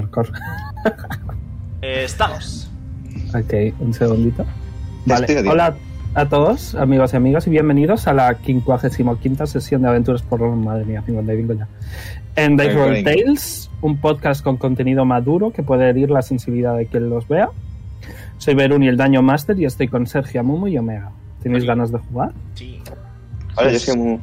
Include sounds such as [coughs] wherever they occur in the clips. Concord. Eh, estamos. Ok, un segundito. Estoy Vale, a día. hola a todos, amigos y amigas, y bienvenidos a la 55 sesión de Aventuras por Rol. Madre mía, 55 ya. En Dice Venga, Roll venga. Tales, un podcast con contenido maduro que puede herir la sensibilidad de quien los vea. Soy Beruni, el Daño Master, y estoy con Sergio Amumu y Omega. ¿Tenéis Oye. ganas de jugar? Sí. Ahora yo soy muy...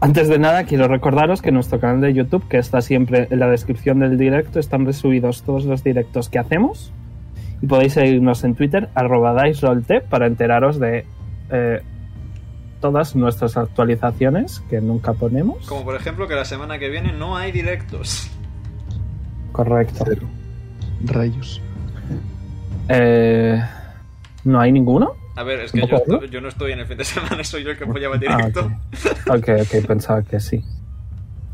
Antes de nada, quiero recordaros que nuestro canal de YouTube, que está siempre en la descripción del directo, están resubidos todos los directos que hacemos. Y podéis seguirnos en Twitter, arroba DiceRollT, para enteraros de eh, todas nuestras actualizaciones que nunca ponemos. Como por ejemplo que la semana que viene no hay directos. Correcto. Cero. Rayos. Eh, ¿No hay ninguno? A ver, es que yo, ¿Tampoco? esto- yo no estoy en el fin de semana, [laughs] soy yo el que apoyaba Ah, directo. [laughs] ok. ok, ok, pensaba que sí.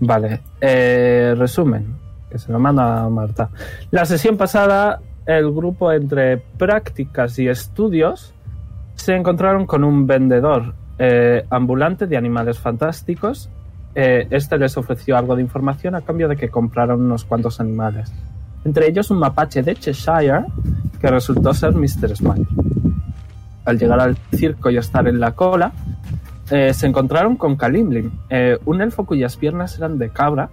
Vale, eh, resumen, que se lo manda a Marta. La sesión pasada, el grupo entre prácticas y estudios se encontraron con un vendedor eh, ambulante de animales fantásticos. Eh, este les ofreció algo de información a cambio de que compraran unos cuantos animales. Entre ellos un mapache de Cheshire que resultó ser Mr. Smile. Al llegar al circo y estar en la cola, eh, se encontraron con Kalimlin, eh, un elfo cuyas piernas eran de cabra,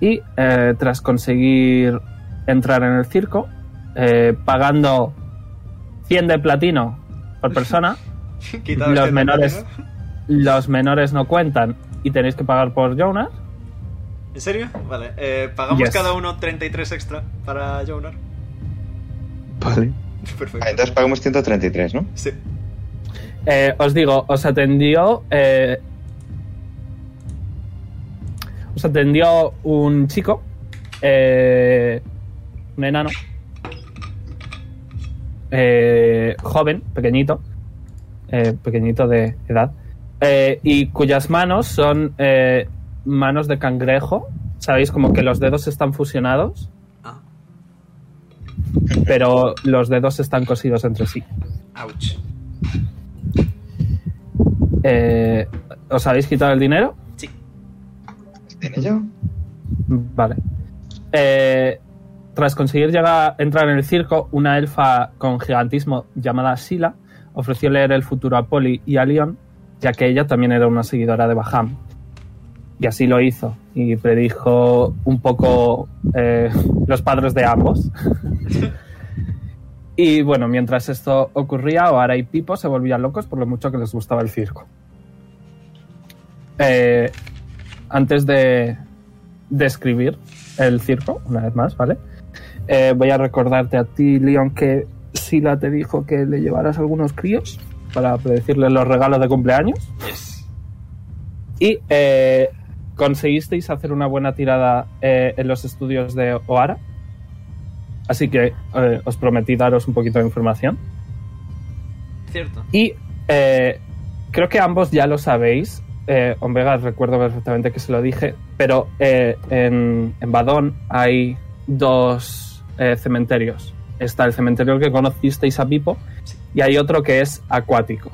y eh, tras conseguir entrar en el circo, eh, pagando 100 de platino por persona, Quitado Los este menores. documento. los menores no cuentan y tenéis que pagar por Jonas. ¿En serio? Vale. eh, pagamos Yes. cada uno 33 extra para Jonar. [laughs] Vale. Perfecto. Ah, entonces pagamos 133, ¿no? Sí. Eh, os digo, os atendió. eh, os atendió un chico. eh, un enano. eh, joven, pequeñito. eh, pequeñito de edad. eh, y cuyas manos son eh, manos de cangrejo. Sabéis, como que los dedos están fusionados, Ah. pero los dedos están cosidos entre sí. Ouch. Eh, ¿Os habéis quitado el dinero? Sí. ¿Tiene yo? Vale. Eh, tras conseguir llegar, entrar en el circo, una elfa con gigantismo llamada Sila ofreció leer el futuro a Polly y a Leon, ya que ella también era una seguidora de Baham. Y así lo hizo. Y predijo un poco eh, los padres de ambos. y bueno, mientras esto ocurría, Oara y Pipo se volvían locos por lo mucho que les gustaba el circo. Eh, antes de, describir el circo, una vez más, ¿vale? Eh, voy a recordarte a ti, Leon, que Sila te dijo que le llevaras algunos críos para predecirle los regalos de cumpleaños. Yes. Y eh, conseguisteis hacer una buena tirada eh, en los estudios de Oara. Así que eh, os prometí daros un poquito de información. Cierto. Y eh, creo que ambos ya lo sabéis. Eh, Omega, recuerdo perfectamente que se lo dije, pero eh, en, en Badón hay dos eh, cementerios. Está el cementerio que conocisteis a Pipo y hay otro que es acuático.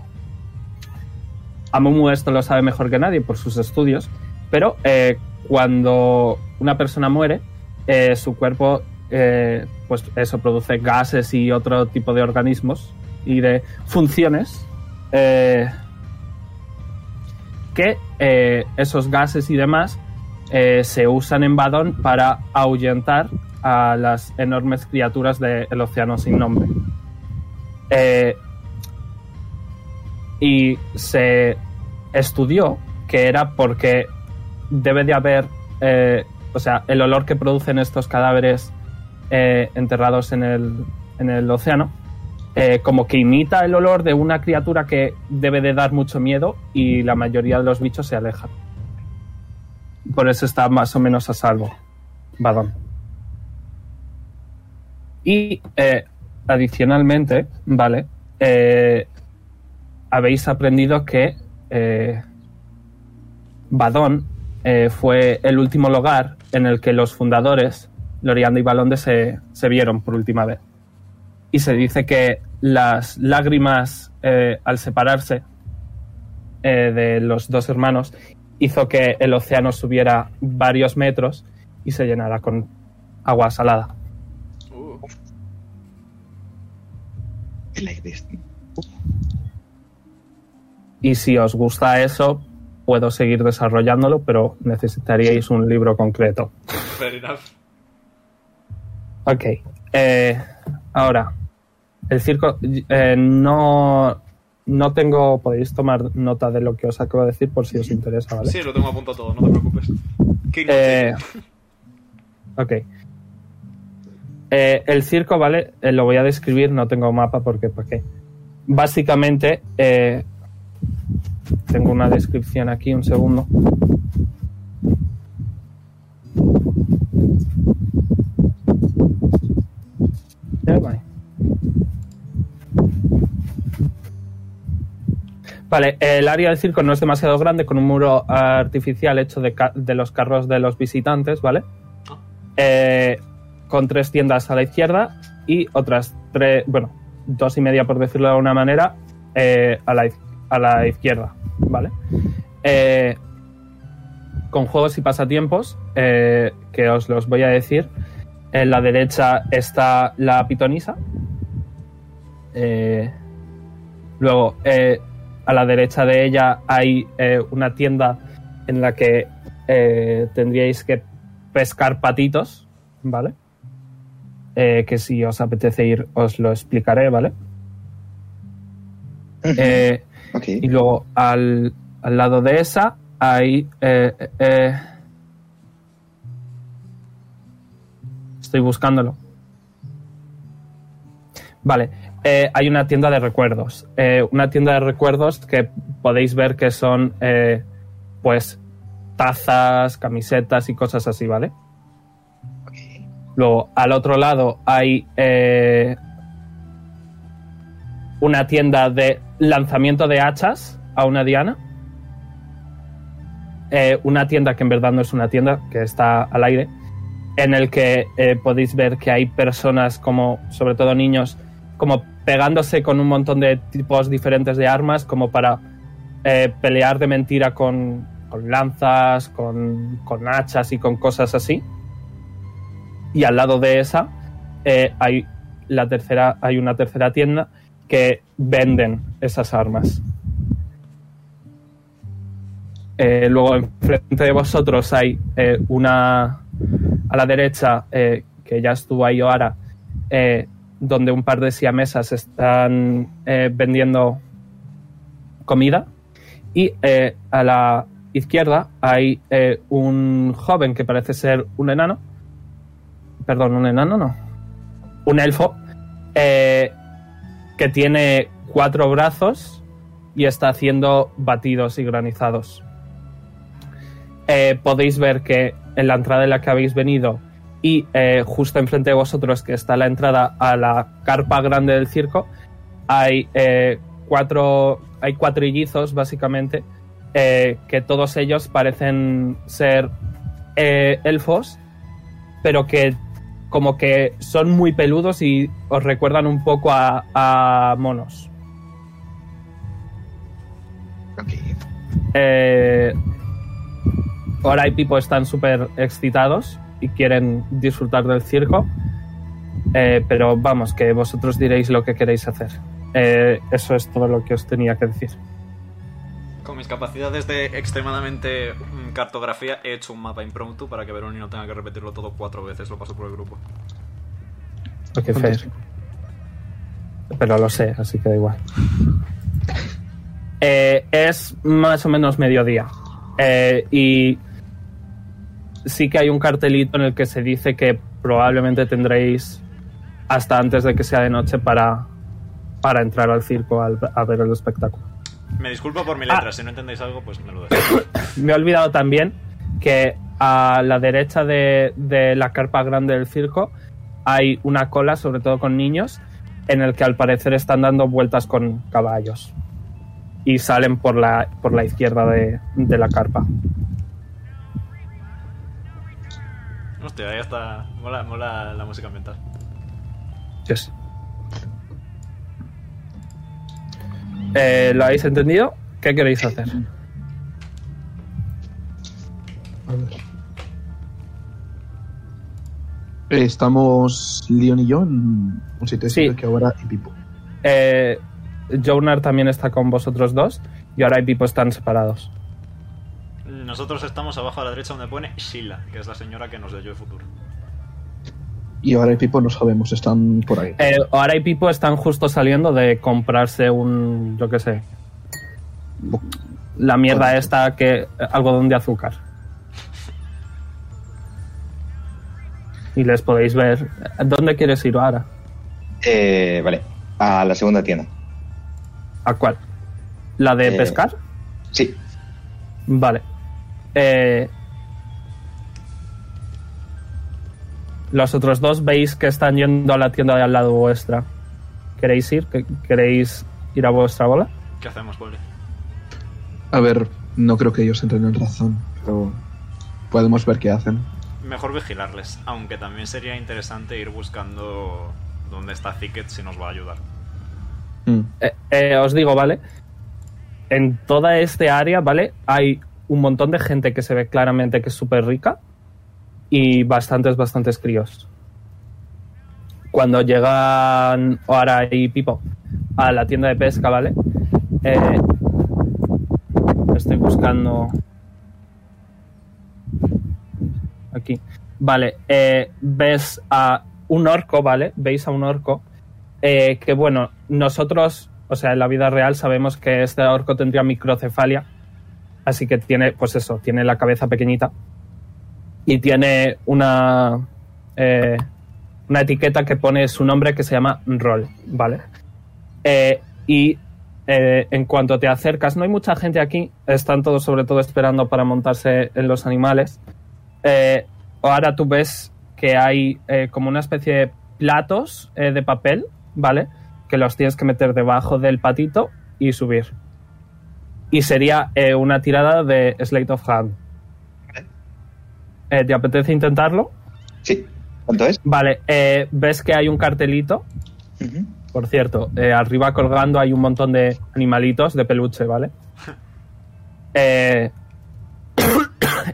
Amumu esto lo sabe mejor que nadie por sus estudios, pero eh, cuando una persona muere, eh, su cuerpo, eh, pues eso produce gases y otro tipo de organismos y de funciones eh, que eh, esos gases y demás eh, se usan en Badón para ahuyentar a las enormes criaturas del océano sin nombre. Eh, y se estudió que era porque debe de haber, eh, o sea, el olor que producen estos cadáveres eh, enterrados en el, en el océano, eh, como que imita el olor de una criatura que debe de dar mucho miedo y la mayoría de los bichos se alejan. Por eso está más o menos a salvo, Badón. Y eh, adicionalmente, ¿vale? Eh, habéis aprendido que eh, Badón eh, fue el último lugar en el que los fundadores, Loriando y Balonde, se, se vieron por última vez. Y se dice que las lágrimas eh, al separarse eh, de los dos hermanos hizo que el océano subiera varios metros y se llenara con agua salada. Uh, I like this. Y si os gusta eso, puedo seguir desarrollándolo, pero necesitaríais un libro concreto. fair enough. Ok. eh, ahora, el circo. eh, no, no tengo. Podéis tomar nota de lo que os acabo de decir por si os interesa, ¿vale? Sí, lo tengo apuntado todo, no te preocupes. ¿Qué Eh, ok. Eh, el circo, ¿vale? Eh, lo voy a describir, no tengo mapa porque ¿para qué? Básicamente, eh, tengo una descripción aquí, un segundo. Ya, vale. Vale, el área del circo no es demasiado grande, con un muro artificial hecho de, ca- de los carros de los visitantes, ¿vale? Eh, con tres tiendas a la izquierda y otras tres, bueno, dos y media por decirlo de alguna manera, eh, a, la, iz- a la izquierda, ¿vale? Eh, con juegos y pasatiempos, eh, que os los voy a decir. En la derecha está la pitonisa. Eh, luego, eh, a la derecha de ella hay eh, una tienda en la que eh, tendríais que pescar patitos, ¿vale? Eh, que si os apetece ir os lo explicaré, ¿vale? Eh, ok. y luego al, al lado de esa hay... eh, eh, eh, estoy buscándolo. Vale, eh, hay una tienda de recuerdos. Eh, una tienda de recuerdos que podéis ver que son eh, pues tazas, camisetas y cosas así, ¿vale? Luego, al otro lado hay eh, una tienda de lanzamiento de hachas a una diana. Eh, una tienda que en verdad no es una tienda, que está al aire, en el que eh, podéis ver que hay personas como, sobre todo niños, como pegándose con un montón de tipos diferentes de armas, como para eh, pelear de mentira con, con lanzas, con, con hachas y con cosas así. Y al lado de esa eh, hay la tercera, hay una tercera tienda que venden esas armas. Eh, luego, enfrente de vosotros hay eh, una a la derecha, eh, que ya estuvo ahí ahora, eh, donde un par de siamesas están eh, vendiendo comida. Y eh, a la izquierda hay eh, un joven que parece ser un enano. Perdón, un enano no. Un elfo. eh, que tiene cuatro brazos y está haciendo batidos y granizados. Eh, podéis ver que en la entrada de la que habéis venido y eh, justo enfrente de vosotros, que está la entrada a la carpa grande del circo, hay eh, cuatro hay cuatro hillizos, básicamente, eh, que todos ellos parecen ser eh, elfos, pero que como que son muy peludos y os recuerdan un poco a, a monos. ok. Eh, Ora y Pipo están súper excitados y quieren disfrutar del circo. Eh, pero vamos, que vosotros diréis lo que queréis hacer. Eh, eso es todo lo que os tenía que decir. Con mis capacidades de extremadamente mm, cartografía he hecho un mapa impromptu para que Veroni no tenga que repetirlo todo cuatro veces, lo paso por el grupo. Ok, Fer. Pero lo sé, así que da igual. [laughs] Eh, es más o menos mediodía. Eh, y sí que hay un cartelito en el que se dice que probablemente tendréis hasta antes de que sea de noche para, para entrar al circo al- a ver el espectáculo. Me disculpo por mi letra, si no entendéis algo, pues me lo decís. [coughs] Me he olvidado también que a la derecha de, de la carpa grande del circo hay una cola, sobre todo con niños, en el que al parecer están dando vueltas con caballos. Y salen por la, por la izquierda de, de la carpa. Hostia, ahí está. Mola, mola la música ambiental. Yes. Eh, ¿Lo habéis entendido? ¿Qué queréis hacer? A ver. Eh, Estamos Leon y yo en un sitio Sí. distinto que ahora y Pipo. Eh, Jonar también está con vosotros dos y ahora y Pipo están separados. Nosotros estamos abajo a la derecha donde pone Sheila, que es la señora que nos leyó el futuro. Y ahora y Pipo no sabemos, están por ahí. Eh, ahora y Pipo están justo saliendo de comprarse un, yo qué sé, la mierda esta que algodón de azúcar. Y les podéis ver. ¿Dónde quieres ir ahora? Eh, vale, a la segunda tienda. ¿A cuál? ¿La de Eh. pescar? Sí, Vale. Eh, los otros dos veis que están yendo a la tienda de al lado vuestra. ¿Queréis ir? ¿Que- ¿Queréis ir a vuestra bola? ¿Qué hacemos, Poli? A ver, no creo que ellos entren en razón, pero podemos ver qué hacen. Mejor vigilarles, aunque también sería interesante ir buscando dónde está Thicket si nos va a ayudar. Mm. Eh, eh, os digo, ¿vale? En toda este área, ¿vale? Hay un montón de gente que se ve claramente que es súper rica y bastantes, bastantes críos. Cuando llegan Oara y Pipo a la tienda de pesca, ¿vale? Eh, estoy buscando... Aquí. Vale, eh, ves a un orco, ¿vale? Veis a un orco eh, que bueno, nosotros, o sea, en la vida real sabemos que este orco tendría microcefalia, así que tiene, pues eso, tiene la cabeza pequeñita y tiene una eh, una etiqueta que pone su nombre que se llama Roll, ¿vale? Eh, y eh, en cuanto te acercas, no hay mucha gente aquí, están todos sobre todo esperando para montarse en los animales. Eh, ahora tú ves que hay eh, como una especie de platos eh, de papel, ¿vale? Que los tienes que meter debajo del patito y subir. Y sería eh, una tirada de Slate of Hand. Eh, ¿Te apetece intentarlo? sí. ¿Cuánto es? Vale, eh, ves que hay un cartelito Ujú. por cierto, eh, arriba colgando hay un montón de animalitos de peluche, ¿vale? Eh, [coughs]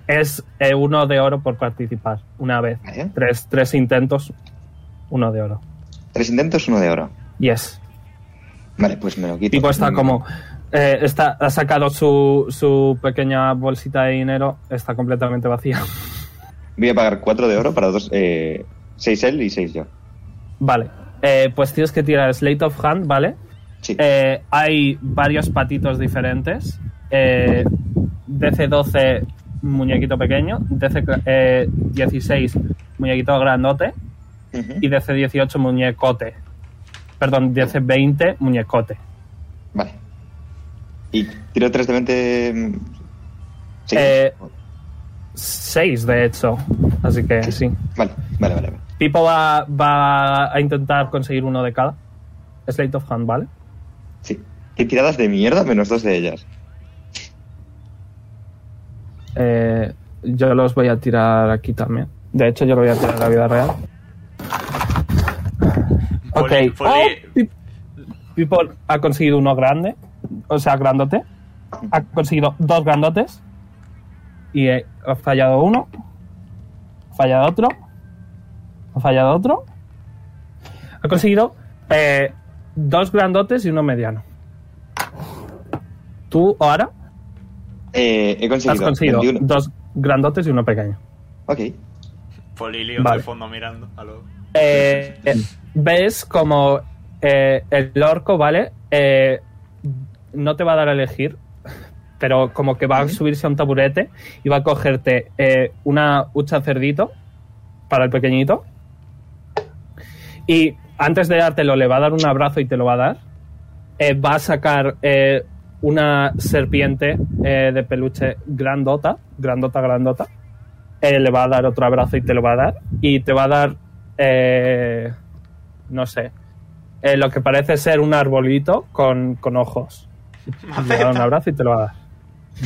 es eh, uno de oro por participar, una vez. Vale. Tres, tres intentos, uno de oro. Tres intentos, uno de oro. Yes. Vale, pues me lo quito. Pipo está como... eh, está, ha sacado su, su pequeña bolsita de dinero, está completamente vacía. [laughs] Voy a pagar cuatro de oro para dos. Eh, seis él y seis yo. Vale, eh, pues tienes que tirar Slate of Hand, ¿vale? Sí. Eh, hay varios patitos diferentes. Eh, DC12, muñequito pequeño. DC16, muñequito grandote. Ujú. Y DC18, muñecote. Perdón, DC20, muñecote. Vale. Y tiro tres de 20. mm, Sí. Eh, 6, de hecho. Así que Sí. sí. Vale, vale, vale. vale. Pipo va, va a intentar conseguir uno de cada. Slate of Hand, ¿vale? Sí. Qué tiradas de mierda menos dos de ellas. Eh, yo los voy a tirar aquí también. De hecho, yo lo voy a tirar en la vida real. Ok. Poli- Poli- Oh, Pi- Pipo ha conseguido uno grande. O sea, grandote. Ha conseguido dos grandotes. Y eh, ha fallado uno. Ha fallado otro. Ha fallado otro. Ha conseguido eh, dos grandotes y uno mediano. Tú ahora Eh, he conseguido. has conseguido 21. dos grandotes y uno pequeño. Ok. Poli Leon Vale. de fondo mirando a lo... Eh, eh, ves como eh, el orco, ¿vale? Eh, no te va a dar a elegir, pero como que va a subirse a un taburete y va a cogerte eh, una hucha cerdito para el pequeñito. Y antes de dártelo, le va a dar un abrazo y te lo va a dar. Eh, va a sacar eh, una serpiente eh, de peluche grandota, grandota, grandota. Eh, le va a dar otro abrazo y te lo va a dar. Y te va a dar, eh, no sé, eh, lo que parece ser un arbolito con, con ojos. Le va a dar un abrazo y te lo va a dar.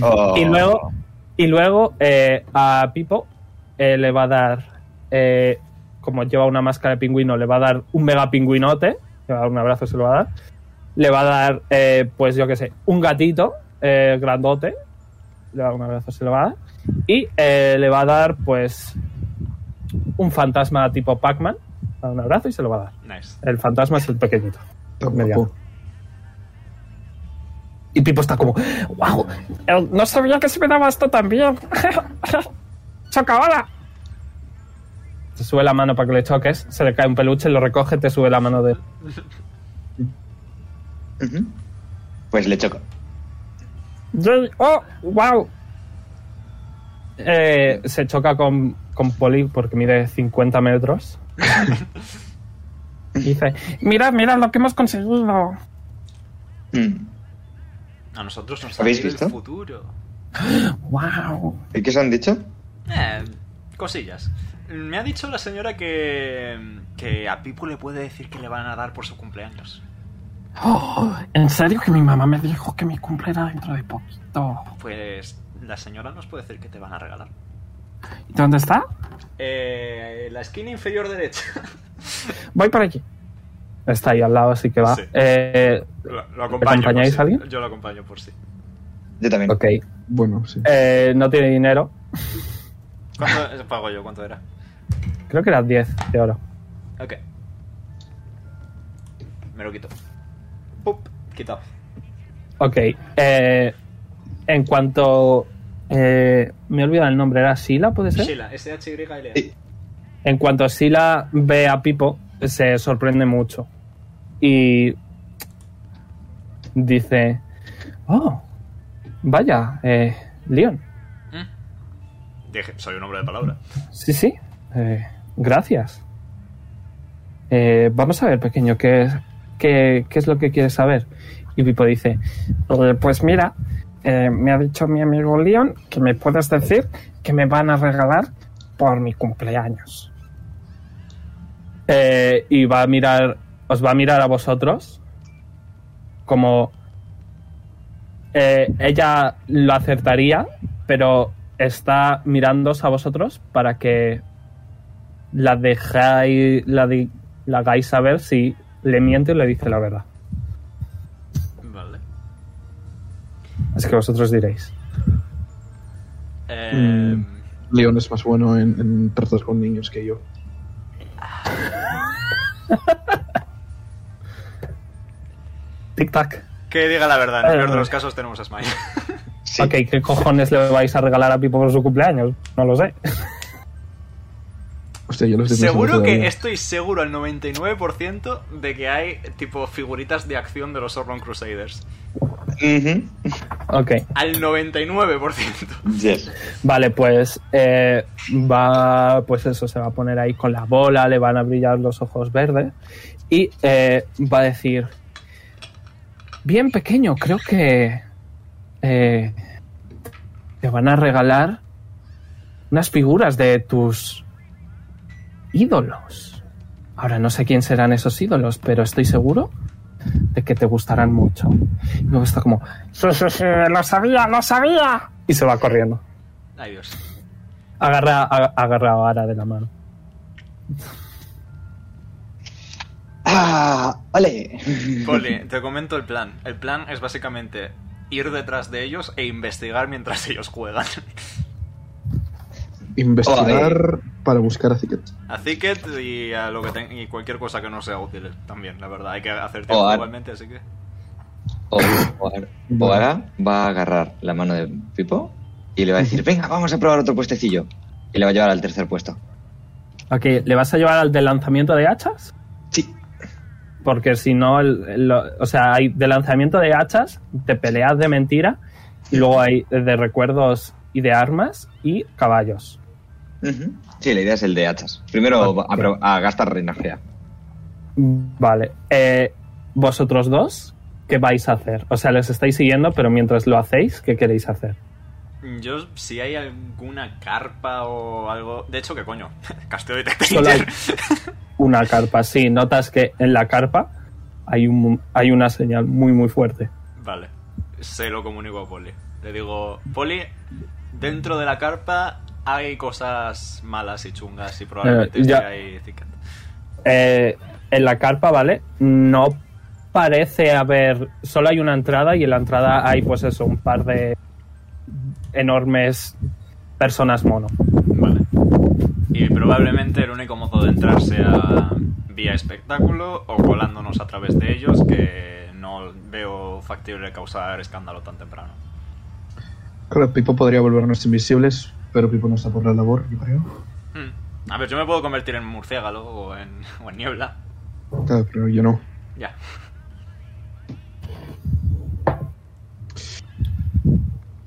Oh. Y luego, y luego eh, a Pipo eh, le va a dar, eh, como lleva una máscara de pingüino, le va a dar un mega pingüinote, le va a dar un abrazo, se lo va a dar. Le va a dar, eh, pues yo qué sé, un gatito eh, grandote, le va a dar un abrazo, se lo va a dar. Y eh, le va a dar, pues, un fantasma tipo Pac-Man a un abrazo y se lo va a dar. Nice. El fantasma es el pequeñito. Mediano. Tampoco. Y Pipo está como, wow, no sabía que se me daba esto también. [laughs] ¡Chocaola! Te sube la mano para que le choques, se le cae un peluche, lo recoge, te sube la mano de él. Ujú. Pues le choco. Yay, ¡Oh, wow! Eh, se choca con, con Poli porque mide 50 metros. Y dice, mirad, mirad lo que hemos conseguido. Mm. A nosotros nos ha ¿Habéis ido el visto? futuro. ¡Wow! ¿Y qué os han dicho? Eh, cosillas. Me ha dicho la señora que, que a Pipo le puede decir que le van a dar por su cumpleaños. Oh, en serio que mi mamá me dijo que mi cumple era dentro de poquito. Pues la señora nos puede decir que te van a regalar. ¿Y dónde está? Eh, la esquina inferior [laughs] derecha. Voy para allí. Está ahí al lado, así que va. Sí. Eh, Lo, lo acompañáis por sí. a alguien? Yo lo acompaño por sí. Yo también. ok. Bueno, sí. Eh, no tiene dinero. [laughs] ¿Cuánto eh, pago yo? ¿Cuánto era? Creo que era 10 de oro. Ok. Me lo quito. Pup, quitado. Ok. eh, en cuanto... eh, me he olvidado el nombre. ¿Era Sila, puede ser? Sheila, S-H-Y-L-A. Sí. En cuanto Sila ve a Pipo, se sorprende mucho. Y dice, oh, vaya, eh, Leon. Mm. Dije, soy un hombre de palabra. Sí, sí, eh, gracias. Eh, vamos a ver, pequeño, ¿qué, es- qué, qué es lo que quieres saber? Y Pipo dice, "Eh, pues mira, eh, me ha dicho mi amigo Leon que me puedes decir que me van a regalar por mi cumpleaños. Eh, y va a mirar, os va a mirar a vosotros como eh, ella lo acertaría, pero está mirándoos a vosotros para que la dejáis, la, di- la hagáis saber si le miente o le dice la verdad. Vale. Así que vosotros diréis. Mm. Eh, León es más bueno en, en tratos con niños que yo. Tic tac. Que diga la verdad, en el Eh, peor de no. los casos tenemos a Smile. Sí. Ok, ¿qué cojones le vais a regalar a Pipo por su cumpleaños? No lo sé. [laughs] Hostia, yo los Seguro que estoy seguro al 99% de que hay tipo figuritas de acción de los Orlon Crusaders. Ujú. Ok. Al 99%. Yes. Vale, pues eh, va, pues eso, se va a poner ahí con la bola, le van a brillar los ojos verdes y eh, va a decir, bien pequeño, creo que eh, te van a regalar unas figuras de tus ídolos. Ahora no sé quién serán esos ídolos, pero estoy seguro de que te gustarán mucho. Y luego está como, sí, sí, sí, lo sabía, lo sabía. Y se va corriendo. Ay Dios. Agarra, a- agarra a Ara de la mano. ¡Ah! ¡Ole! Poli, te comento el plan. El plan es básicamente ir detrás de ellos e investigar mientras [laughs] ellos juegan. Investigar para buscar a Zicket. A Thicket y a lo que ten- y cualquier cosa que no sea útil también, la verdad. Hay que hacer tiempo O a- igualmente, así que. O, o ahora- o ahora va a agarrar la mano de Pipo y le va a decir, venga, vamos a probar otro puestecillo. Y le va a llevar al tercer puesto. Ok, ¿le vas a llevar al de lanzamiento de hachas? Sí. Porque si no, el- el- lo- o sea, hay de lanzamiento de hachas, de peleas de mentira, y luego hay de recuerdos y de armas y caballos. Ujú. Sí, la idea es el de hachas. Primero va a, pro- a gastar reina fea. Vale. eh, ¿Vosotros dos qué vais a hacer? O sea, les estáis siguiendo, pero mientras lo hacéis, ¿qué queréis hacer? Yo, si hay alguna carpa o algo. De hecho, ¿qué coño? [laughs] Casteo Detect Solo hay Danger. una carpa. Sí, notas que en la carpa hay, un, hay una señal muy, muy fuerte. [laughs] Vale. Se lo comunico a Poli. Le digo, Poli, dentro de la carpa hay cosas malas y chungas y probablemente Eh, ya. esté ahí Thicket. Eh, en la carpa, ¿vale? No parece haber. Solo hay una entrada y en la entrada hay, pues eso, un par de enormes personas mono. Vale. Y, pero probablemente el único modo de entrar sea vía espectáculo o colándonos a través de ellos, que no veo factible causar escándalo tan temprano. Claro, Pipo podría volvernos invisibles, pero Pipo no está por la labor, yo creo. Hmm. A ver, yo me puedo convertir en murciélago o en, o en niebla. Claro, pero yo no. Ya.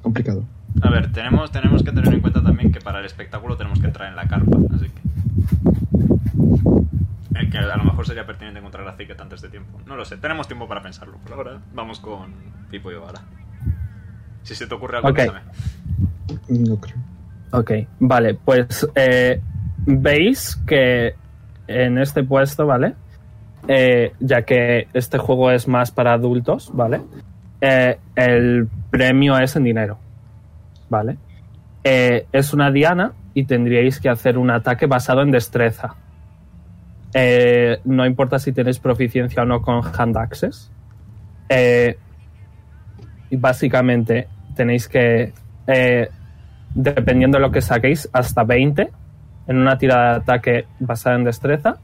Complicado. A ver, tenemos, tenemos que tener en cuenta también que para el espectáculo tenemos que entrar en la carpa, así que. Eh, que a lo mejor sería pertinente encontrar a Zicket antes de tiempo. No lo sé, tenemos tiempo para pensarlo. Por ahora vamos con Pipo y Ogara. Si se te ocurre algo, Ok. avísame. No creo. Ok, vale, pues eh, veis que en este puesto, ¿vale? Eh, ya que este juego es más para adultos, ¿vale? Eh, el premio es en dinero, ¿vale? Eh, es una diana y tendríais que hacer un ataque basado en destreza. Eh, no importa si tenéis proficiencia o no con hand access. Eh, y básicamente tenéis que eh, dependiendo de lo que saquéis, hasta 20 en una tirada de ataque basada en destreza.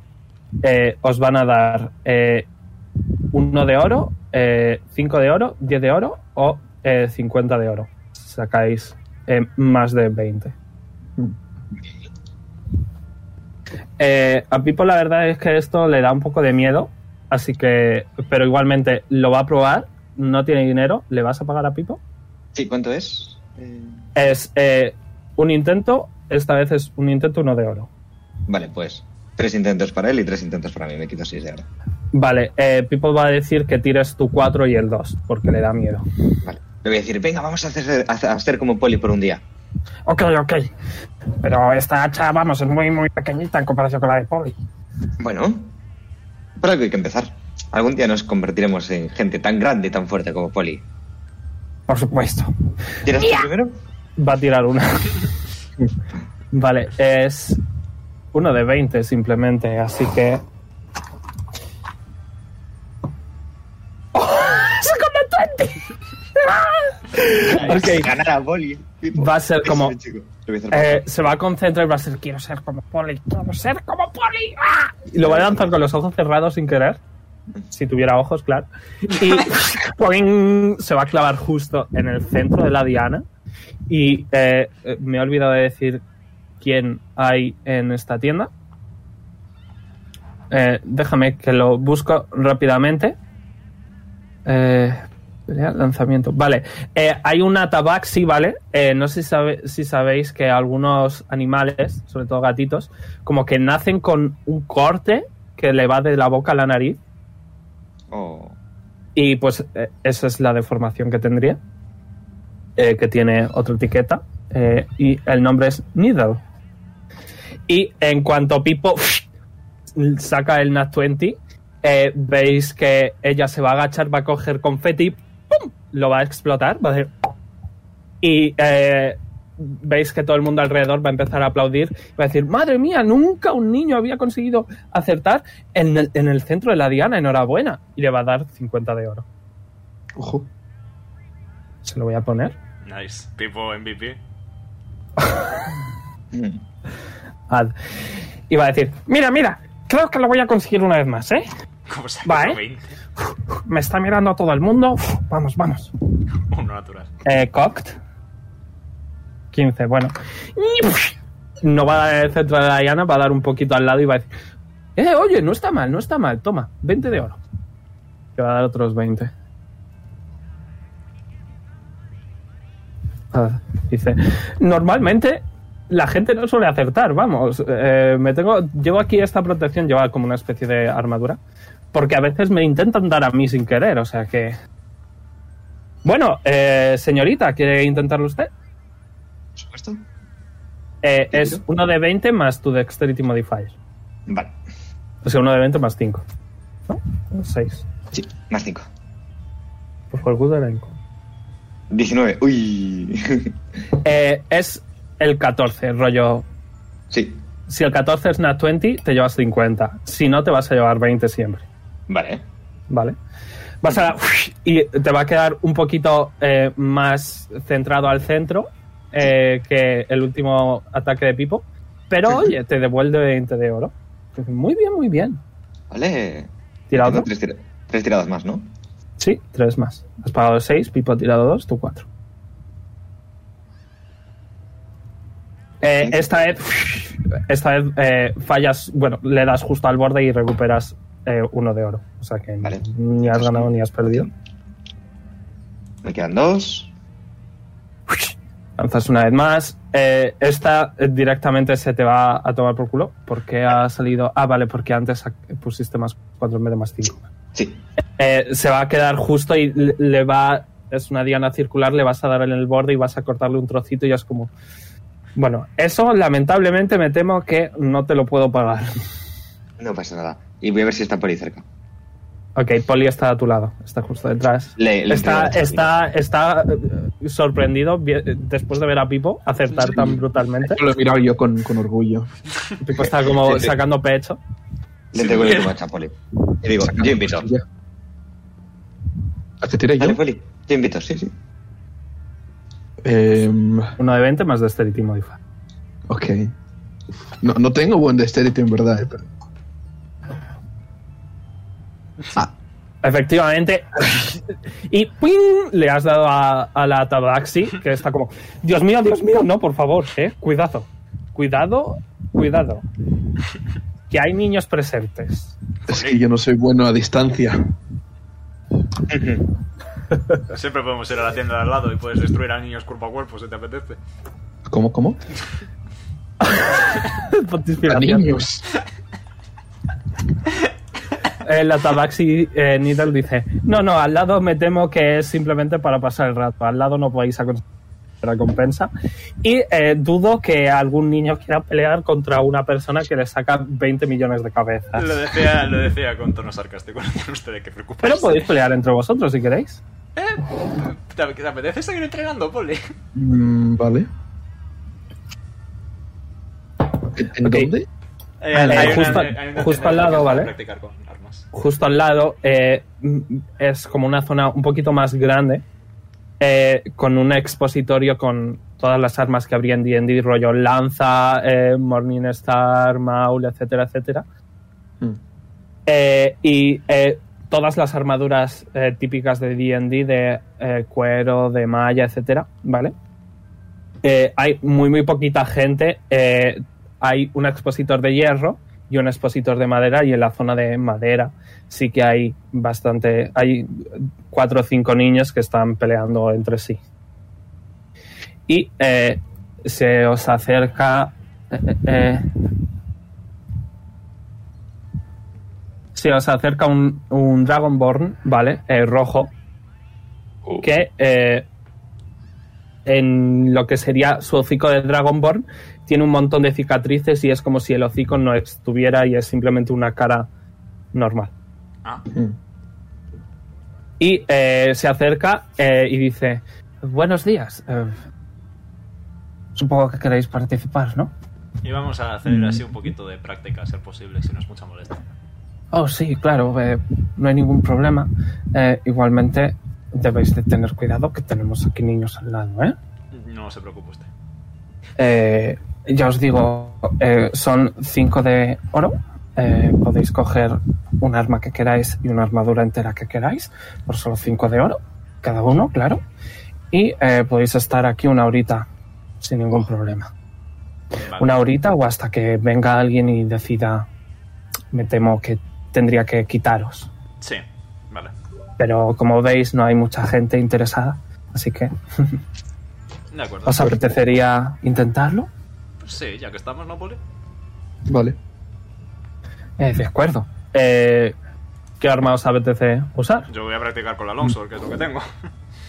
eh, os van a dar 1 de oro, 5 de oro, 10 de oro o eh, 50 de oro. Si Sacáis eh, más de 20. Eh, a Pipo la verdad es que esto le da un poco de miedo, así que, pero igualmente lo va a probar, no tiene dinero, ¿le vas a pagar a Pipo? Sí, ¿cuánto es? Eh, Es eh, un intento, esta vez es un intento, uno de oro. Vale, pues tres intentos para él y tres intentos para mí. Me quito seis de ahora. Vale, eh, Pipo va a decir que tires tu 4 y el 2, porque le da miedo. Vale. Le voy a decir, venga, vamos a hacer, a hacer como Poli por un día. Ok, ok. Pero esta hacha, vamos, es muy, muy pequeñita en comparación con la de Polly. Bueno, por algo hay que empezar. Algún día nos convertiremos en gente tan grande y tan fuerte como Poli. Por supuesto. ¿Tienes tú primero? Va a tirar [laughs] una. vale, es uno de 20 simplemente, así que... Ok. Ganar a Poli. Va a ser como- Ese chico. Lo voy a hacer Eh, se va a concentrar y va a ser quiero ser como Polly, quiero ser como Polly. ¡ah! Y lo va a lanzar con los ojos cerrados sin querer. Si tuviera ojos, claro. Y ¡poing! se va a clavar justo en el centro de la diana. Y eh, eh, me he olvidado de decir quién hay en esta tienda. Eh, déjame que lo busco rápidamente. Eh, pelea, lanzamiento. Vale. Eh, hay una tabaxi, ¿vale? Eh, no sé si, sabe- si sabéis que algunos animales, sobre todo gatitos, como que nacen con un corte que le va de la boca a la nariz. Oh, Y pues eh, esa es la deformación que tendría. eh, que tiene otra etiqueta. eh, y el nombre es Needle. Y en cuanto Pipo [laughs] saca el Nat 20, eh, veis que ella se va a agachar, va a coger confeti, ¡pum! lo va a explotar, va a hacer. Y eh, veis que todo el mundo alrededor va a empezar a aplaudir. Va a decir: Madre mía, nunca un niño había conseguido acertar en el, en el centro de la Diana, enhorabuena. Y le va a dar 50 de oro. Ojo. Se lo voy a poner. Nice. Pipo MVP. mm, Ad. Y va a decir, mira, mira, creo que lo voy a conseguir una vez más, ¿eh? ¿Cómo se Va, ¿eh? [laughs] 20? Me está mirando todo el mundo. Uf, vamos, vamos. Uno natural. Eh, cocked. 15, bueno. No va a dar el centro de la Diana, va a dar un poquito al lado y va a decir, eh, oye, no está mal, no está mal, toma, 20 de oro. Te va a dar otros 20. Ah, dice, normalmente la gente no suele acertar, vamos. eh, me tengo, llevo aquí esta protección, lleva como una especie de armadura, porque a veces me intentan dar a mí sin querer, o sea que... Bueno, eh, señorita, ¿quiere intentarlo usted? por supuesto. Eh, es tiro? uno de 20 más tu dexterity modifier. Vale, O sea, uno de 20 más 5. ¿No? 6. sí, más cinco. Pues por culo de la inco. 19. Uy. [laughs] Eh, es el 14, rollo. sí, Si el 14 es Nat 20, te llevas 50. Si no, te vas a llevar 20 siempre. vale. ¿Vale? Vas a. Y te va a quedar un poquito eh, más centrado al centro eh, que el último ataque de Pipo. Pero oye, te devuelve 20 de oro. Dices, Muy bien, muy bien. Vale. Tira Tengo otro. Tres, tira- tres tiradas más, ¿no? Sí, tres más. Has pagado seis, Pipo ha tirado dos, tú cuatro. Eh, esta vez, esta vez eh, fallas, bueno, le das justo al borde y recuperas eh, uno de oro. O sea que Vale. ni has ganado ni has perdido. Me quedan dos. Lanzas una vez más. Eh, esta eh, directamente se te va a tomar por culo porque ha salido... Ah, vale, porque antes ac- pusiste más cuatro en vez de más cinco. Sí. Eh, se va a quedar justo y le le va. Es una diana circular, le vas a dar en el borde y vas a cortarle un trocito y es como. Bueno, eso lamentablemente me temo que no te lo puedo pagar. [laughs] No pasa nada. Y voy a ver si está por ahí cerca. Ok, Polly está a tu lado, está justo detrás. Le- le está, entrego la está, está eh, sorprendido vi- eh, después de ver a Pipo acertar tan brutalmente. Lo he mirado yo con, con orgullo. Pipo Pues está como sacando pecho. Le tengo el último chapoli. Y digo, yo invito. ¿A que tiré pues. yo? Dale, Poli. Yo invito, sí, sí. Em, Uno de 20 más de Dexterity Modify. ok. No, no tengo buen dexterity en verdad. eh, pero- Efectivamente. [laughs] y ¡ping! le has dado a, a la tabaxi, que está como, Dios mío, Dios mío, no, por favor, eh, cuidado. Cuidado, cuidado. Que hay niños presentes. [laughs] Es que yo no soy bueno a distancia. Siempre podemos ir a la tienda de al lado y puedes destruir a niños cuerpo a cuerpo si te apetece. ¿Cómo, cómo? Ponte A inspiración. niños. Eh, la tabaxi eh, Needle dice, no, no, al lado me temo que es simplemente para pasar el rato. Al lado no podéis conseguir recompensa. Y eh, dudo que algún niño quiera pelear contra una persona que le saca 20 millones de cabezas. Lo decía, lo decía con tono sarcástico, [laughs] no tiene usted de qué preocuparse. Eh, Pero podéis pelear entre vosotros si queréis. ¿Te, te apetece seguir entrenando, Poli? Mm, vale. ¿En, en Ok. dónde? Eh, Ah, justo- hay justo tienda al lado, que ¿vale? Practicar con armas. justo al lado eh, mm, es como una zona un poquito más grande eh, con un expositorio con todas las armas que habría en D&D rollo lanza, eh, Morningstar, Maul, etcétera, etcétera Mm. Eh, y eh, todas las armaduras eh, típicas de D&D de eh, cuero, de malla, etcétera, ¿vale? Eh, hay muy muy poquita gente eh, hay un expositor de hierro y un expositor de madera y en la zona de madera sí que hay bastante. Hay cuatro o cinco niños que están peleando entre sí. Y eh, se os acerca. eh, eh, eh, se os acerca un, un Dragonborn, ¿vale? Eh, rojo. Que eh, en lo que sería su hocico de Dragonborn tiene un montón de cicatrices y es como si el hocico no estuviera y es simplemente una cara normal. Ah, Mm. Y eh, se acerca eh, y dice, buenos días. eh, supongo que queréis participar, ¿no? y vamos a Mm. hacer así un poquito de práctica, a ser posible, si no es mucha molestia. Oh, sí, claro, eh, no hay ningún problema. Eh, igualmente debéis de tener cuidado que tenemos aquí niños al lado, ¿eh? No se preocupe usted. Eh, ya os digo, eh, son 5 de oro. Eh, podéis coger un arma que queráis y una armadura entera que queráis por solo 5 de oro, cada uno, claro. Y eh, podéis estar aquí una horita sin ningún problema. Vale. Una horita o hasta que venga alguien y decida, me temo que tendría que quitaros. Sí, vale. Pero como veis, no hay mucha gente interesada, así que De acuerdo. Pues- os apetecería intentarlo. Pues sí, ya que estamos, ¿no, Poli? Vale. Eh, de acuerdo. Eh, ¿Qué arma os apetece usar? Yo voy a practicar con la Longsword, que es lo que tengo.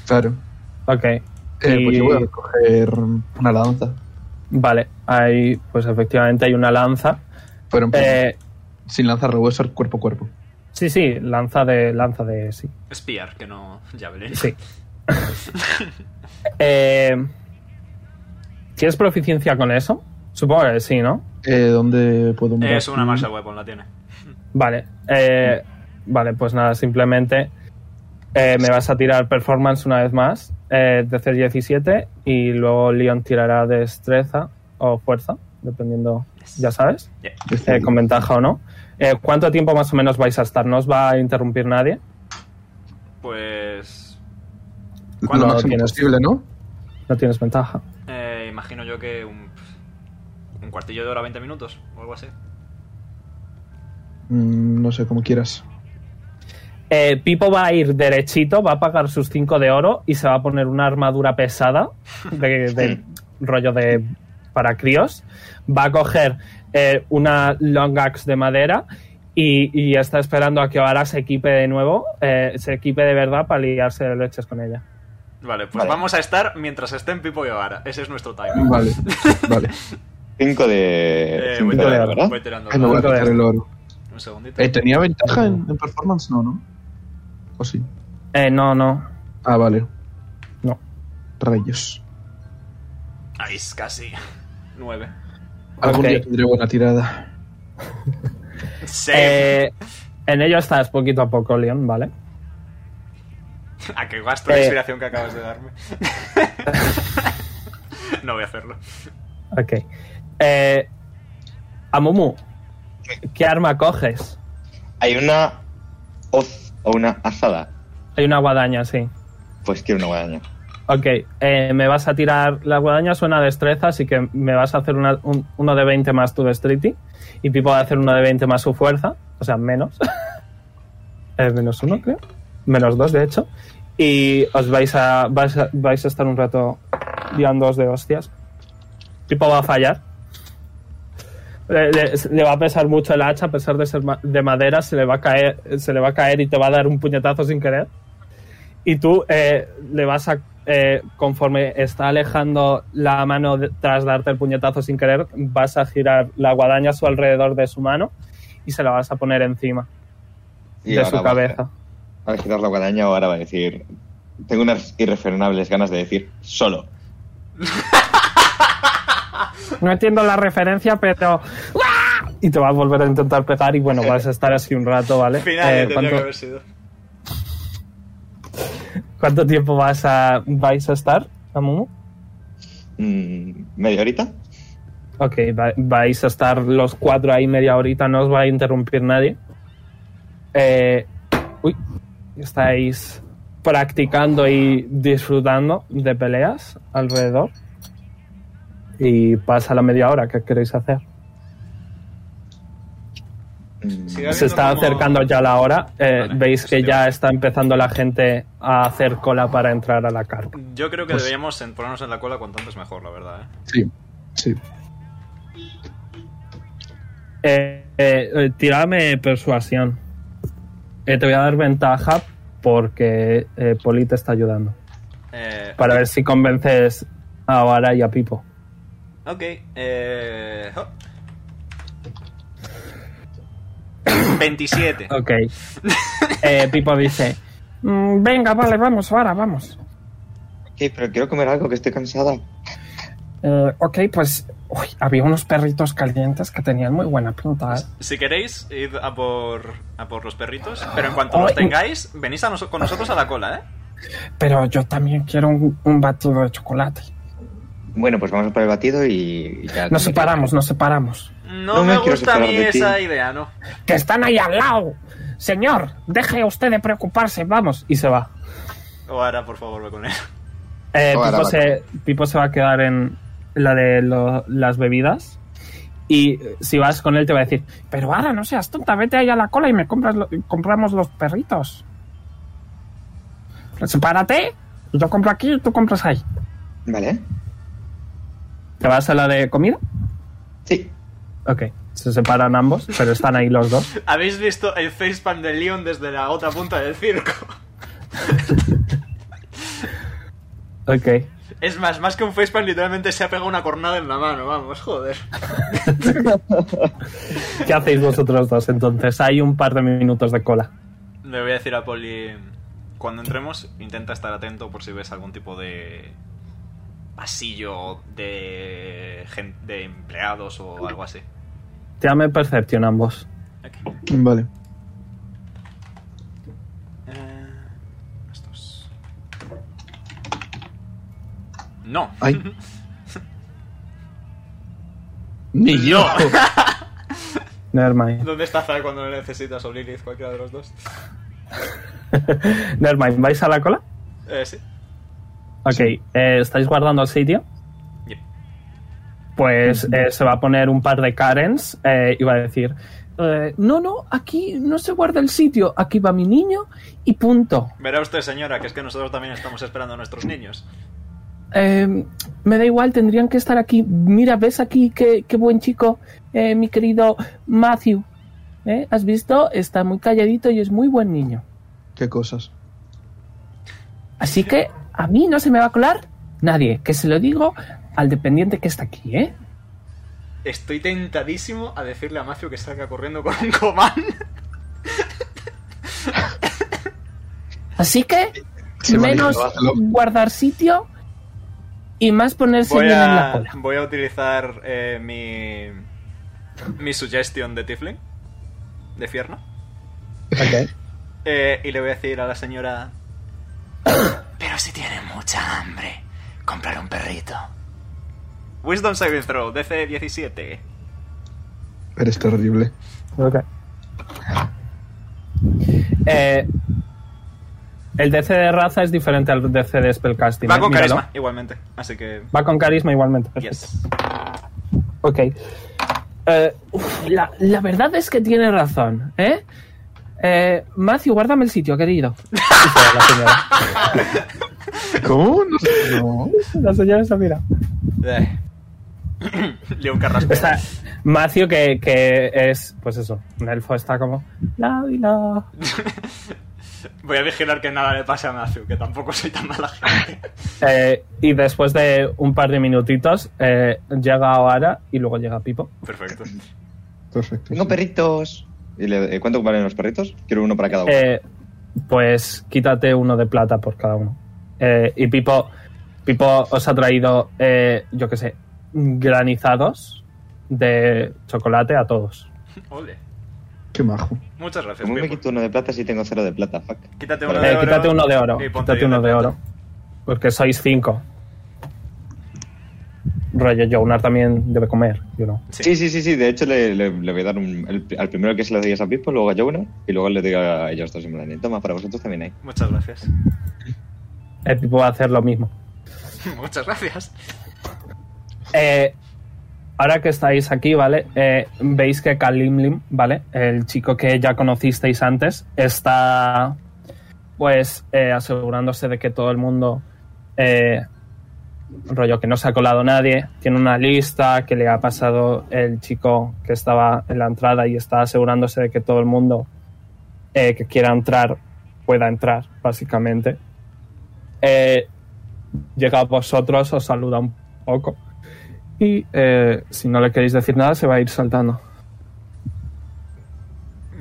Claro. Ok. Eh, Y- Pues yo voy a coger una lanza. Vale, hay, pues efectivamente hay una lanza. Pero en plan, Eh, sin lanza revuelta cuerpo a cuerpo. sí, sí, lanza de. lanza de. sí. Espiar, que no... Ya veré. [laughs] sí. Eh, ¿Tienes proficiencia con eso? Supongo que sí, ¿no? Eh, ¿Dónde puedo mirar? Es Mm. una marcha weapon, la tiene. Vale. eh, vale, pues nada, simplemente eh, me vas a tirar performance una vez más, eh, DC 17, y luego Leon tirará destreza o fuerza. dependiendo, ya sabes, Este, eh, con ventaja o no. Eh, ¿Cuánto tiempo más o menos vais a estar? ¿No os va a interrumpir nadie? Pues. lo cuando máximo tienes- posible, ¿no? No tienes ventaja. Eh, imagino yo que un, un cuartillo de hora, 20 minutos o algo así. Mm, no sé, como quieras. Eh, Pipo va a ir derechito, va a pagar sus 5 de oro y se va a poner una armadura pesada de, de rollo de para críos. Va a coger eh, una long axe de madera y, y está esperando a que ahora se equipe de nuevo, eh, se equipe de verdad para liarse de leches con ella. Vale, pues Vale. vamos a estar mientras estén Pipo y Ogara. Ese es nuestro time. Vale, vale. Cinco de. Eh, cinco voy, de tirando, oro, ¿verdad? voy tirando. Ay, me voy a Cinco de quitar el oro. Un segundito. Eh, ¿Tenía ventaja en, en performance? No, ¿no? ¿O sí? Eh, no, no. Ah, vale. No. Rayos. Ahí es casi. [laughs] 9. Algún Ok. día tendré buena tirada. Save. Eh, en ello estás poquito a poco, Leon, ¿vale? [laughs] a que gasto la eh. inspiración que acabas de darme. no voy a hacerlo. Ok. Eh, Amumu, ¿qué arma coges? Hay una hoz o una azada. Hay una guadaña, sí. Pues quiero una guadaña. Ok, eh, me vas a tirar. La guadaña suena a destreza, así que me vas a hacer una- un- uno de 20 más tu destrity. Y Pipo va a hacer uno de 20 más su fuerza, o sea, menos. [laughs] Eh, menos uno, creo. Menos dos, de hecho. Y os vais a, vais a, vais a estar un rato liándoos de hostias. Pipo va a fallar. Le, le- le va a pesar mucho el hacha, a pesar de ser ma- de madera, se le, va a caer, se le va a caer y te va a dar un puñetazo sin querer. Y tú eh, le vas a. eh, conforme está alejando la mano de- tras darte el puñetazo sin querer, vas a girar la guadaña a su alrededor de su mano y se la vas a poner encima Y de ahora su va a- cabeza. Va a quitar la guadaña o ahora va a decir. Tengo unas irrefrenables ganas de decir solo. No entiendo la referencia, pero. ¡Uah! Y te va a volver a intentar pegar y bueno, vas a estar así un rato, ¿vale? Final Eh, tendría ¿cuánto, que haber sido. cuánto tiempo vas a, vais a estar, Amumu? Mm, ¿Media horita? Ok, va- vais a estar los cuatro ahí media horita, no os va a interrumpir nadie. Eh, uy, estáis practicando y disfrutando de peleas alrededor. Y pasa la media hora, ¿qué queréis hacer? Mm, Sí, dale. Se está como- acercando ya la hora, eh, Vale, veis que hostia. ya está empezando la gente a hacer cola para entrar a la carpa. Yo creo que Pues- deberíamos en- ponernos en la cola cuanto antes mejor, la verdad. ¿eh? Sí, sí. Eh, eh, eh, tírame persuasión. Eh, te voy a dar ventaja porque eh, Poli te está ayudando. Eh, Para ver si convences a Vara y a Pipo. Ok. Eh, oh. 27. Ok. [laughs] Eh, Pipo dice: "Mm, Venga, vale, vamos, Vara, vamos. Ok, pero quiero comer algo que estoy cansada. Eh, ok, pues uy, había unos perritos calientes que tenían muy buena pinta. ¿eh? Si queréis, id a por, a por los perritos, pero en cuanto Ay. los tengáis, venís a noso- con nosotros a la cola, ¿eh? Pero yo también quiero un, un batido de chocolate. Bueno, pues vamos a por el batido y, y ya. Nos separamos, nos separamos. No, No me me, quiero gusta a separar mí de ti. esa idea, ¿no? que están ahí al lado. Señor, deje usted de preocuparse, vamos. Y se va. O ahora, por favor, ve con él. Eh, Ahora, Pipo, vale. se, Pipo se va a quedar en la de lo- las bebidas. Y eh, si vas con él te va a decir, pero ahora no seas tonta, vete ahí a la cola y me compras lo- compramos los perritos. Sepárate, yo compro aquí y tú compras ahí. Vale. ¿Te vas a la de comida? Sí. Ok, se separan ambos, pero están ahí los dos. ¿Habéis visto el facepan de Leon desde la otra punta del circo? Ok. Es más, más que un facepan, literalmente se ha pegado una cornada en la mano, vamos, joder. ¿Qué hacéis vosotros dos entonces? Hay un par de minutos de cola. Le voy a decir a Poli, cuando entremos, intenta estar atento por si ves algún tipo de pasillo de, gen- de empleados o algo así. Llame Perception ambos. Ok. Vale. Eh, estos. No. [laughs] Ay. Ni yo. [laughs] Nevermind. ¿Dónde está Zara cuando lo necesitas o Lilith, cualquiera de los dos? Nevermind, ¿vais a la cola? Eh, sí. Ok, eh, ¿estáis guardando el sitio? Yep. Pues eh, se va a poner un par de Karens eh, y va a decir, eh, no, no, aquí no se guarda el sitio, aquí va mi niño y punto. Verá usted, señora, que es que nosotros también estamos esperando a nuestros niños. Eh, me da igual, tendrían que estar aquí. Mira, ves aquí qué, qué buen chico, eh, mi querido Matthew. ¿Eh? ¿Has visto? Está muy calladito y es muy buen niño. Qué cosas. Así que a mí no se me va a colar nadie, que se lo digo al dependiente que está aquí, ¿eh? Estoy tentadísimo a decirle a Macio que salga corriendo con un comán. Así que Sí, vale, menos hazlo. guardar sitio y más ponerse [laughs] Voy bien en la a, cola. voy a utilizar eh, mi. Mi suggestion de Tifling. De Fierno. Eh, y le voy a decir a la señora. [coughs] Pero si tiene mucha hambre, comprar un perrito. Wisdom Saving Throw, DC 17. Eres terrible. Eh, el DC de raza es diferente al DC de spellcasting. Va ¿eh? con Míralo. carisma, igualmente. Así que. Va con carisma igualmente. perfecto. Yes. Ok. Eh, uf, la, la verdad es que tiene razón, ¿eh? Eh, Matthew, guárdame el sitio, [laughs] querido. Y se va la señora. ¿Cómo? No sé. No. La señora se mira. Eh. [coughs] León Carrasco. O sea, Matthew, que, que es, pues eso, un elfo está como. La, y la. Voy a vigilar que nada le pase a Matthew, que tampoco soy tan mala gente. Eh, y después de un par de minutitos, eh, llega Oara y luego llega Pipo. [laughs] Perfecto. Perfecto. Tengo sí. perritos. ¿Y le- eh, ¿Cuánto valen los perritos? Quiero uno para cada uno. Eh, pues quítate uno de plata por cada uno. Eh, y Pipo, Pipo os ha traído, eh, yo qué sé, granizados de chocolate a todos. Ole. Qué majo. Muchas gracias. ¿Cómo me Pipo. quito uno de plata si tengo cero de plata? Fuck. Quítate Vale. uno de Eh, oro. quítate uno de oro. y ponte Quítate diez uno de plata. oro. Porque sois cinco. Rollo, Jonar también debe comer, yo no. Sí. Sí, sí, sí, sí. De hecho, le, le- le voy a dar un- el- al primero que se lo doy es a Pipo, luego a Jouna, y luego le digo a ellos dos en plan, Toma, para vosotros también hay. Muchas gracias. [laughs] El Eh, Pipo va a hacer lo mismo. Muchas gracias. Eh, ahora que estáis aquí, ¿vale? Eh, Veis que Kalimlim, ¿vale? El chico que ya conocisteis antes, está pues eh, asegurándose de que todo el mundo, eh, rollo que no se ha colado nadie, tiene una lista que le ha pasado el chico que estaba en la entrada y está asegurándose de que todo el mundo eh, que quiera entrar pueda entrar, básicamente. Eh, llega a vosotros, os saluda un poco. Y eh, si no le queréis decir nada, se va a ir saltando.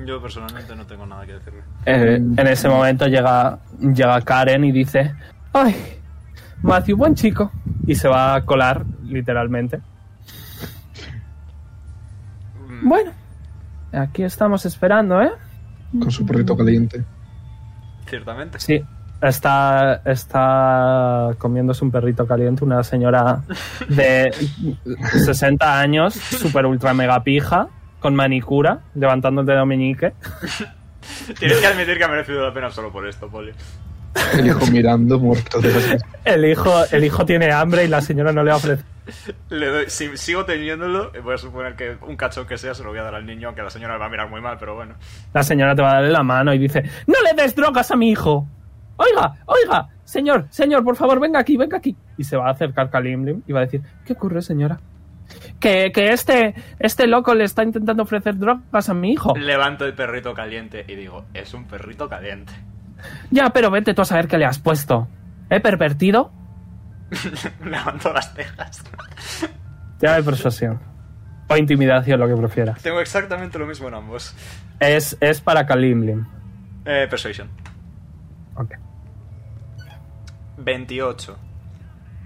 Yo personalmente no tengo nada que decirle. Eh, en ese momento llega, llega Karen y dice: ¡Ay! Matthew, buen chico. Y se va a colar, literalmente. Mm, Bueno, aquí estamos esperando, ¿eh? Con su perrito caliente. Ciertamente. Sí, está, está comiéndose un perrito caliente, una señora [laughs] de 60 años, super ultra mega pija, con manicura, levantando el dedo meñique. Tienes que admitir que ha merecido la pena solo por esto, Poli. El hijo mirando, muerto de las- El hijo, el hijo tiene hambre y la señora no le ofrece Le doy- si sigo teniéndolo, voy a suponer que un cacho que sea se lo voy a dar al niño, aunque la señora me va a mirar muy mal, pero bueno. La señora te va a darle la mano y dice, no le des drogas a mi hijo. Oiga, oiga, señor, señor, por favor, venga aquí, venga aquí. Y se va a acercar Kalimlim y va a decir, ¿qué ocurre, señora? Que, que este, este loco le está intentando ofrecer drogas a mi hijo. Levanto el perrito caliente y digo, es un perrito caliente. [laughs] Ya, pero vete tú a saber qué le has puesto. ¿He pervertido? Levanto las cejas. Ya de persuasión. O intimidación, lo que prefiera. Tengo exactamente lo mismo en ambos. Es, es para Kalimlim. Eh, persuasion. Ok. 28.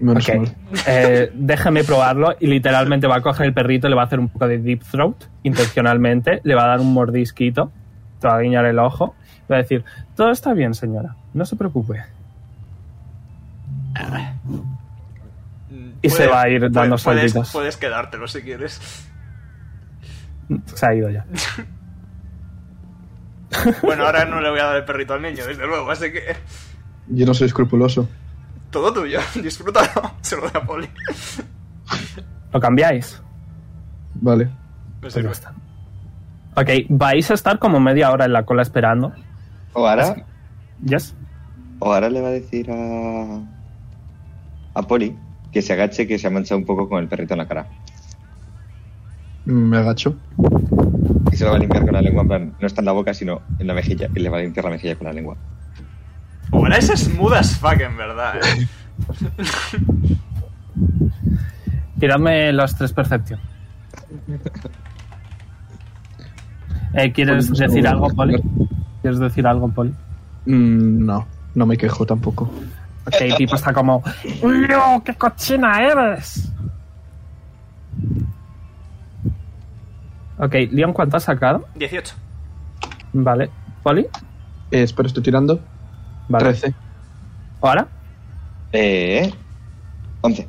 Menos Ok. mal. Eh, déjame probarlo y literalmente va a coger el perrito, le va a hacer un poco de deep throat intencionalmente, le va a dar un mordisquito, te va a guiñar el ojo, y va a decir, todo está bien señora, no se preocupe. Mm, Y se va a ir puede- dando puedes, saltitos. puedes quedártelo si quieres. [laughs] Se ha ido ya. Bueno, ahora no le voy a dar el perrito al niño, desde luego, así que Yo no soy escrupuloso. todo tuyo, [laughs] disfrútalo, se lo doy a Poli. Lo cambiáis. Vale. Me Pues ya sirve. está. Ok, vais a estar como media hora en la cola esperando. O ahora, Yes. o ahora le va a decir a. a Poli que se agache que se ha manchado un poco con el perrito en la cara. Me agacho. Y se lo va a limpiar con la lengua, en plan, no está en la boca, sino en la mejilla. Y le va a limpiar la mejilla con la lengua. Ahora es smooth as fuck, en verdad. [laughs] eh. Tiradme las tres percepción. Eh, ¿Quieres Poli, no sé decir cómo algo, Poli? responder. ¿Quieres decir algo, Poli? Mm, no, no me quejo tampoco. Ok, el tipo está como... ¡No! ¡Qué cochina eres! Ok, Leon, ¿cuánto has sacado? 18. Vale. ¿Poli? Eh, espera, estoy tirando. Vale. 13. ¿Ahora? Eh. 11.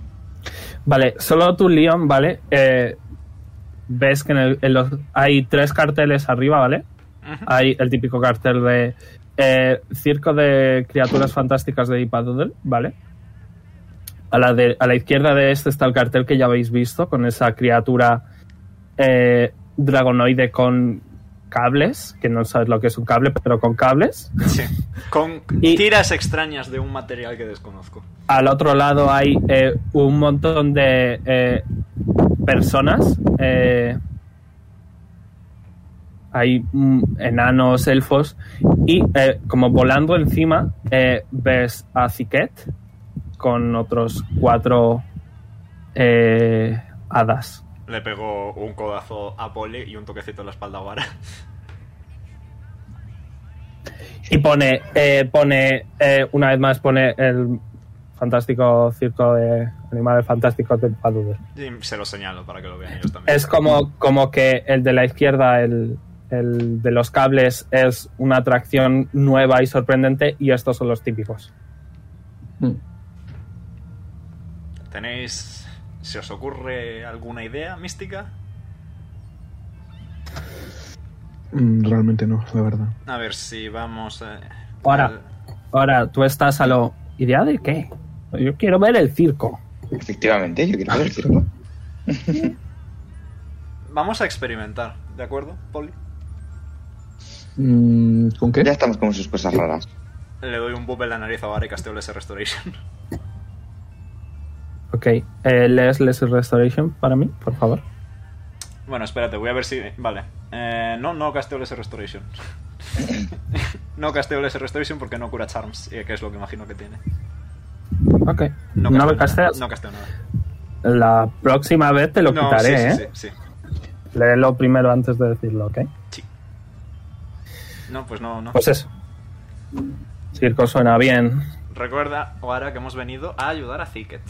Vale, solo tú, Leon, ¿vale? Eh, ves que en el- en los, hay tres carteles arriba, ¿vale? Ujú. Hay el típico cartel de eh, Circo de Criaturas Fantásticas de Ipadoodle, ¿vale? A la, de- a la izquierda de este está el cartel que ya habéis visto, con esa criatura eh, dragonoide con cables, que no sabes lo que es un cable, pero con cables. Sí. Con Y- tiras extrañas de un material que desconozco. Al otro lado hay eh, un montón de eh, personas. eh, hay mm, enanos, elfos. Y eh, como volando encima, eh, ves a Ziquet con otros cuatro eh, hadas. Le pegó un codazo a Poli y un toquecito en la espalda a Vara. Y pone, eh, pone eh, una vez más, pone el fantástico circo de animales fantásticos del Paduder. Y se lo señalo para que lo vean ellos también. Es como, como que el de la izquierda, el, el de los cables, es una atracción nueva y sorprendente y estos son los típicos. Mm. ¿Tenéis. ¿Se os ocurre alguna idea mística? Mm, realmente no, la verdad. A ver si vamos. eh, Ahora. al- Ahora, tú estás a lo... ¿Idea de qué? Yo quiero ver el circo. Efectivamente, yo quiero ver el circo. Vamos a experimentar, ¿de acuerdo, Poli? Mm, ¿Con qué? Ya estamos con sus cosas raras. Le doy un bub en la nariz a Vara y casteo ese Restoration. Ok, eh, lees Lesser Restoration para mí, por favor. [laughs] bueno, espérate, voy a ver si. Vale. Eh, no, no casteo ese [laughs] Restoration. no casteo ese Restoration porque no cura Charms, eh, que es lo que imagino que tiene. Ok, no, me nada, casteas. No casteo nada. La próxima vez te lo no, quitaré, sí, sí, ¿eh? sí, sí. Léelo primero antes de decirlo, ¿ok? No, pues no, no. Pues eso. Circo suena bien. Recuerda, Oara, que hemos venido a ayudar a Thicket.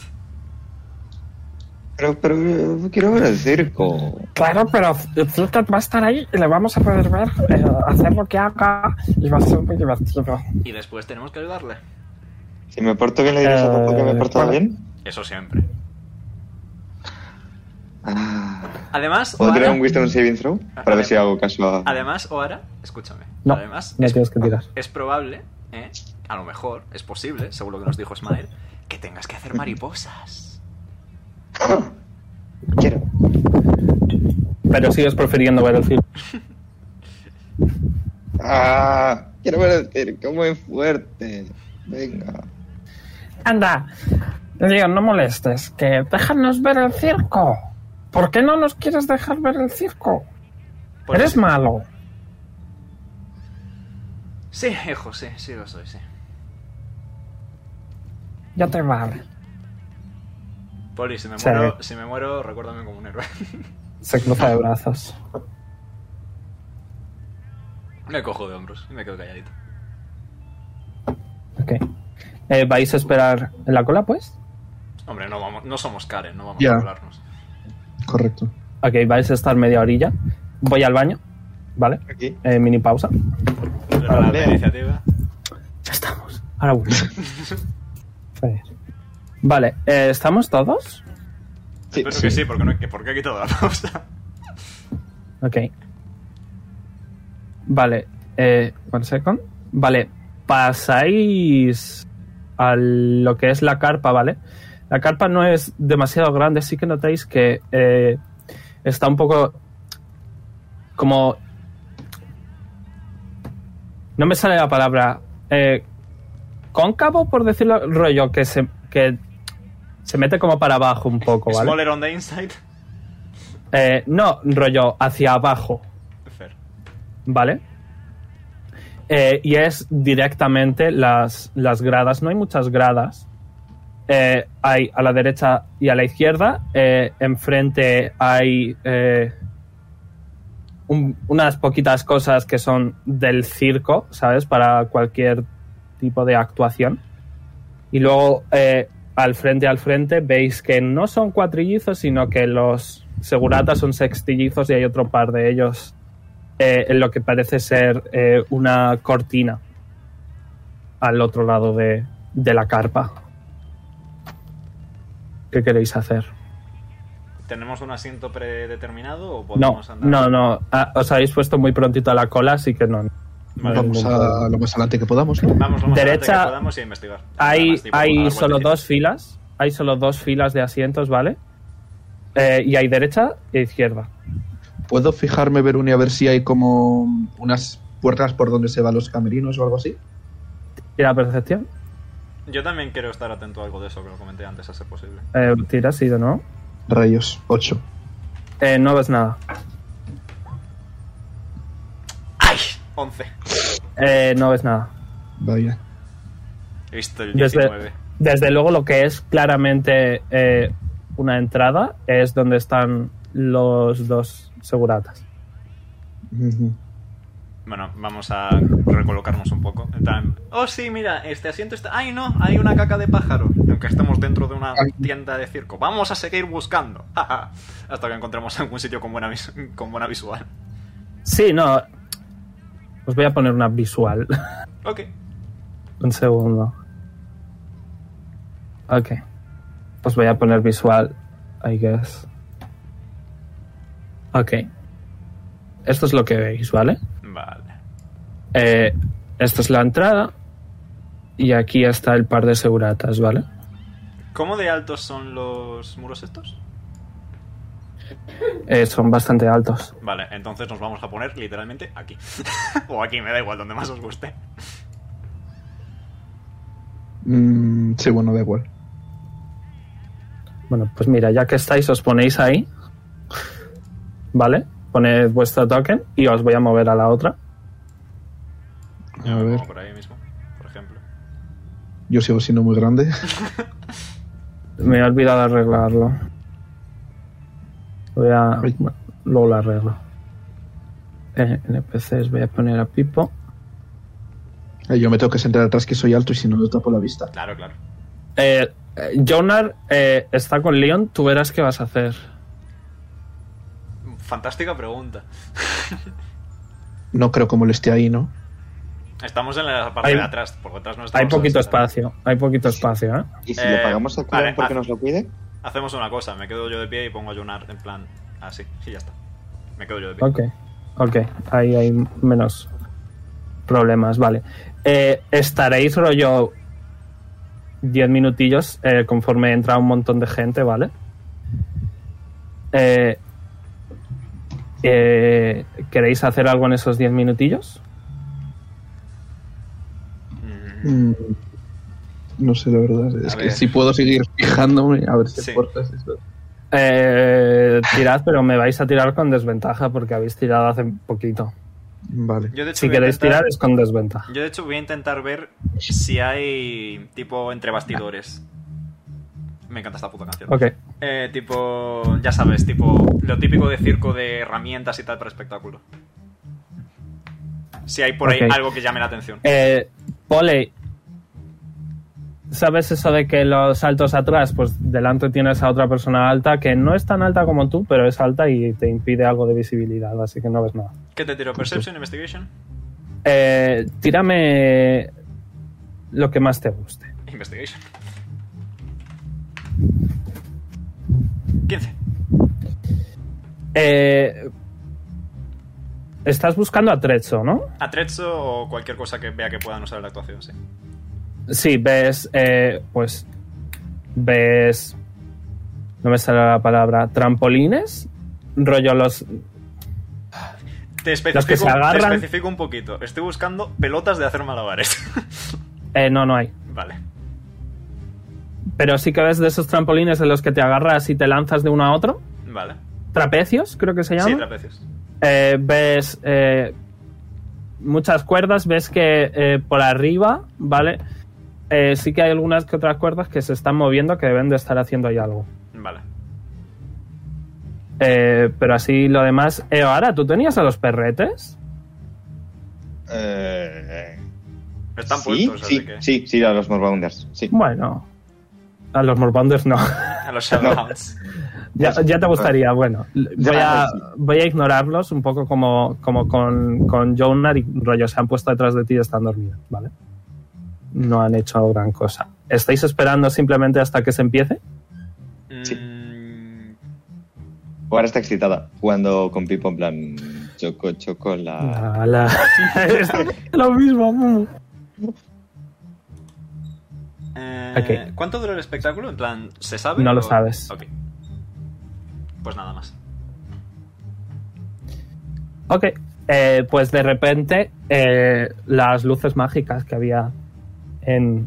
Pero, pero eh, quiero ver el circo. Claro, pero Flutter va a estar ahí y le vamos a poder ver, eh, hacer lo que haga y va a ser muy divertido. Y después tenemos que ayudarle. Si me porto bien, le diré Eh, a Papo que me he portado bien. Eso siempre. Ah. Además, ¿Puedo tirar Oara, un Wisdom Saving Throw? Para ver si hago caso a. además, Oara, escúchame. No, además, no es, tienes que tirar. es probable, ¿eh? a lo mejor, es posible, según lo que nos dijo Smile, que tengas que hacer mariposas. Quiero. Pero sigues prefiriendo ver el film. Ah, quiero ver el circo muy fuerte. Venga. Anda, Leon, no molestes, que déjanos ver el circo. ¿Por qué no nos quieres dejar ver el circo? Pues Eres sí. malo. Sí, hijo, sí, sí lo soy, sí. Ya te vale. Poli, si me Sí. muero, si me muero recuérdame como un héroe. [laughs] Se cruza de brazos. me cojo de hombros y me quedo calladito. Ok. Eh, ¿Vais a esperar en la cola, pues? Hombre, no, vamos, no somos Karen, no vamos Ya. a hablarnos. Correcto. Ok, vais a estar media orilla. Voy al baño, ¿vale? Aquí. Eh, mini pausa. Pero la Vale. iniciativa. Ya estamos. Ahora [laughs] vuelvo. Joder. Vale, eh, ¿estamos todos? Sí, [laughs] Espero que sí, porque, no, que- porque he quitado la pausa. Ok. Vale. Eh, one second. Vale. Pasáis a lo que es la carpa, ¿vale? La carpa no es demasiado grande, sí que notáis que eh, está un poco como... No me sale la palabra. eh, cóncavo, por decirlo, rollo, que se, que se mete como para abajo un poco, ¿vale? Smaller on the inside. [laughs] Eh, no, rollo, hacia abajo, Fair. ¿vale? Eh, y es directamente las, las gradas. No hay muchas gradas. Eh, hay a la derecha y a la izquierda. Eh, enfrente hay eh, un- unas poquitas cosas que son del circo, ¿sabes? Para cualquier tipo de actuación. Y luego eh, al frente, al frente, veis que no son cuatrillizos, sino que los seguratas son sextillizos y hay otro par de ellos eh, en lo que parece ser eh, una cortina al otro lado de, de la carpa. ¿Qué queréis hacer? ¿Tenemos un asiento predeterminado o No, podemos andar? no, no. ah, os habéis puesto muy prontito a la cola, así que no. Vale, Vamos ningún problema. a lo más adelante que podamos, ¿no? Vamos lo más adelante Derecha- que podamos y a investigar. Nada Hay, más, tipo, para hay dar solo vueltecitas. dos filas. Hay solo dos filas de asientos, ¿vale? Eh, y hay derecha e izquierda. ¿Puedo fijarme, Veruni, a ver si hay como unas puertas por donde se van los camerinos o algo así? Tira percepción. Yo también quiero estar atento a algo de eso que lo comenté antes, a ser posible. Eh, tira, sí, de nuevo. Rayos, 8. Eh, no ves nada. ¡Ay! 11. Eh, no ves nada. Vaya. He visto el Desde- 19. Desde luego lo que es claramente eh, una entrada es donde están los dos seguratas. Ujú. Bueno, vamos a recolocarnos un poco. En plan, Oh, sí, mira, este asiento está... ¡Ay, no! Hay una caca de pájaro. Aunque estemos dentro de una Ay. tienda de circo. Vamos a seguir buscando. Jaja. Hasta que encontremos algún sitio con buena, vis- con buena visual. Sí, no. Os voy a poner una visual. [laughs] Ok. Un segundo. Ok. Os voy a poner visual, I guess. Ok. Esto es lo que veis, ¿vale? Vale. Eh, esta es la entrada. Y aquí está el par de seguratas, ¿vale? ¿Cómo de altos son los muros estos? Eh, son bastante altos. Vale, entonces nos vamos a poner literalmente aquí. [laughs] o aquí, me da igual, donde más os guste. Mm, sí, bueno, da igual. Bueno, pues mira, ya que estáis, os ponéis ahí. ¿Vale? Poned vuestro token y os voy a mover a la otra. A ver, Como por ahí mismo, por ejemplo. yo sigo siendo muy grande. [laughs] Me he olvidado arreglarlo. Voy a. Ay. bueno, luego lo arreglo. Eh, NPCs, voy a poner a Pipo. Eh, Yo me tengo que sentar atrás que soy alto y si no, lo tapo la vista. Claro, claro. Eh, eh, Jonar eh, está con Leon, tú verás qué vas a hacer. Fantástica pregunta. No creo que moleste ahí, ¿no? Estamos en la parte Hay- de atrás, por detrás no estamos. Hay poquito ¿sabes? espacio, hay poquito espacio, ¿eh? ¿Y si Eh, le pagamos a Clan vale, porque haz- nos lo cuide? Hacemos una cosa, me quedo yo de pie y pongo a Jonar en plan así, y ya está. Me quedo yo de pie. Ok, ok, ahí hay menos problemas, vale. Eh, estaréis rollo 10 minutillos eh, conforme entra un montón de gente, ¿vale? Eh, eh, ¿Queréis hacer algo en esos 10 minutillos? Mm, Mm, no sé, la verdad. Es A que ver. si puedo seguir fijándome, a ver si Sí. puertas. esto. Eh, tirad, pero me vais a tirar con desventaja porque habéis tirado hace poquito. Vale. Yo de hecho Si voy a queréis intentar- tirar es con desventaja. Yo de hecho voy a intentar ver si hay tipo entre bastidores. Me encanta esta puta canción. Ok, Eh, tipo, ya sabes, tipo, lo típico de circo de herramientas y tal para espectáculo. Si hay por ahí Ok. algo que llame la atención. Eh, Pole, ¿sabes eso de que los saltos atrás? Pues delante tienes a otra persona alta que no es tan alta como tú, pero es alta y te impide algo de visibilidad, así que no ves nada. ¿Qué te tiro? ¿Perception? ¿Investigation? Eh, tírame lo que más te guste. Investigation. 15. Eh, Estás buscando a Trezzo, ¿no? Atrezzo o cualquier cosa que vea que puedan usar en la actuación, sí. Sí, ves, eh, pues, ves, no me sale la palabra, trampolines, rollo los, Te Los que se especifico, te agarran. especifico un poquito. Estoy buscando pelotas de hacer malabares. [laughs] eh, no, no hay, vale. pero sí que ves de esos trampolines en los que te agarras y te lanzas de uno a otro, Vale. trapecios creo que se llaman, Sí, trapecios. Eh, ves eh, muchas cuerdas, ves que eh, por arriba, ¿vale? Eh, sí que hay algunas que otras cuerdas que se están moviendo que deben de estar haciendo ahí algo. Vale. Eh, pero así lo demás. Eh, ahora, ¿tú tenías a los perretes? Eh, Están sí, puestos, sí, así que. sí, sí, a los Morbounders. Sí. Bueno. A los Morbounders no. A [laughs] los Shadowhounds. ya, ya te gustaría, bueno. Voy a, voy a ignorarlos un poco como, como con, con Jonar y rollo. Se han puesto detrás de ti y están dormidos, ¿vale? No han hecho gran cosa. ¿Estáis esperando simplemente hasta que se empiece? Sí. Mm, Ahora está excitada jugando con Pipo en plan choco, choco, la... Ala. [laughs] Es lo mismo. mm. eh, ¿Cuánto duró el espectáculo? En plan, ¿se sabe? No lo o- sabes. Ok. Pues nada más. Ok. eh, pues de repente eh, las luces mágicas que había en,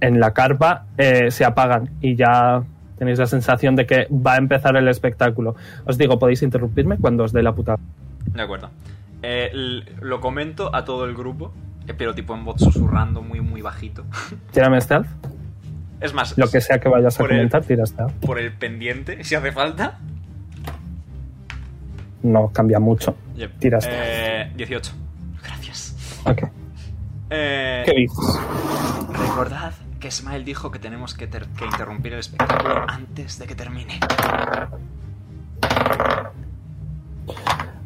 en la carpa eh, se apagan y ya tenéis la sensación de que va a empezar el espectáculo. Os digo, podéis interrumpirme cuando os dé la puta. De acuerdo. Eh, l- lo comento a todo el grupo, eh, pero tipo en voz susurrando muy, muy bajito. [laughs] Tírame stealth. Es más, Lo que sea que vayas a Por el- comentar, tira stealth. por el pendiente, si hace falta. No cambia mucho. Yep. Tiras. Eh, 18. Gracias. Ok. Eh, ¿Qué dices? Recordad que Smile dijo que tenemos que, ter- que interrumpir el espectáculo antes de que termine.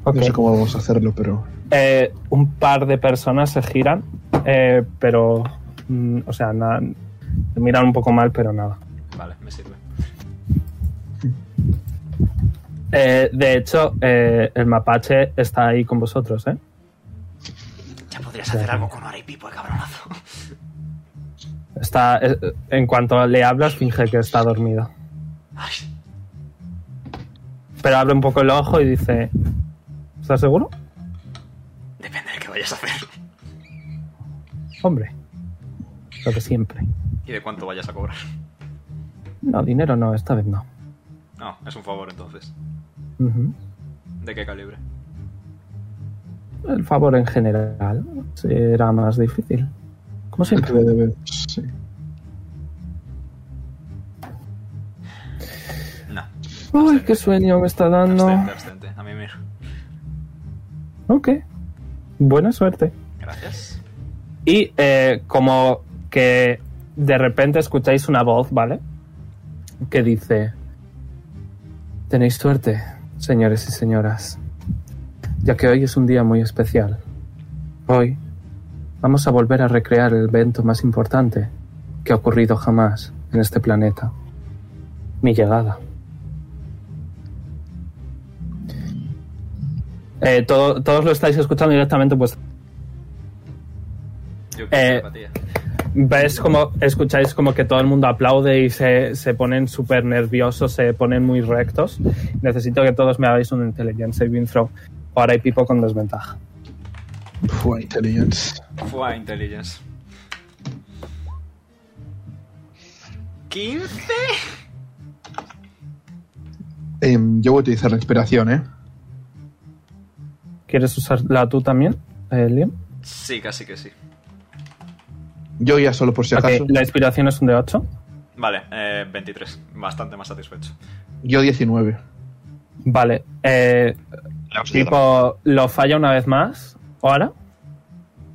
Ok. No sé cómo vamos a hacerlo, pero Eh, un par de personas se giran, eh, pero. mm, o sea, nada. te Miran un poco mal, pero nada. Vale, me sirve. Eh, de hecho, eh, el mapache está ahí con vosotros, ¿eh? Ya podrías hacer algo con Ora y Pipo, eh, cabronazo. [laughs] Está, eh, en cuanto le hablas, finge que está dormido. Ay, Pero abre un poco el ojo y dice: ¿Estás seguro? depende de qué vayas a hacer. Hombre. Lo que siempre. Y de cuánto vayas a cobrar. No, dinero no, esta vez no. No, es un favor entonces. Ujú. ¿De qué calibre? El favor en general será más difícil. Como creo siempre. [laughs] que le debe- sí. No. Ay, qué sueño me está dando. Abstente, abstente. A mí mismo. Ok. Buena suerte. Gracias. Y eh, como que de repente escucháis una voz, ¿vale? Que dice, tenéis suerte, señores y señoras, ya que hoy es un día muy especial. Hoy vamos a volver a recrear el evento más importante que ha ocurrido jamás en este planeta. Mi llegada. Eh, todo- todos lo estáis escuchando directamente pues, en vuestra Yo Eh, quiero empatía. ves como escucháis como que todo el mundo aplaude y se, se ponen súper nerviosos, se ponen muy rectos. Necesito que todos me hagáis un intelligence saving throw. Ahora hay Pipo con desventaja. Fua, intelligence. Fue intelligence. 15. Em, yo voy a utilizar la inspiración, ¿eh? ¿Quieres usarla tú también, eh, Liam? Sí, casi que sí. Yo ya solo por si Ok, acaso. la inspiración es un de 8. Vale, eh, 23. Bastante más satisfecho. Yo 19. Vale. Eh, la hostia. Pipo lo falla una vez más. Ahora.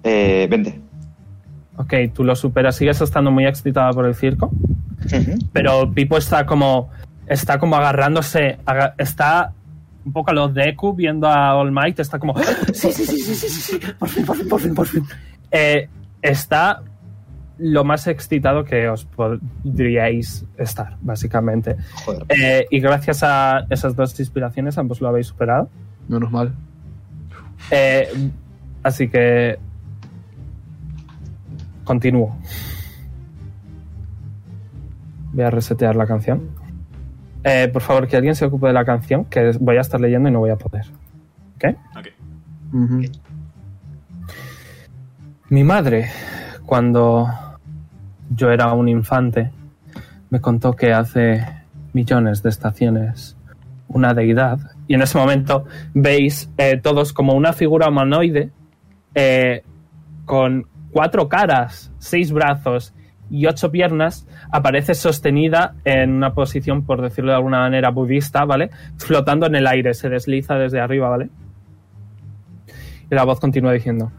Eh, 20. Ok, tú lo superas. Sigues estando muy excitada por el circo. pero Pipo está como está como agarrándose aga- está un poco a los Deku viendo a All Might está como ¡Ah! sí sí sí sí sí sí, sí, por fin por fin por fin por fin Eh, está lo más excitado que os podríais estar básicamente Joder. Eh, y gracias a esas dos inspiraciones ambos lo habéis superado Menos mal. Eh, así que. Continúo. Voy a resetear la canción. Eh, por favor, que alguien se ocupe de la canción, que voy a estar leyendo y no voy a poder. ¿Ok? Ok. Ujú. Mi madre, cuando yo era un infante, me contó que hace millones de estaciones una deidad, y en ese momento veis eh, todos como una figura humanoide eh, con cuatro caras, seis brazos y ocho piernas, aparece sostenida en una posición, por decirlo de alguna manera, budista, ¿vale? Flotando en el aire, se desliza desde arriba, ¿vale? Y la voz continúa diciendo,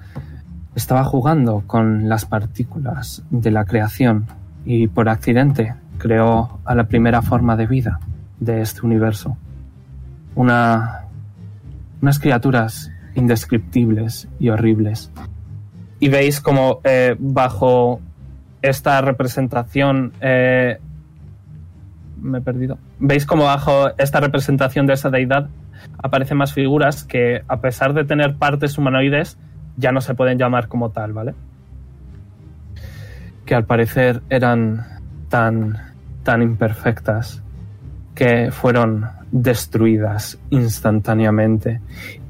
estaba jugando con las partículas de la creación y por accidente creó a la primera forma de vida de este universo. Una, unas criaturas indescriptibles y horribles. Y veis como eh, bajo esta representación... eh, me he perdido. Veis como bajo esta representación de esa deidad aparecen más figuras que a pesar de tener partes humanoides ya no se pueden llamar como tal, ¿vale? Que al parecer eran tan, tan imperfectas que fueron destruidas instantáneamente.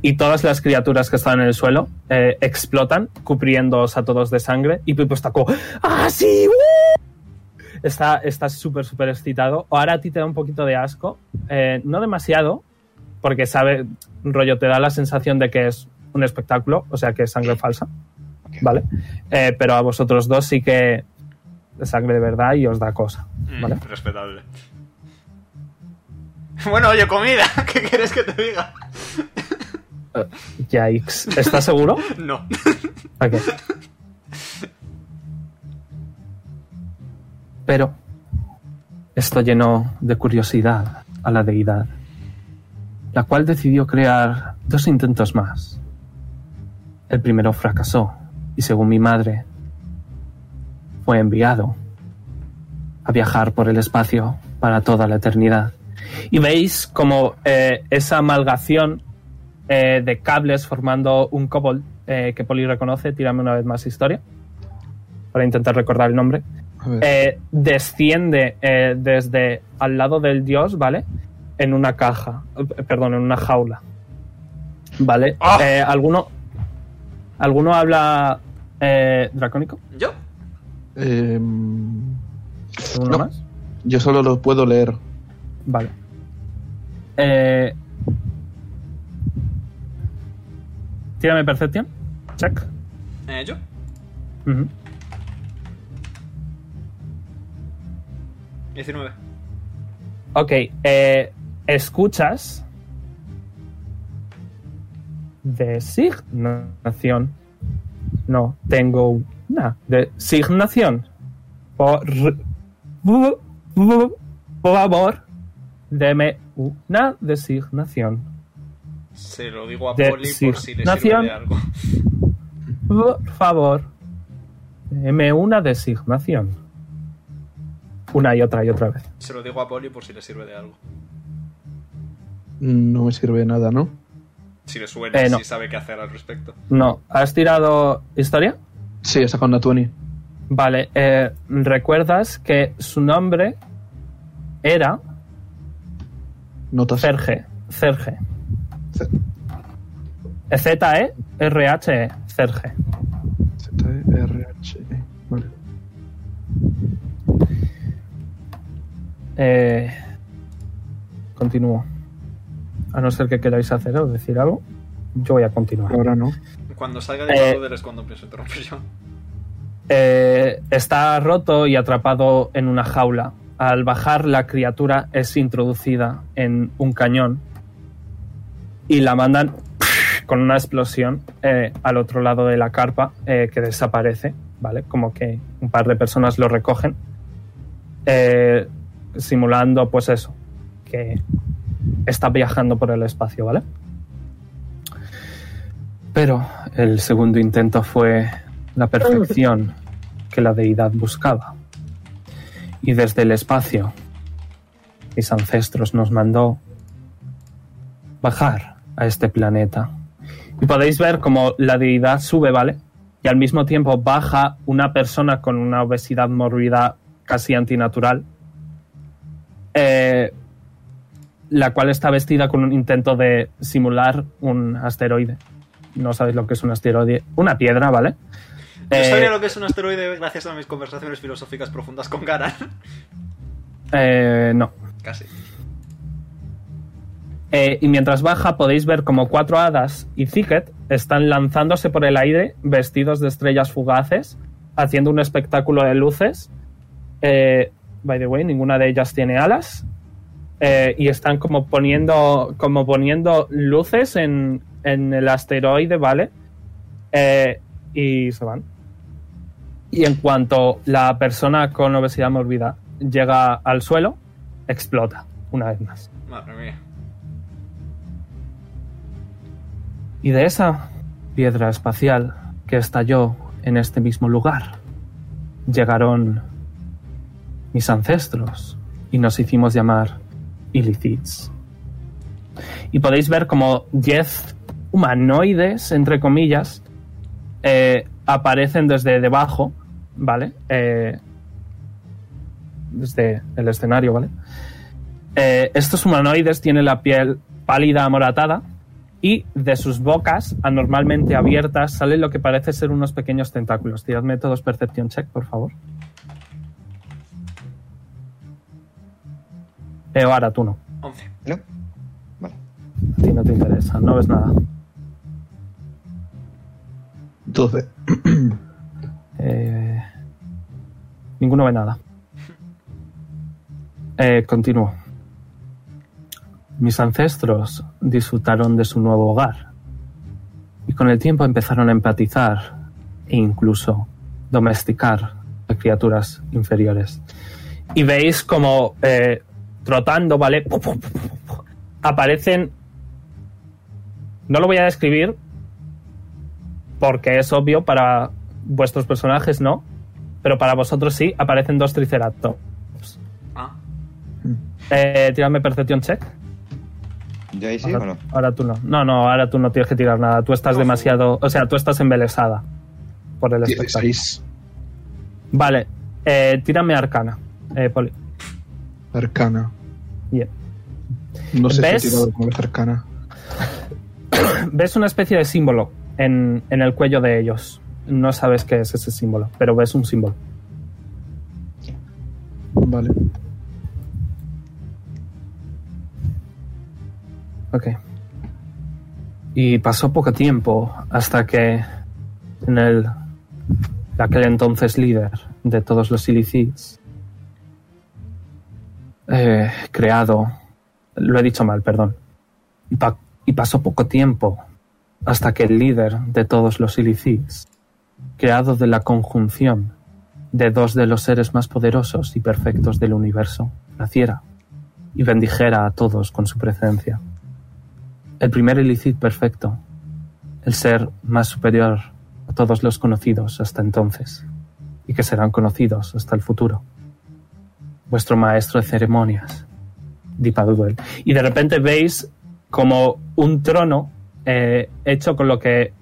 Y todas las criaturas que estaban en el suelo eh, explotan, cubriéndoos a todos de sangre. Y Pipo está como... ¡Ah, sí! ¡Uh!". Está está súper, súper excitado. Ahora a ti te da un poquito de asco. eh, no demasiado, porque sabe, rollo, te da la sensación de que es un espectáculo, o sea que es sangre falsa, ¿vale? Eh, pero a vosotros dos sí que es sangre de verdad y os da cosa, Mm, ¿vale? Respetable. [laughs] Bueno, oye, comida, [laughs] ¿qué quieres que te diga? Yikes. ¿Estás seguro? No. Ok. Pero esto llenó de curiosidad a la deidad, la cual decidió crear dos intentos más. El primero fracasó y según mi madre, fue enviado a viajar por el espacio para toda la eternidad. Y veis como eh, esa amalgación eh, de cables formando un cobol eh, que Poli reconoce. Tírame una vez más historia para intentar recordar el nombre. A ver. Eh, desciende eh, desde al lado del dios, ¿vale? En una caja, eh, perdón, en una jaula. ¿Vale? ¡Ah! Eh, ¿alguno, ¿Alguno habla eh, dracónico? ¿Yo? Em, ¿Alguno No. más? yo solo lo puedo leer. Vale. Eh, tírame Percepción. Check. Eh, ¿Yo? Ujú. 19. Ok, eh, escuchas designación. No, tengo una designación. Por, bu- bu- por favor, deme una designación. Se lo digo a De- Poli sí. por si le sirve Nación. de algo. [laughs] Por favor, deme una designación. Una y otra y otra vez. Se lo digo a Poli por si le sirve de algo. No me sirve de nada, ¿no? Si le suena, Eh, no. si sabe qué hacer al respecto. No, ¿has tirado historia? Sí, he sacado una 20. Vale, eh, recuerdas que su nombre era Notas. Serge. Serge. Eh, E Z- Z-E-R-H-E. Serge. ZRH. E. Vale. Eh, continúo. A no ser que queráis hacer o decir algo, yo voy a continuar. Ahora no. Cuando salga de Eh. Marauder es cuando pienso interrumpir yo. Eh, está roto y atrapado en una jaula. Al bajar, la criatura es introducida en un cañón y la mandan con una explosión eh, al otro lado de la carpa eh, que desaparece, ¿vale? Como que un par de personas lo recogen, eh, simulando pues eso, que está viajando por el espacio, ¿vale? Pero el segundo intento fue la perfección que la deidad buscaba. Y desde el espacio, mis ancestros nos mandó bajar a este planeta Y podéis ver como la deidad sube, ¿vale? Y al mismo tiempo baja una persona con una obesidad mórbida casi antinatural. eh, la cual está vestida con un intento de simular un asteroide. No sabéis lo que es un asteroide. Una piedra, ¿vale? Yo Eh, sabía lo que es un asteroide gracias a mis conversaciones filosóficas profundas con [laughs] Garan. eh, no. Casi. Eh, y mientras baja podéis ver como cuatro hadas y Zicket están lanzándose por el aire vestidos de estrellas fugaces, haciendo un espectáculo de luces. Eh, by the way, ninguna de ellas tiene alas. Eh, y están como poniendo, como poniendo luces en, en el asteroide, ¿vale? Eh, y se van. Y en cuanto la persona con obesidad mórbida llega al suelo, explota una vez más. Madre mía. y de esa piedra espacial que estalló en este mismo lugar llegaron mis ancestros y nos hicimos llamar Ilithids. Y podéis ver como 10 humanoides, entre comillas, eh, aparecen desde debajo, ¿vale? Eh, desde el escenario, ¿vale? Eh, estos humanoides tienen la piel pálida amoratada, y de sus bocas, anormalmente abiertas, salen lo que parece ser unos pequeños tentáculos. Tiradme todos Perception Check, por favor. Eh, ahora tú no. 11. ¿No? Vale. A ti no te interesa, no ves nada. 12. Eh, ninguno ve nada. Eh, continúo. Mis ancestros disfrutaron de su nuevo hogar y con el tiempo empezaron a empatizar e incluso domesticar a criaturas inferiores. Y veis como eh, trotando, ¿vale? [laughs] Pu, pu, pu, pu, pu, Aparecen... No lo voy a describir porque es obvio para vuestros personajes no, pero para vosotros sí, aparecen dos triceratops. Ah. Eh, tiradme Perception Check. ¿Yo ahí sí o ahora, no? ahora tú no. No, no, ahora tú no tienes que tirar nada. Tú estás No. demasiado... O sea, tú estás embelesada por el espectáculo. 16. Vale, eh, tírame Arcana, eh, Poli. [clears throat] Arcana. Bien. No sé ¿Ves? si he tirado alguna vez arcana. ves una especie de símbolo en, en el cuello de ellos. No sabes qué es ese símbolo, pero ves un símbolo. Vale. Ok. Y pasó poco tiempo hasta que en el de aquel entonces líder de todos los ilícitos eh, creado, lo he dicho mal, perdón, y, pa- y pasó poco tiempo hasta que el líder de todos los ilícitos creado de la conjunción de dos de los seres más poderosos y perfectos del universo, naciera y bendijera a todos con su presencia el primer ilícito perfecto, el ser más superior a todos los conocidos hasta entonces y que serán conocidos hasta el futuro. Vuestro maestro de ceremonias, Dipaduel. Y de repente veis como un trono eh, hecho con lo que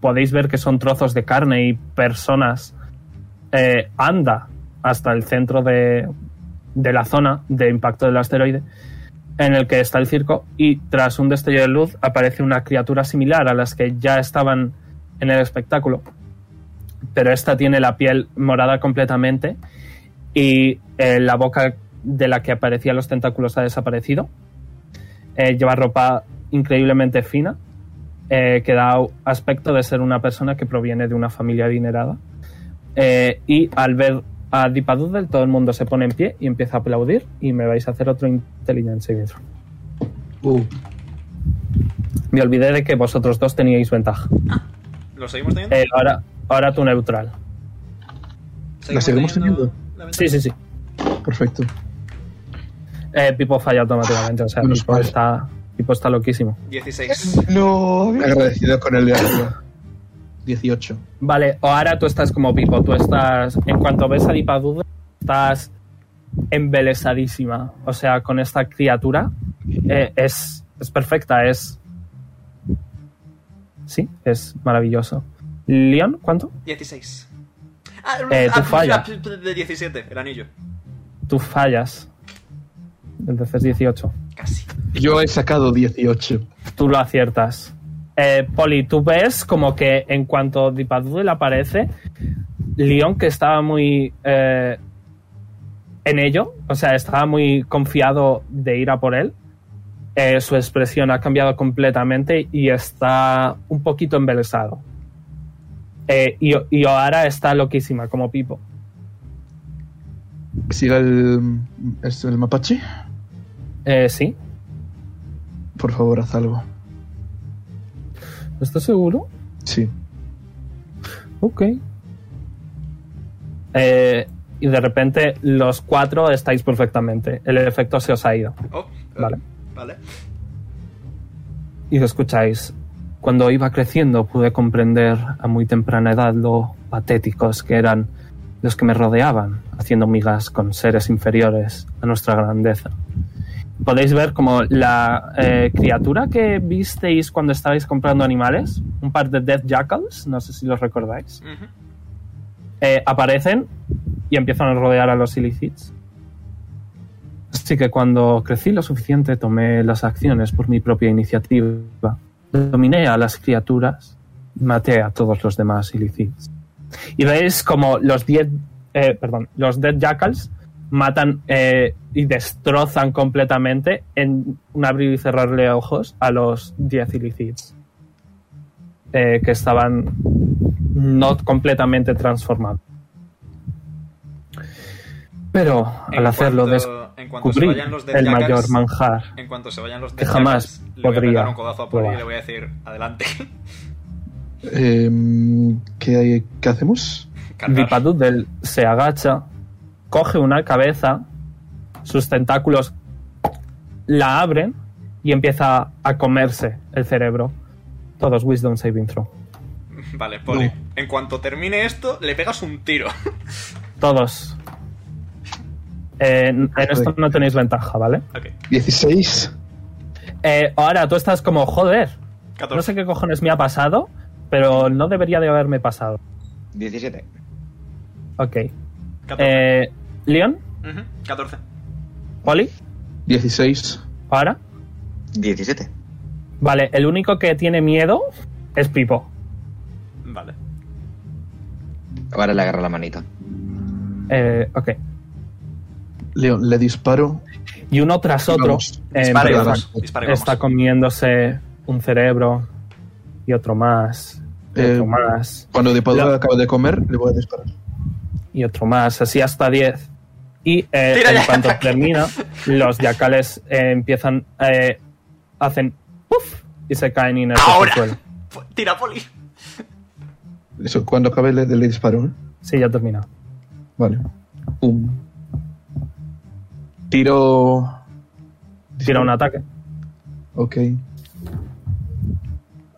podéis ver que son trozos de carne y personas eh, anda hasta el centro de, de la zona de impacto del asteroide en el que está el circo y tras un destello de luz aparece una criatura similar a las que ya estaban en el espectáculo. Pero esta tiene la piel morada completamente y eh, la boca de la que aparecían los tentáculos ha desaparecido. Eh, lleva ropa increíblemente fina eh, que da aspecto de ser una persona que proviene de una familia adinerada. Eh, y al ver a Dipadoodle, todo el mundo se pone en pie y empieza a aplaudir. Y me vais a hacer otro Intelligence Saving throw. Uh, Me olvidé de que vosotros dos teníais ventaja. ¿Lo seguimos teniendo? Eh, ahora, ahora tu neutral. ¿la seguimos la ventaja? Sí, sí, sí. perfecto. Eh, Pipo falla automáticamente. O sea, Menos Pipo mal. está, Pipo está loquísimo. 16. No, Agradecido con el de arriba. 18. Vale, ahora tú estás como Pipo. Tú estás. En cuanto ves a Dipadoodle, estás embelesadísima. O sea, con esta criatura eh, es, es perfecta. Es. sí, es maravilloso. León, ¿cuánto? 16. Ah, Eh, tú ah, falla. p- p- De 17, el anillo. Tú fallas. Entonces 18. Casi. Yo he sacado 18. Tú lo aciertas. Eh, Poli, tú ves como que en cuanto Dipadudel aparece, León, que estaba muy eh, en ello, o sea, estaba muy confiado de ir a por él, eh, su expresión ha cambiado completamente y está un poquito embelesado. Eh, y, y Ohara está loquísima, como Pipo. ¿Siga el, es el mapache? Eh, sí, Por favor, haz algo. ¿estás seguro? Sí. Ok. Eh, y de repente los cuatro estáis perfectamente. El efecto se os ha ido. Oh, eh, Vale. Vale. Y lo escucháis. Cuando iba creciendo pude comprender a muy temprana edad lo patéticos que eran los que me rodeaban, haciendo migas con seres inferiores a nuestra grandeza. Podéis ver como la eh, criatura que visteis cuando estabais comprando animales, un par de Death Jackals, no sé si los recordáis. Ujú. eh, aparecen y empiezan a rodear a los ilícitos. Así que cuando crecí lo suficiente tomé las acciones por mi propia iniciativa. Dominé a las criaturas, maté a todos los demás ilícitos. Y veis como los 10, eh, perdón, los Dead Jackals matan eh, y destrozan completamente en un abrir y cerrarle ojos a los 10 ilícitos eh, que estaban no completamente transformados. Pero al En hacerlo cuanto- en cuanto se descubrí vayan los Death el Jackals- mayor manjar. En cuanto se vayan los Que jamás Deathjackals, le voy a podría pegar un codazo a Poli y probar. le voy a decir, adelante. [laughs] Em, ¿qué, hay- ¿Qué hacemos? Cargar. Dipadudel se agacha, coge una cabeza, sus tentáculos la abren y empieza a comerse el cerebro. Todos Wisdom Saving Throw. Vale, Poli. No. En cuanto termine esto, le pegas un tiro. [laughs] Todos. Eh, en en esto no tenéis ventaja, ¿vale? ok, 16. Eh, ahora tú estás como, joder, 14. no sé qué cojones me ha pasado, pero no debería de haberme pasado. 17. Ok. 14. Eh, Leon, Ujú, 14. Poli, 16. ahora. 17. Vale, el único que tiene miedo es Pipo. Vale. Ahora le agarra la manita. Eh, ok. León, le disparo. Y uno tras otro Vamos. eh, Dispara y perdón. vamos. Dispara y vamos. está comiéndose un cerebro y otro más, y Eh, otro más, Cuando de La- acaba de comer, le voy a disparar. y otro más, así hasta 10. Y eh, Tira en ya. [laughs] cuanto termina, los yacales eh, empiezan, eh, hacen puff y se caen inertes al Ahora. suelo. Fu- Tira, Poli. Eso, cuando acabe, le, le disparo. ¿eh? Sí, ya termina. Vale. Pum. Tiro. Tira un ataque. Ok.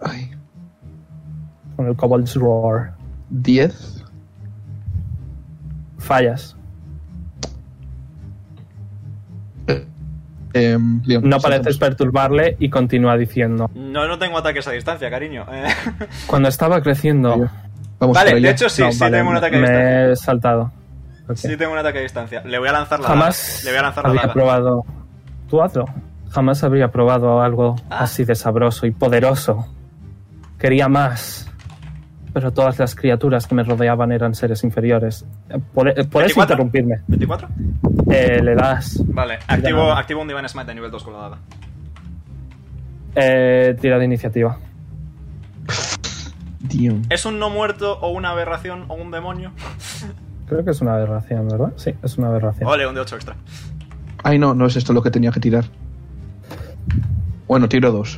Ay. Con el Cobalt's Roar. 10. Fallas. Em, Leon, No saltamos. pareces perturbarle y continúa diciendo. No, no tengo ataques a distancia, cariño. Eh, Cuando estaba creciendo... [laughs] Vamos Vale, para de allá. hecho sí, No, sí vale, tengo un ataque a distancia. Me he saltado. Ok. Sí tengo un ataque a distancia. Le voy a lanzar la Jamás daga. Le voy a lanzar la habría daga. probado. Tú hazlo. Jamás habría probado algo Ah. así de sabroso y poderoso. Quería más. Pero todas las criaturas que me rodeaban eran seres inferiores. Eh, pode- eh, Puedes 24? interrumpirme. ¿24? Eh, le das. Vale, activo, daga. activo un Divine Smite de nivel 2 con la daga. Eh, tira de iniciativa. Dion. ¿Es un no muerto o una aberración o un demonio? Creo que es una aberración, ¿verdad? Sí, es una aberración. Ole, un de 8 extra. Ay, no, no es esto lo que tenía que tirar. Bueno, tiro dos.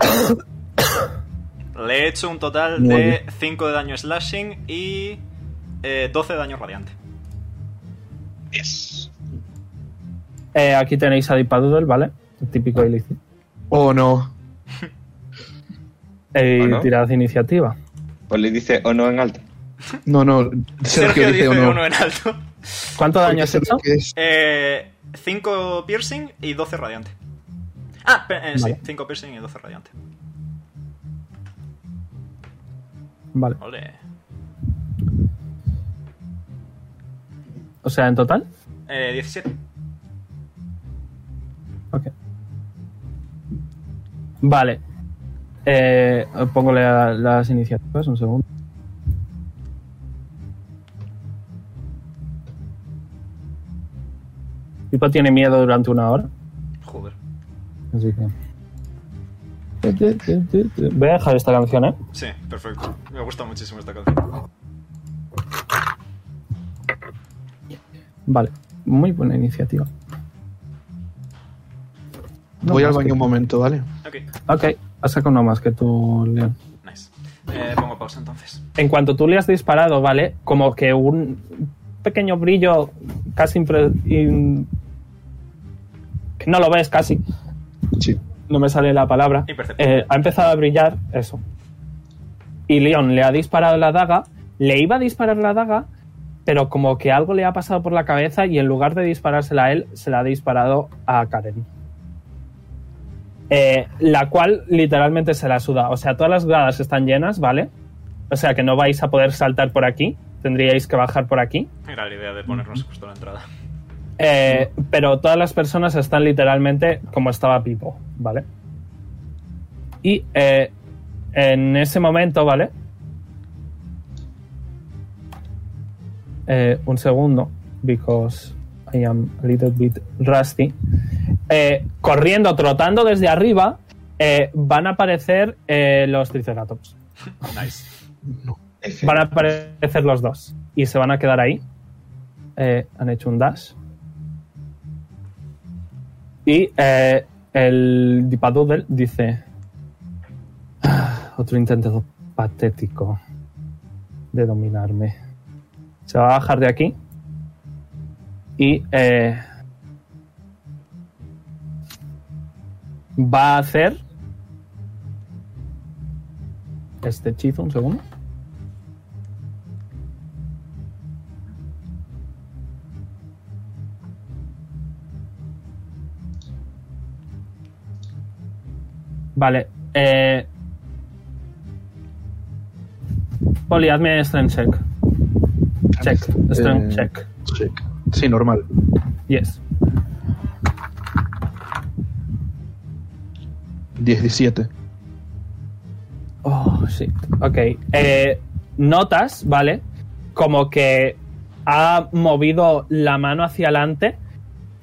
Le he hecho un total Nueve. de 5 de daño slashing y eh, 12 de daño radiante. Yes. Eh, aquí tenéis a Dipadoodle, ¿vale? El típico ilícito. Oh, no. Eh, ¿O no? tirad de iniciativa. Pues le dice o no en alto. No, no. Sergio, Sergio dice dice o no. uno en alto. ¿Cuánto Porque daño has sé hecho? lo que es. Eh, 5 piercing y 12 radiante. Ah, pe- eh, sí, Vale. 5 piercing y 12 radiante. Vale. Ole. O sea, en total. Eh, 17. Ok. Vale. Eh, pongo la- las iniciativas, un segundo. Pipo tiene miedo durante una hora. Joder. Así que. Voy a dejar esta canción, ¿eh? Sí, perfecto. Me gusta muchísimo esta canción. Vale. Muy buena iniciativa. No, Voy al más baño que- un momento, ¿vale? Ok, Ok, has sacado uno más que tú, Leon. nice. Eh, pongo pausa entonces. En cuanto tú le has disparado, ¿vale? Como que un pequeño brillo casi impre- in- que no lo ves casi, Sí. no me sale la palabra. Imperceptible. Eh, ha empezado a brillar eso. Y Leon le ha disparado la daga, le iba a disparar la daga, pero como que algo le ha pasado por la cabeza y en lugar de disparársela a él, se la ha disparado a Karen. Eh, la cual literalmente se la suda. O sea, todas las gradas están llenas, ¿vale? O sea que no vais a poder saltar por aquí. Tendríais que bajar por aquí. Era la idea de ponernos justo a la entrada. Eh, pero todas las personas están literalmente como estaba Pipo, ¿vale? Y eh, en ese momento, ¿vale? Eh, un segundo, because I am a little bit rusty. Eh, corriendo, trotando desde arriba, eh, van a aparecer eh, los Triceratops. Nice. F. Van a aparecer los dos y se van a quedar ahí. Eh, han hecho un dash. Y eh, el Dipadoodle dice: "Ah, Otro intento patético de dominarme. Se va a bajar de aquí. Y eh, va a hacer este hechizo. Un segundo. Vale. Eh... Poli, hazme strength check. Check. Strength Eh, check. Check. Sí, normal. Yes. 17. Oh, shit. Ok. Eh, notas, ¿vale? Como que ha movido la mano hacia adelante,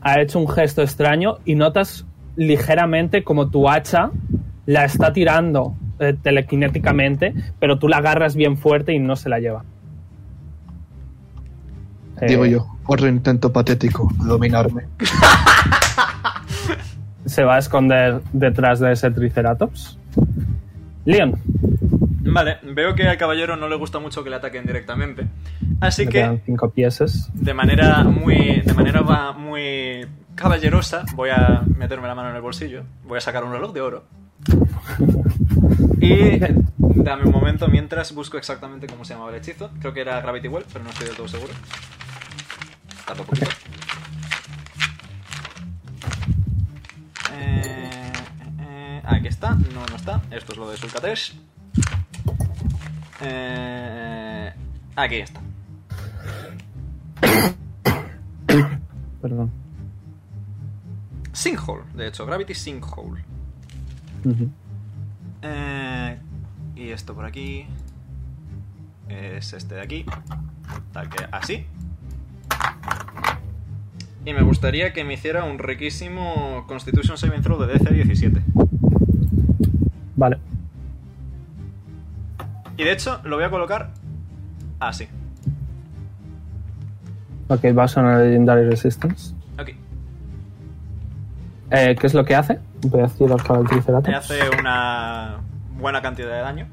ha hecho un gesto extraño y notas ligeramente como tu hacha la está tirando eh, telequinéticamente, pero tú la agarras bien fuerte y no se la lleva. Eh, Digo yo, otro intento patético de dominarme. Se va a esconder detrás de ese Triceratops. Leon, Vale, veo que al caballero no le gusta mucho que le ataquen directamente. Así le que quedan cinco piezas. de manera muy de manera va- muy caballerosa voy a meterme la mano en el bolsillo voy a sacar un reloj de oro y dame un momento mientras busco exactamente cómo se llamaba el hechizo creo que era gravity well pero no estoy del todo seguro Tardo un poquito Eh, eh, aquí está no no está esto es lo de Sulcatesh eh, aquí está Perdón. Sinkhole, de hecho, Gravity Sinkhole. Ujú. Eh, y esto por aquí. Es este de aquí. Tal que así. Y me gustaría que me hiciera un riquísimo Constitution Saving Throw de DC 17. Vale. Y de hecho, lo voy a colocar así. Ok, vas a una Legendary Resistance. Ok. Eh, ¿Qué es lo que hace? Voy a tirar para el Me Triceratops. hace una buena cantidad de daño.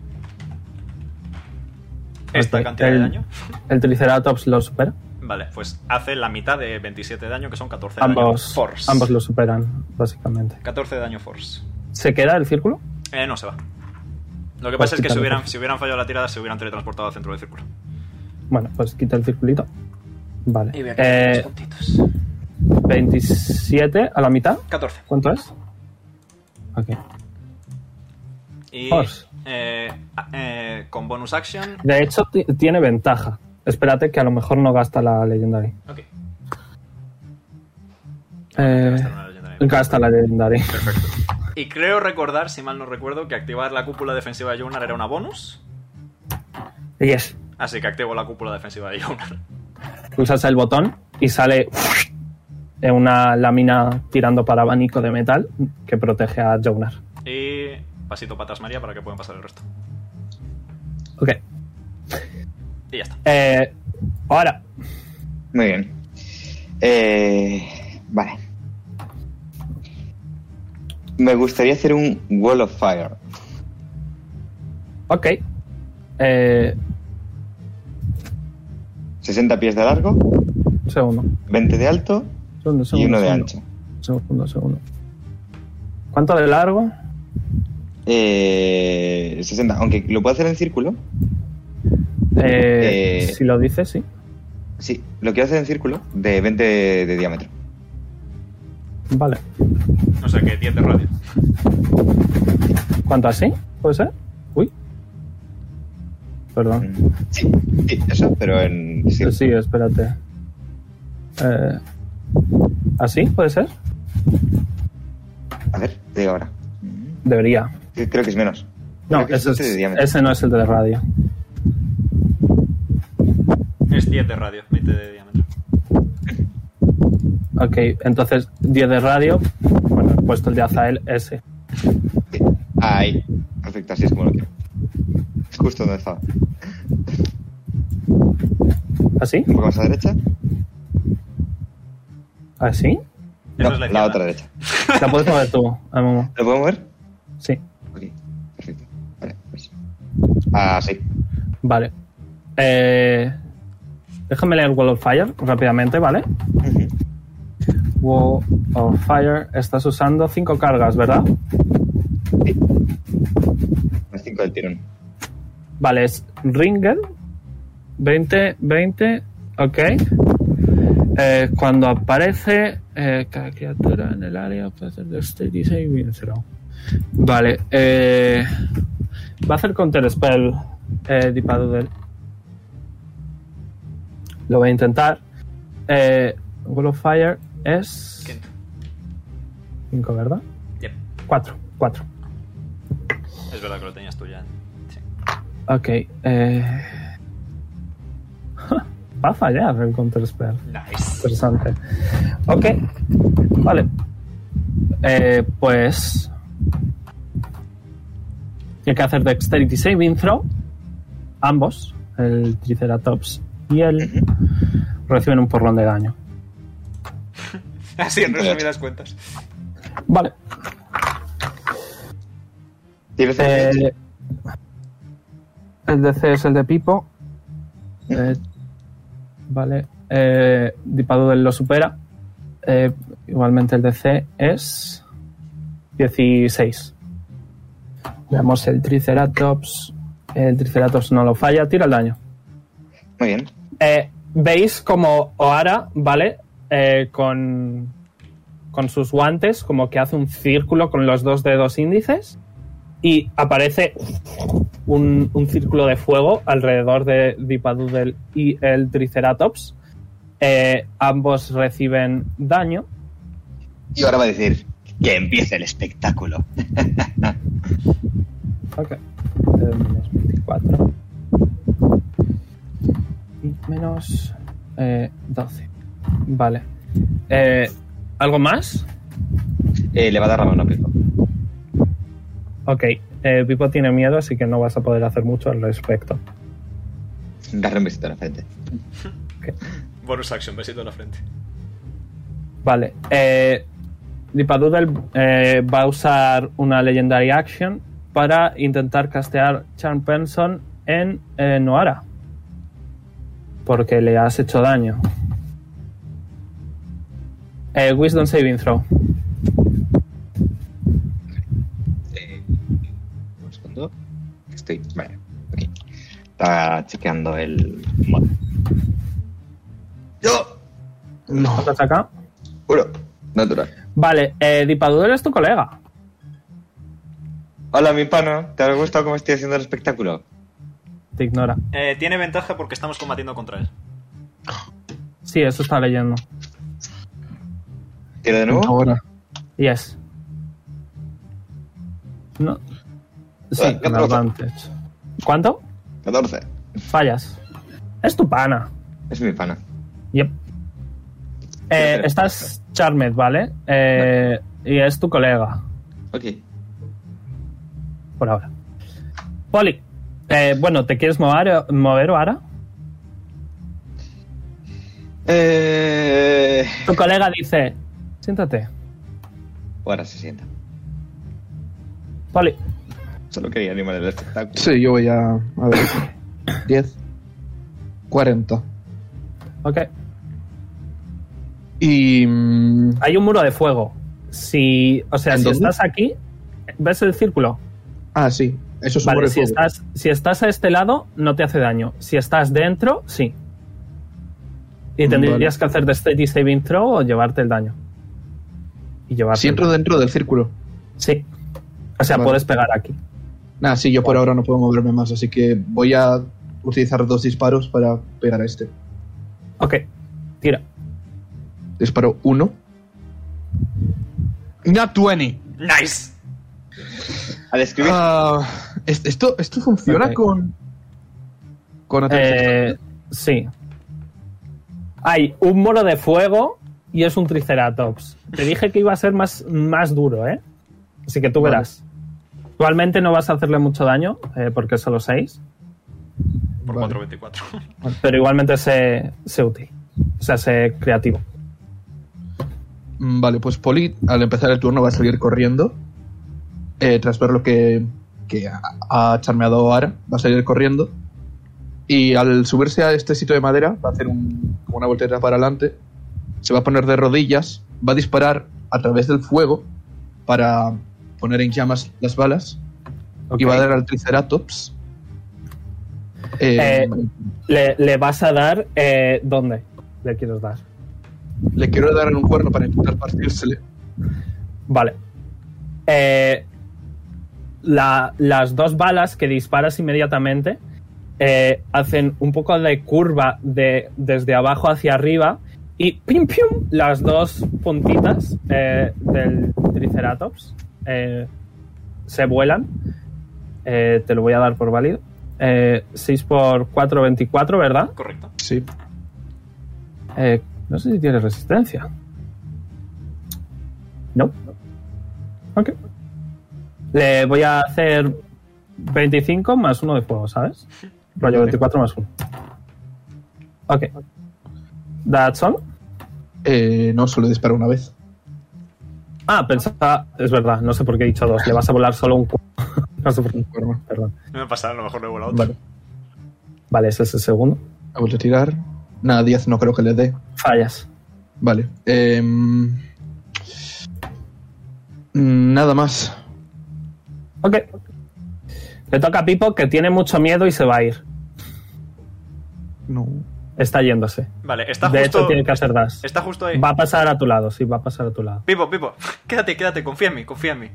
Esta Ok, cantidad de el- daño. El Triceratops lo supera. Vale, pues hace la mitad de 27 de daño, que son 14 de daño Ambos, force. ambos lo superan, básicamente. 14 de daño force. ¿Se queda el círculo? Eh, no se va. Lo que Pues pasa es que si quítale. hubieran, si hubieran fallado la tirada, se hubieran teletransportado al centro del círculo. Bueno, pues quita el circulito. Vale. Y voy a quitar los Eh, puntitos. 27 a la mitad. 14. ¿Cuánto es? Ok. Y Force. Eh, eh, con bonus action. De hecho, ti- tiene ventaja. Espérate que a lo mejor no gasta la legendary. Ok. Eh, gastar una legendary. gasta la legendary. Y creo recordar, si mal no recuerdo, que activar la cúpula defensiva de Jonar era una bonus. Yes. Así que activo la cúpula defensiva de Jonar. Pulsas el botón y sale eh, una lámina tirando para abanico de metal que protege a Jonar. Y pasito patas María para que puedan pasar el resto. Ok. Y ya está. Eh, ahora, Muy bien. Eh, vale. Me gustaría hacer un Wall of Fire. ok. Eh, 60 pies de largo, un segundo. 20 de alto Segundo, y segundo, uno de segundo. ancho. Segundo, segundo. ¿Cuánto de largo? Eh, 60. Aunque lo puedo hacer en círculo. Eh, Eh, Si lo dices, sí. Sí, lo quiero hacer en círculo de 20 de diámetro. Vale. No sé qué, 10 de radio. ¿Cuánto así? ¿Puede ser? Uy. Perdón. Mm, Sí, sí, eso, pero en Sí, círculo. espérate. Eh, ¿Así? ¿Puede ser? A ver, te digo ahora. Debería. Sí, Creo que es menos. No, Creo que es ese, es- 20 de diámetro. ese no es el de radio. Es 10 de radio, 20 de diámetro. Ok, entonces 10 de radio. Bueno, he puesto el de Azael, ese. Sí. Ahí. Perfecto, así es como lo quiero. Es justo donde estaba. ¿Así? Un poco más a la derecha. ¿Así? Esa es la No, la izquierda. otra derecha. ¿Ah, La puedes mover tú, [laughs] a Momo. ¿Lo puedo mover? Sí, Ok, perfecto. Vale, pues. Ah, sí. vale. Eh, déjame leer Wall of Fire rápidamente, ¿vale? Ujú. Wall of Fire, estás usando 5 cargas, ¿verdad? Más 5 del tirón. Vale, es Ringer. 20, 20, ok. Eh, cuando aparece eh, cada criatura en el área puede hacer Dexterity saving throw. Vale, eh, va a hacer Counter Spell eh, Deep Doodle. Lo voy a intentar. Eh, Wall of Fire es Quinto. 5, ¿verdad? Yep. 4, 4. Es verdad que lo tenías tú ya. Sí. Ok. Eh... [laughs] Va a fallar el Counter Spell. Nice. [laughs] Interesante. Ok. Vale. Eh, pues. Tiene que hacer Dexterity Saving Throw. Ambos, el Triceratops y él, reciben un porrón de daño. Así en resumidas cuentas. Vale. ¿Tienes Eh, el el DC es el de Pipo. Eh, vale. Eh, Dipadudel lo supera. Eh, igualmente el DC es 16. Veamos el Triceratops. El Triceratops no lo falla. Tira el daño. Muy bien. Eh, Veis como Oara, ¿vale? Eh, con, con sus guantes, como que hace un círculo con los dos dedos índices y aparece un, un círculo de fuego alrededor de Dipadoodle y el Triceratops. Eh, ambos reciben daño. Y ahora va a decir que empiece el espectáculo. Ok. Eh, menos 24. Y menos eh, 12. Vale. Eh, ¿Algo más? Eh, le va a dar la mano a Pipo. Ok, eh, Pipo tiene miedo, así que no vas a poder hacer mucho al respecto. Darle un besito en la frente. Bonus action, besito en la frente. Vale, eh, Lipadoodle, eh, va a usar una Legendary Action para intentar castear Charm Person en eh, Noara. Porque le has hecho daño. Eh, Wisdom Saving Throw. Eh, un segundo. Estoy. Vale. Ok. Está chequeando el mod. ¡Yo! No. ¿Estás acá? Puro. Natural. Vale, eh, Dipadudel es tu colega. Hola, mi pana. ¿Te ha gustado cómo estoy haciendo el espectáculo? Te ignora. Eh, tiene ventaja porque estamos combatiendo contra él. Sí, eso está leyendo. ¿Tiro de nuevo? Ahora. Yes. No. Sí, Vale, con otro, otro. advantage. ¿Cuánto? 14. Fallas. Es tu pana. Es mi pana. Yep. Eh, Perfecto. estás Charmed, ¿vale? Eh, Y es tu colega, Ok. por ahora. Poli. eh, bueno, ¿te quieres mover, mover o ahora? Eh... Tu colega dice: Siéntate. Ahora se sienta. Poli. Solo quería animar el espectáculo. Sí, yo voy a. A [coughs] ver. 10. 40. Ok. Y. mm, Hay un muro de fuego. Si, o sea, ¿En si dónde? estás aquí, ¿ves el círculo? Ah, sí. Eso es un Vale, muro de si fuego. estás, si estás a este lado, no te hace daño. Si estás dentro, sí. Y Mm, tendrías vale. que hacer Dexterity Saving Throw o llevarte el daño. Y llevarte. Si el entro dentro del círculo. daño. Sí. O sea, Vale. puedes pegar aquí. Nada, sí, yo por ahora no puedo moverme más, así que voy a utilizar dos disparos para pegar a este. Ok. Tira. Disparo 1. Not 20. ¡Nice! Al escribir... Ah, es- esto, esto funciona Ok. con. Con ataques Eh, sí. Hay un muro de fuego y es un Triceratops. Te dije que iba a ser más, más duro, ¿eh? Así que tú Vale. verás. Igualmente no vas a hacerle mucho daño, eh, porque solo 6. Por Vale. 424. Pero igualmente sé, sé útil. O sea, sé creativo. Mm, Vale, pues Poli al empezar el turno va a salir corriendo. eh, tras ver lo que, que ha- ha charmeado Ara, va a salir corriendo. Y al subirse a este sitio de madera, va a hacer un- como una voltereta para adelante. Se va a poner de rodillas, va a disparar a través del fuego para poner en llamas las balas. Y va a dar al Triceratops. Eh, Eh, Le, le vas a dar. eh, ¿Dónde le quieres dar? le quiero dar en un cuerno para intentar partírsele. Vale. Eh, la- las dos balas que disparas inmediatamente eh, hacen un poco de curva de, desde abajo hacia arriba y pim pim las dos puntitas eh, del Triceratops eh, se vuelan. Eh, te lo voy a dar por válido. Eh, 6 por 4, 24, ¿verdad? [laughs] Correcto. Sí. Eh, no sé si tiene resistencia. No. Ok. Le voy a hacer 25 más 1 de fuego, ¿sabes? Rollo Vale. 24 más 1. Ok. That's all. Eh, no, solo dispara una vez. Ah, pensaba. Es verdad, no sé por qué he dicho dos. Le vas a volar solo un cu- [laughs] No sé por qué. Un cuerno. Perdón. No me pasa, a lo mejor le vuela otro. Vale. Vale, ese es el segundo. Ha vuelto a tirar. Nada, 10 no creo que le dé. Fallas. Vale. em, nada más. Ok. Le toca a Pipo que tiene mucho miedo y se va a ir. No. Está yéndose. Vale, está de hecho, justo. tiene que hacer das. Está justo ahí. Va a pasar a tu lado, sí, va a pasar a tu lado. Pipo, Pipo. [laughs] Quédate, quédate, confía en mí, confía en mí.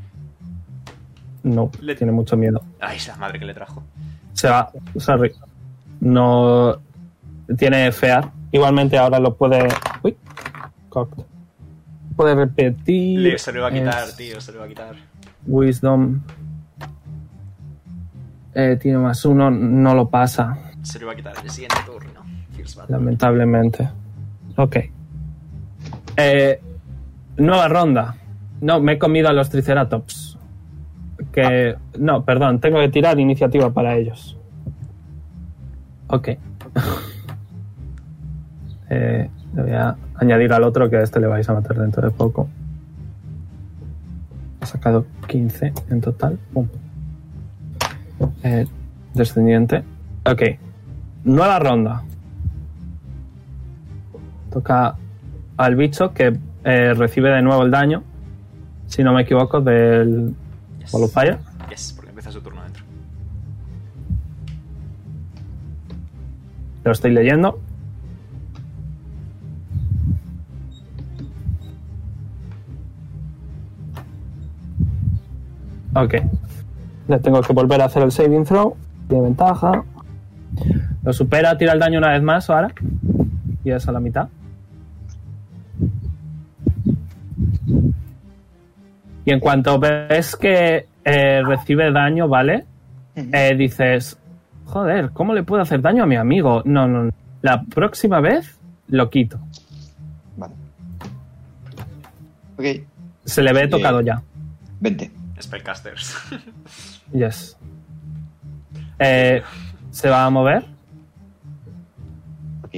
No, Le- tiene mucho miedo. Ay, es la madre que le trajo. Se va, sorry. No tiene fear. Igualmente ahora lo puede. Uy, cocked. Puede repetir. Le, se lo iba a quitar, Es tío, se lo iba a quitar. Wisdom. Eh, tiene más uno, no lo pasa, Se lo iba a quitar. El siguiente turno. Fierce Battle. lamentablemente. Ok. Eh, nueva ronda. No, me he comido a los Triceratops. Que. No, perdón, tengo que tirar iniciativa para ellos. Ok. [laughs] Eh, le voy a añadir al otro que a este le vais a matar dentro de poco. Ha sacado 15 en total. Pum. Eh, descendiente. Ok. Nueva ronda. Toca al bicho que eh, recibe de nuevo el daño, si no me equivoco, del Yes. Ball of Fire. Yes, porque empieza su turno dentro. Lo estoy leyendo. Ok. Le tengo que volver a hacer el saving throw. Tiene ventaja. Lo supera, tira el daño una vez más ahora. Y es a la mitad. Y en cuanto ves que eh, recibe daño, ¿vale? Eh, dices, joder, ¿cómo le puedo hacer daño a mi amigo? No, no, no. la próxima vez lo quito. Vale. Ok, Se le ve tocado ya. 20. [laughs] Spellcasters. Yes. Eh, se va a mover. Ok.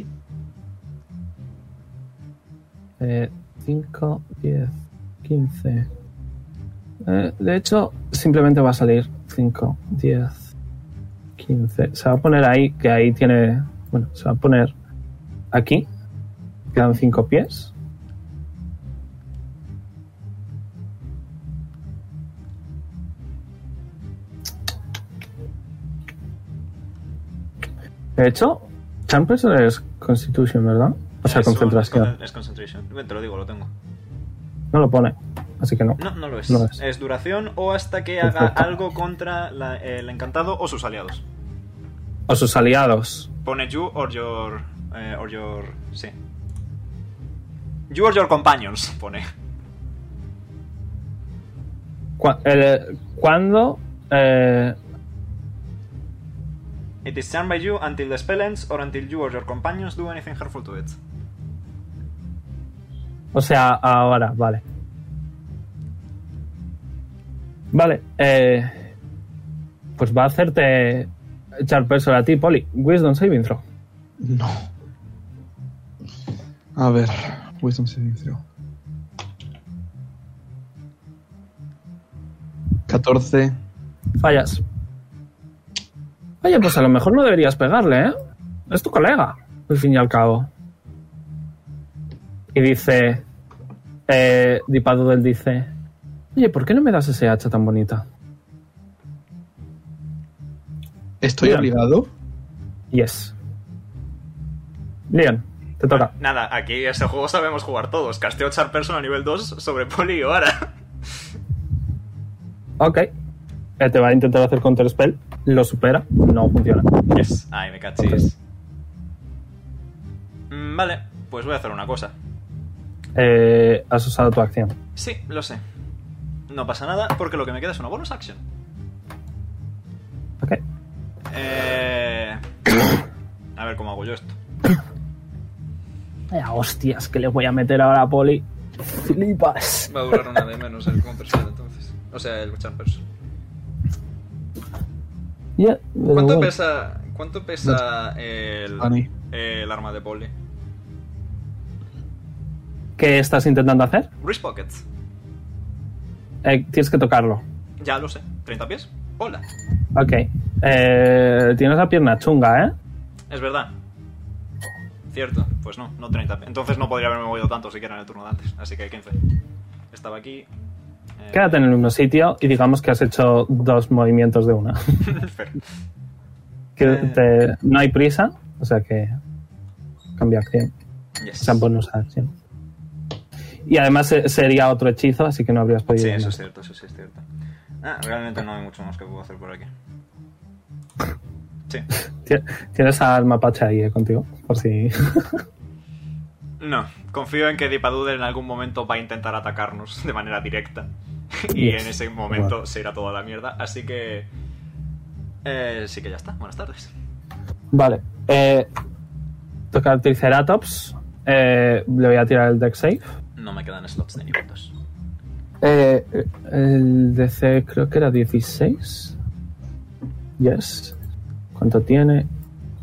Eh, 5, 10, 15. Eh, de hecho, simplemente va a salir 5, 10, 15. Se va a poner ahí, que ahí tiene. Bueno, se va a poner aquí. Quedan 5 pies. De hecho, Champers es Constitution, ¿verdad? O sea, Eso, concentración. Es, con- es concentration. Ven, Te lo digo, lo tengo. No lo pone, así que no. No, no lo es. No es. duración o hasta que haga Perfecto. algo contra la- el encantado o sus aliados. O sus aliados. Pone you or your. eh, or your. Sí. You or your companions, pone. Cua- el- ¿Cuándo? eh, It is done by you until the spell ends or until you or your companions do anything harmful to it. o sea, ahora, vale. Vale, eh, pues va a hacerte echar peso a ti, Poli. Wisdom saving throw. No. A ver, pues Wisdom saving throw. 14. Fallas. Oye, pues a lo mejor no deberías pegarle, ¿eh? Es tu colega, al fin y al cabo. Y dice... Eh, Dipado del dice... Oye, ¿por qué no me das ese hacha tan bonita? ¿Estoy Bien. obligado? Yes. Leon, te toca. Nada, aquí este juego sabemos jugar todos. Casteo Char Person a nivel 2 sobre Poli y ahora. Ok. Eh, te va a intentar hacer counter spell. Lo supera. No funciona. [laughs] Yes. Ay, me cachis. Mm, Vale, pues voy a hacer una cosa. Eh, has usado tu acción. Sí, lo sé. No pasa nada porque lo que me queda es una bonus action. Ok. Eh... A ver cómo hago yo esto. Vaya hostias que le voy a meter ahora a Poli. Flipas. Va a durar una de menos el counter spell entonces. O sea, el Char Person. Yeah, pero ¿Cuánto bueno. pesa, cuánto pesa el, Ani. el arma de Poli? ¿Qué estás intentando hacer? Wrist Pockets. Eh, tienes que tocarlo. Ya lo sé. ¿30 pies? Hola. Ok. Eh, tienes la pierna chunga, ¿eh? Es verdad. Cierto. Pues no, no 30. Entonces no podría haberme movido tanto siquiera en el turno de antes. Así que 15. Estaba aquí. eh, Quédate en el mismo sitio y digamos que has hecho dos movimientos de una. [laughs] [laughs] Fer. que Eh. te- no hay prisa, o sea que cambia acción. Yes. Esa bonus acción. Y además eh, sería otro hechizo, así que no habrías podido. Sí, ganar. eso es cierto, eso sí es cierto. Ah, realmente no hay mucho más que puedo hacer por aquí. Sí. Ti- Tienes al mapache ahí eh, contigo, por si. [laughs] No, confío en que Dipadudel en algún momento va a intentar atacarnos de manera directa. [laughs] Y Yes. en ese momento Vale. se irá toda la mierda. Así que. Eh, sí que ya está. Buenas tardes. vale. Eh, toca al Triceratops. Eh, le voy a tirar el deck save. No me quedan slots de nivel 2. Eh, el DC creo que era 16. Yes. ¿Cuánto tiene?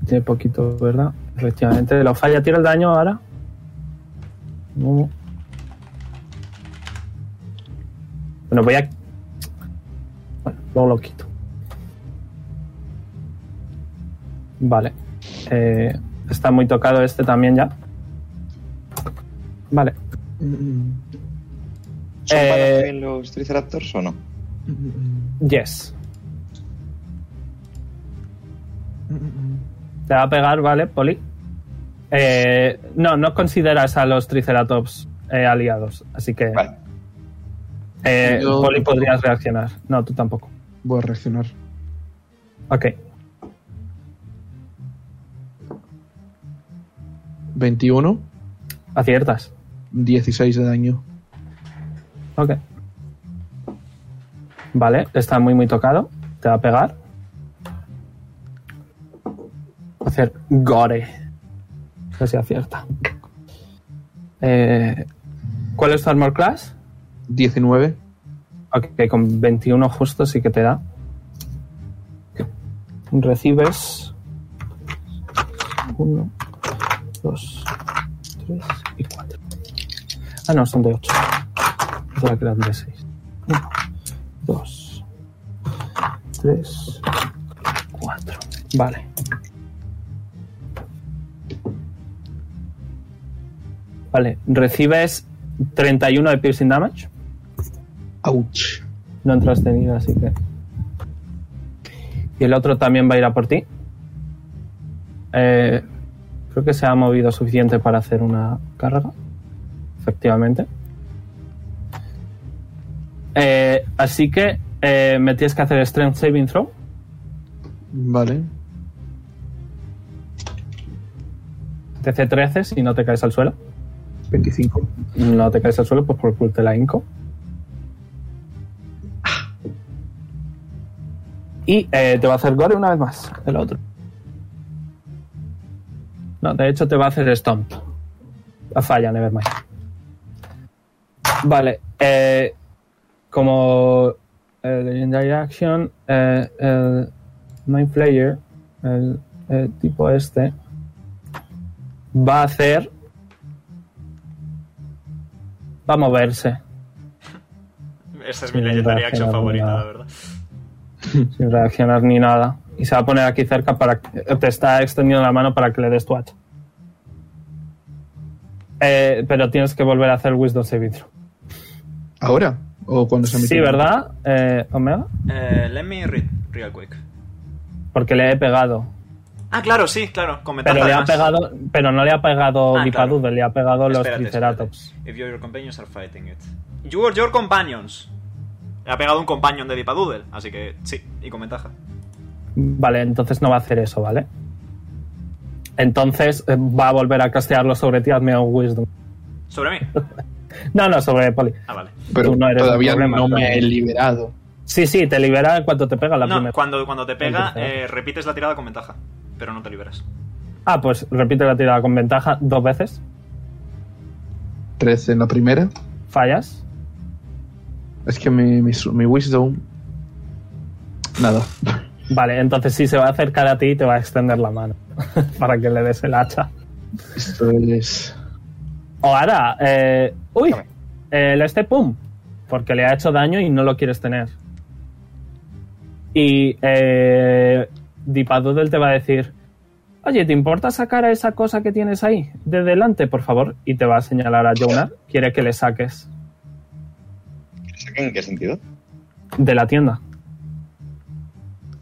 Tiene poquito, ¿verdad? Efectivamente, lo falla. Tira el daño ahora. No. Bueno, voy a. Bueno, luego lo quito. Vale. Eh, está muy tocado este también ya. Vale. ¿Son Eh, malos también los Triceraptors o no? Yes. Te va a pegar, ¿vale, Poli? Eh, no, no consideras a los Triceratops eh, aliados, así que Vale. eh, Yo Poli tampoco. podrías reaccionar. No, tú tampoco. Voy a reaccionar. Ok. 21, Aciertas. 16 de daño. Ok. Vale, está muy muy tocado. Te va a pegar. Va a hacer gore. A ver si acierta. Eh, ¿Cuál es tu armor class? 19. Ok, con 21 justo sí que te da. Recibes 1, 2, 3 y 4. Ah, no, son de 8. Pensaba que eran de 6. 1, 2, 3, 4. Vale. Vale, recibes 31 de piercing damage. Ouch. No entras de vida, así que. Y el otro también va a ir a por ti. Eh, creo que se ha movido suficiente para hacer una carga. Efectivamente. Eh, así que eh, me tienes que hacer Strength Saving Throw. Vale. TC 13 si no te caes al suelo. 25. No te caes al suelo, pues por culpa de la Inco. Y eh, te va a hacer gore una vez más, el otro. No, de hecho te va a hacer stomp. La falla, nevermind. Vale, eh, como eh, Legendary Action, eh, el Mind Player, el eh, tipo este, va a hacer va a moverse Esta es Sí, mi legendaria va a action quedar favorita, buena. la verdad. sin reaccionar ni nada. Y se va a poner aquí cerca para que te está extendiendo la mano para que le des tu hacha. Eh, pero tienes que volver a hacer Wisdom Saving Throw. ¿Ahora? ¿O cuando se me Sí, ¿verdad, eh, Omega? Eh, let me read real quick. Porque le he pegado. Ah, claro, sí, claro. Con ventaja Pero le ha además. pegado, pero no le ha pegado Ah, Dipadudo, claro. le ha pegado los Espérate, Triceratops. espérate. If your companions are fighting it. You or your companions. Le ha pegado un companion de Dipadoodle, así que sí, y con ventaja. Vale, entonces no va a hacer eso, ¿vale? Entonces eh, va a volver a castearlo sobre ti, hazme un Wisdom. Sobre mí. No, no, sobre Poli. Ah, vale. Pero Tú no eres todavía un problema, no claro. me he liberado. Sí, sí, te libera en cuanto te pega la No, primera. cuando, cuando te pega, Ventaja. eh, repites la tirada con ventaja, pero no te liberas. Ah, pues repite la tirada con ventaja dos veces. 13 en la primera. Fallas. Es que mi, mi, su- mi wisdom. [laughs] Nada. Vale, entonces sí se va a acercar a ti y te va a extender la mano [laughs] para que le des el hacha. Esto es. O ahora, eh, uy, el este pum, porque le ha hecho daño y no lo quieres tener. Y eh, Dipadoodle te va a decir, oye, ¿te importa sacar a esa cosa que tienes ahí de delante, por favor? Y te va a señalar a Jonar, quiere que le saques ¿En qué sentido? de la tienda.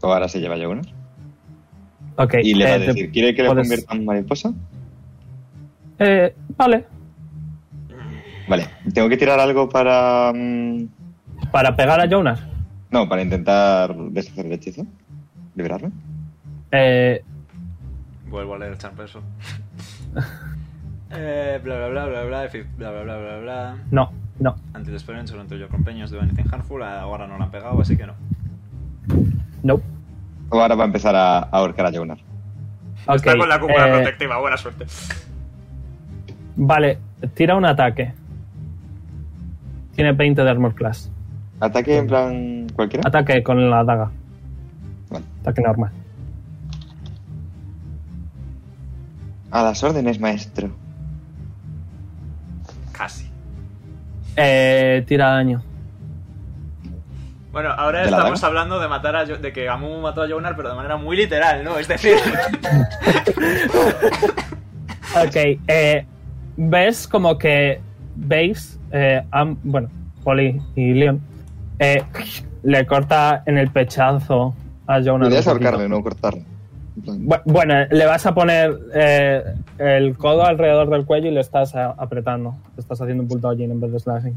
O ahora se lleva yo uno. Ok. Y le va eh, a te- decir, ¿quiere que le puedes- convierta en mariposa? eh, vale, Vale, tengo que tirar algo para... mm, para pegar a Jonar. No, para intentar deshacer el hechizo. Liberarme. Eh, Vuelvo a leer el champerso. [laughs] eh, bla bla bla bla bla, if it- bla bla bla bla bla. no, no. Anti the spell or until your companions do anything harmful. Ahora no la han pegado, así que no. No. O ahora va a empezar a a ahorcar a Jonar. Está Ok, con la cúpula eh, protectiva, buena suerte. Vale, tira un ataque. Tiene 20 de armor class. ¿Ataque en plan cualquiera? Ataque con la daga. Vale. Ataque normal. A las órdenes, maestro. Casi. Eh, tira daño. Bueno, ahora ¿De la estamos daga? hablando de matar a Jo- de que Amu mató a Jonar, pero de manera muy literal, ¿no? Es [laughs] decir, Ok, eh, ves como que veis, eh, Am- bueno, Poli y Leon, eh, le corta en el pechazo a Jonah. Podrías ahorcarle, no cortarle. En plan, Bu- Bueno, le vas a poner eh, el codo alrededor del cuello y le estás a- apretando. Le estás haciendo un bulldogging en vez de slashing.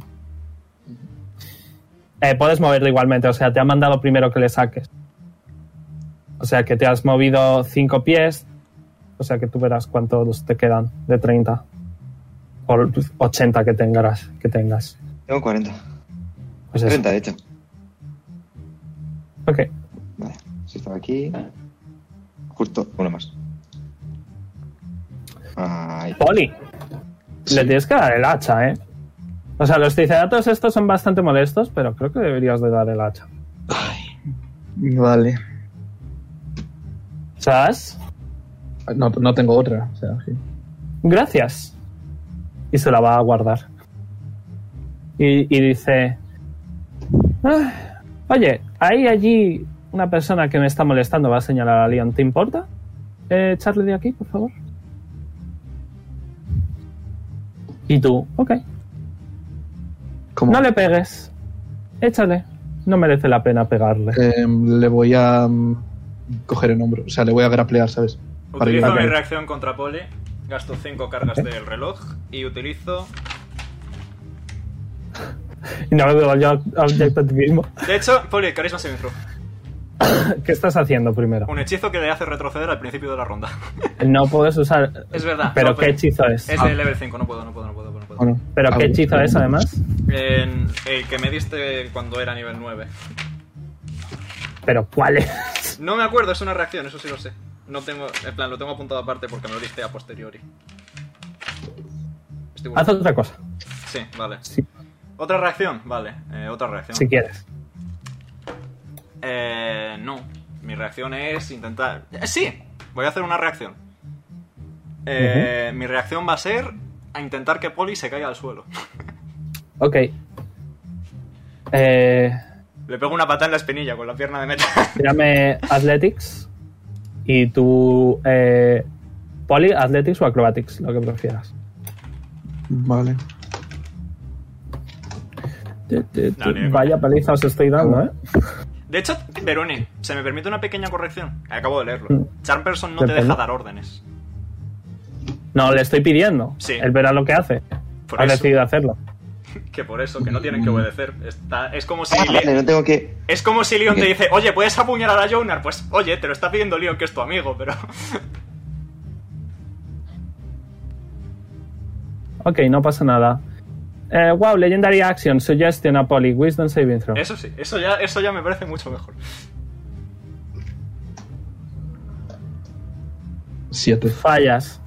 Eh, puedes moverlo igualmente, o sea, te ha mandado primero que le saques. O sea, que te has movido 5 pies, o sea, que tú verás cuántos te quedan de 30 por 80 que tengas. Que tengas. Tengo 40. Pues eso. 30, de hecho. Ok. Vale. Si estaba aquí. Justo uno más. Ay. Poli, le tienes que dar el hacha, ¿eh? O sea, los triceratops estos son bastante molestos, pero creo que deberías de dar el hacha. Vale. ¿Sabes? No, no tengo otra. O sea, sí. Gracias. Y se la va a guardar. Y, y dice... "Ah, oye, hay allí una persona que me está molestando, va a señalar a Leon. ¿Te importa? Eh, echarle de aquí, por favor. Y tú, ok. ¿Cómo? No le pegues. Échale. No merece la pena pegarle. Eh, le voy a mm, coger el hombro. O sea, le voy a graplear, ¿sabes? Para Utilizo ayudar. mi reacción contra Poli. Gasto 5 cargas del reloj y utilizo. Y no me veo yo objetivismo. [laughs] De hecho, Poli, carisma saving throw. ¿Qué estás haciendo primero? Un hechizo que le hace retroceder al principio de la ronda. No puedes usar. Es verdad. Pero no, qué hechizo es. Es de level 5, no puedo, no puedo, no puedo. No puedo. Bueno, Pero a qué ver. hechizo es además. En el que me diste cuando era nivel 9. Pero cuál es. [laughs] No me acuerdo, es una reacción, eso sí lo sé. No tengo, en plan, lo tengo apuntado aparte porque me lo diste a posteriori. Estoy Haz buscando. otra cosa, Sí, vale. Ah, Sí. ¿Otra reacción? Vale, eh, otra reacción. si quieres. Eh, no. Mi reacción es intentar. Eh, ¡Sí! Voy a hacer una reacción. Eh, Mi reacción va a ser a intentar que Polly se caiga al suelo. Ok. Eh, Le pego una patada en la espinilla con la pierna de metal. tírame Athletics. Y tú. Eh, Poli, Athletics o Acrobatics, lo que prefieras. Vale. Te- te- te- Dale. Vaya paliza os estoy dando, ¿eh? De hecho, Verone, se me permite una pequeña corrección. Acabo de leerlo. Mm. Charmperson no te Perfecto. deja dar órdenes. No, le estoy pidiendo. Sí. Él verá lo que hace. Por ha eso. decidido hacerlo. Que por eso, que no tienen Mm. que obedecer. Está- es como si. Ah, Le- vale, no tengo que. Es como si Leon te dice, oye, ¿puedes apuñalar a Jonar? Pues, oye, te lo está pidiendo Leon, que es tu amigo, pero... [laughs] Ok, no pasa nada. Eh, wow, Legendary Action, Suggestion a Poli, Wisdom Saving Throw. Eso sí, eso ya, eso ya me parece mucho mejor. Siete. Fallas.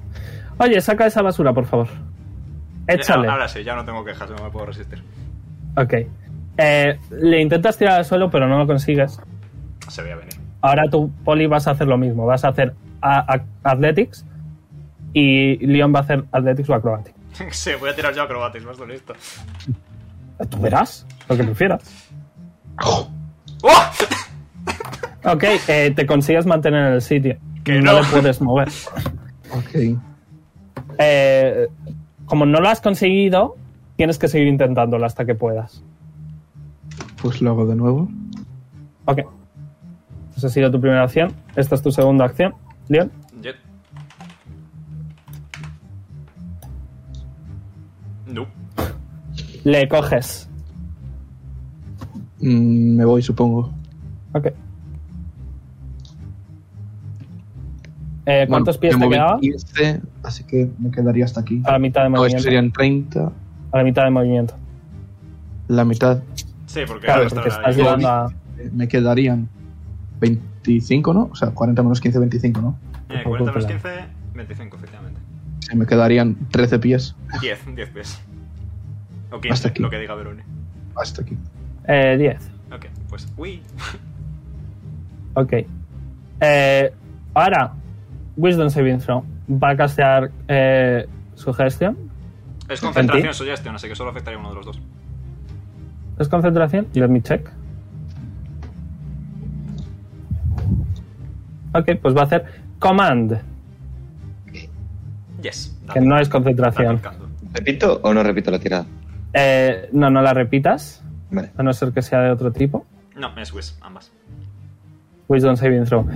Oye, saca esa basura, por favor. Échale. Ya- Ah, ahora sí, ya no tengo quejas, no me puedo resistir. Ok. Eh, le intentas tirar al suelo, pero no lo consigues. Se veía venir. [laughs] Ahora tú, Poli, vas a hacer lo mismo. Vas a hacer a- a- Athletics y Leon va a hacer Athletics o Acrobatics. sí, voy a tirar yo acrobatics, más listo. Tú verás lo que prefieras. ¡Oh! [laughs] Ok, eh, te consigues mantener en el sitio. Que no no. le puedes mover. Ok. Eh, como no lo has conseguido, tienes que seguir intentándolo hasta que puedas. Pues lo hago de nuevo. Ok. Esa ha sido tu primera acción. Esta es tu segunda acción. Leon. Yo- No. Le coges. Mm, me voy, supongo. Ok. Eh, ¿Cuántos pies Bueno, me te moví quedaba? Ah, 15, así que me quedaría hasta aquí. A la mitad de No, esto movimiento. serían 30. A la mitad de movimiento. La mitad. Sí, porque... Claro, ahora porque está- estás llevando a. eh, Me quedarían 25, ¿no? O sea, 40 menos 15, 25, ¿no? Eh, 40 menos 15, 25, efectivamente. Sí, me quedarían 13 pies Ah. 10, 10 pies. O Hasta 15, aquí. lo que diga Verone. hasta aquí. eh, 10. Ok, pues... Uy. Ok. Eh, ahora, Wisdom Saving Throw. Va a castear eh, su gestión. Es ¿En concentración suggestion, así que solo afectaría a uno de los dos. ¿Es concentración? Let me check. Ok, pues va a hacer Command, Yes. que dale. no es Está concentración. tocando. ¿Repito o no repito la tirada? Eh, no, no la repitas, Vale. a no ser que sea de otro tipo. No, es Wiz, ambas. Wisdom Saving Throw.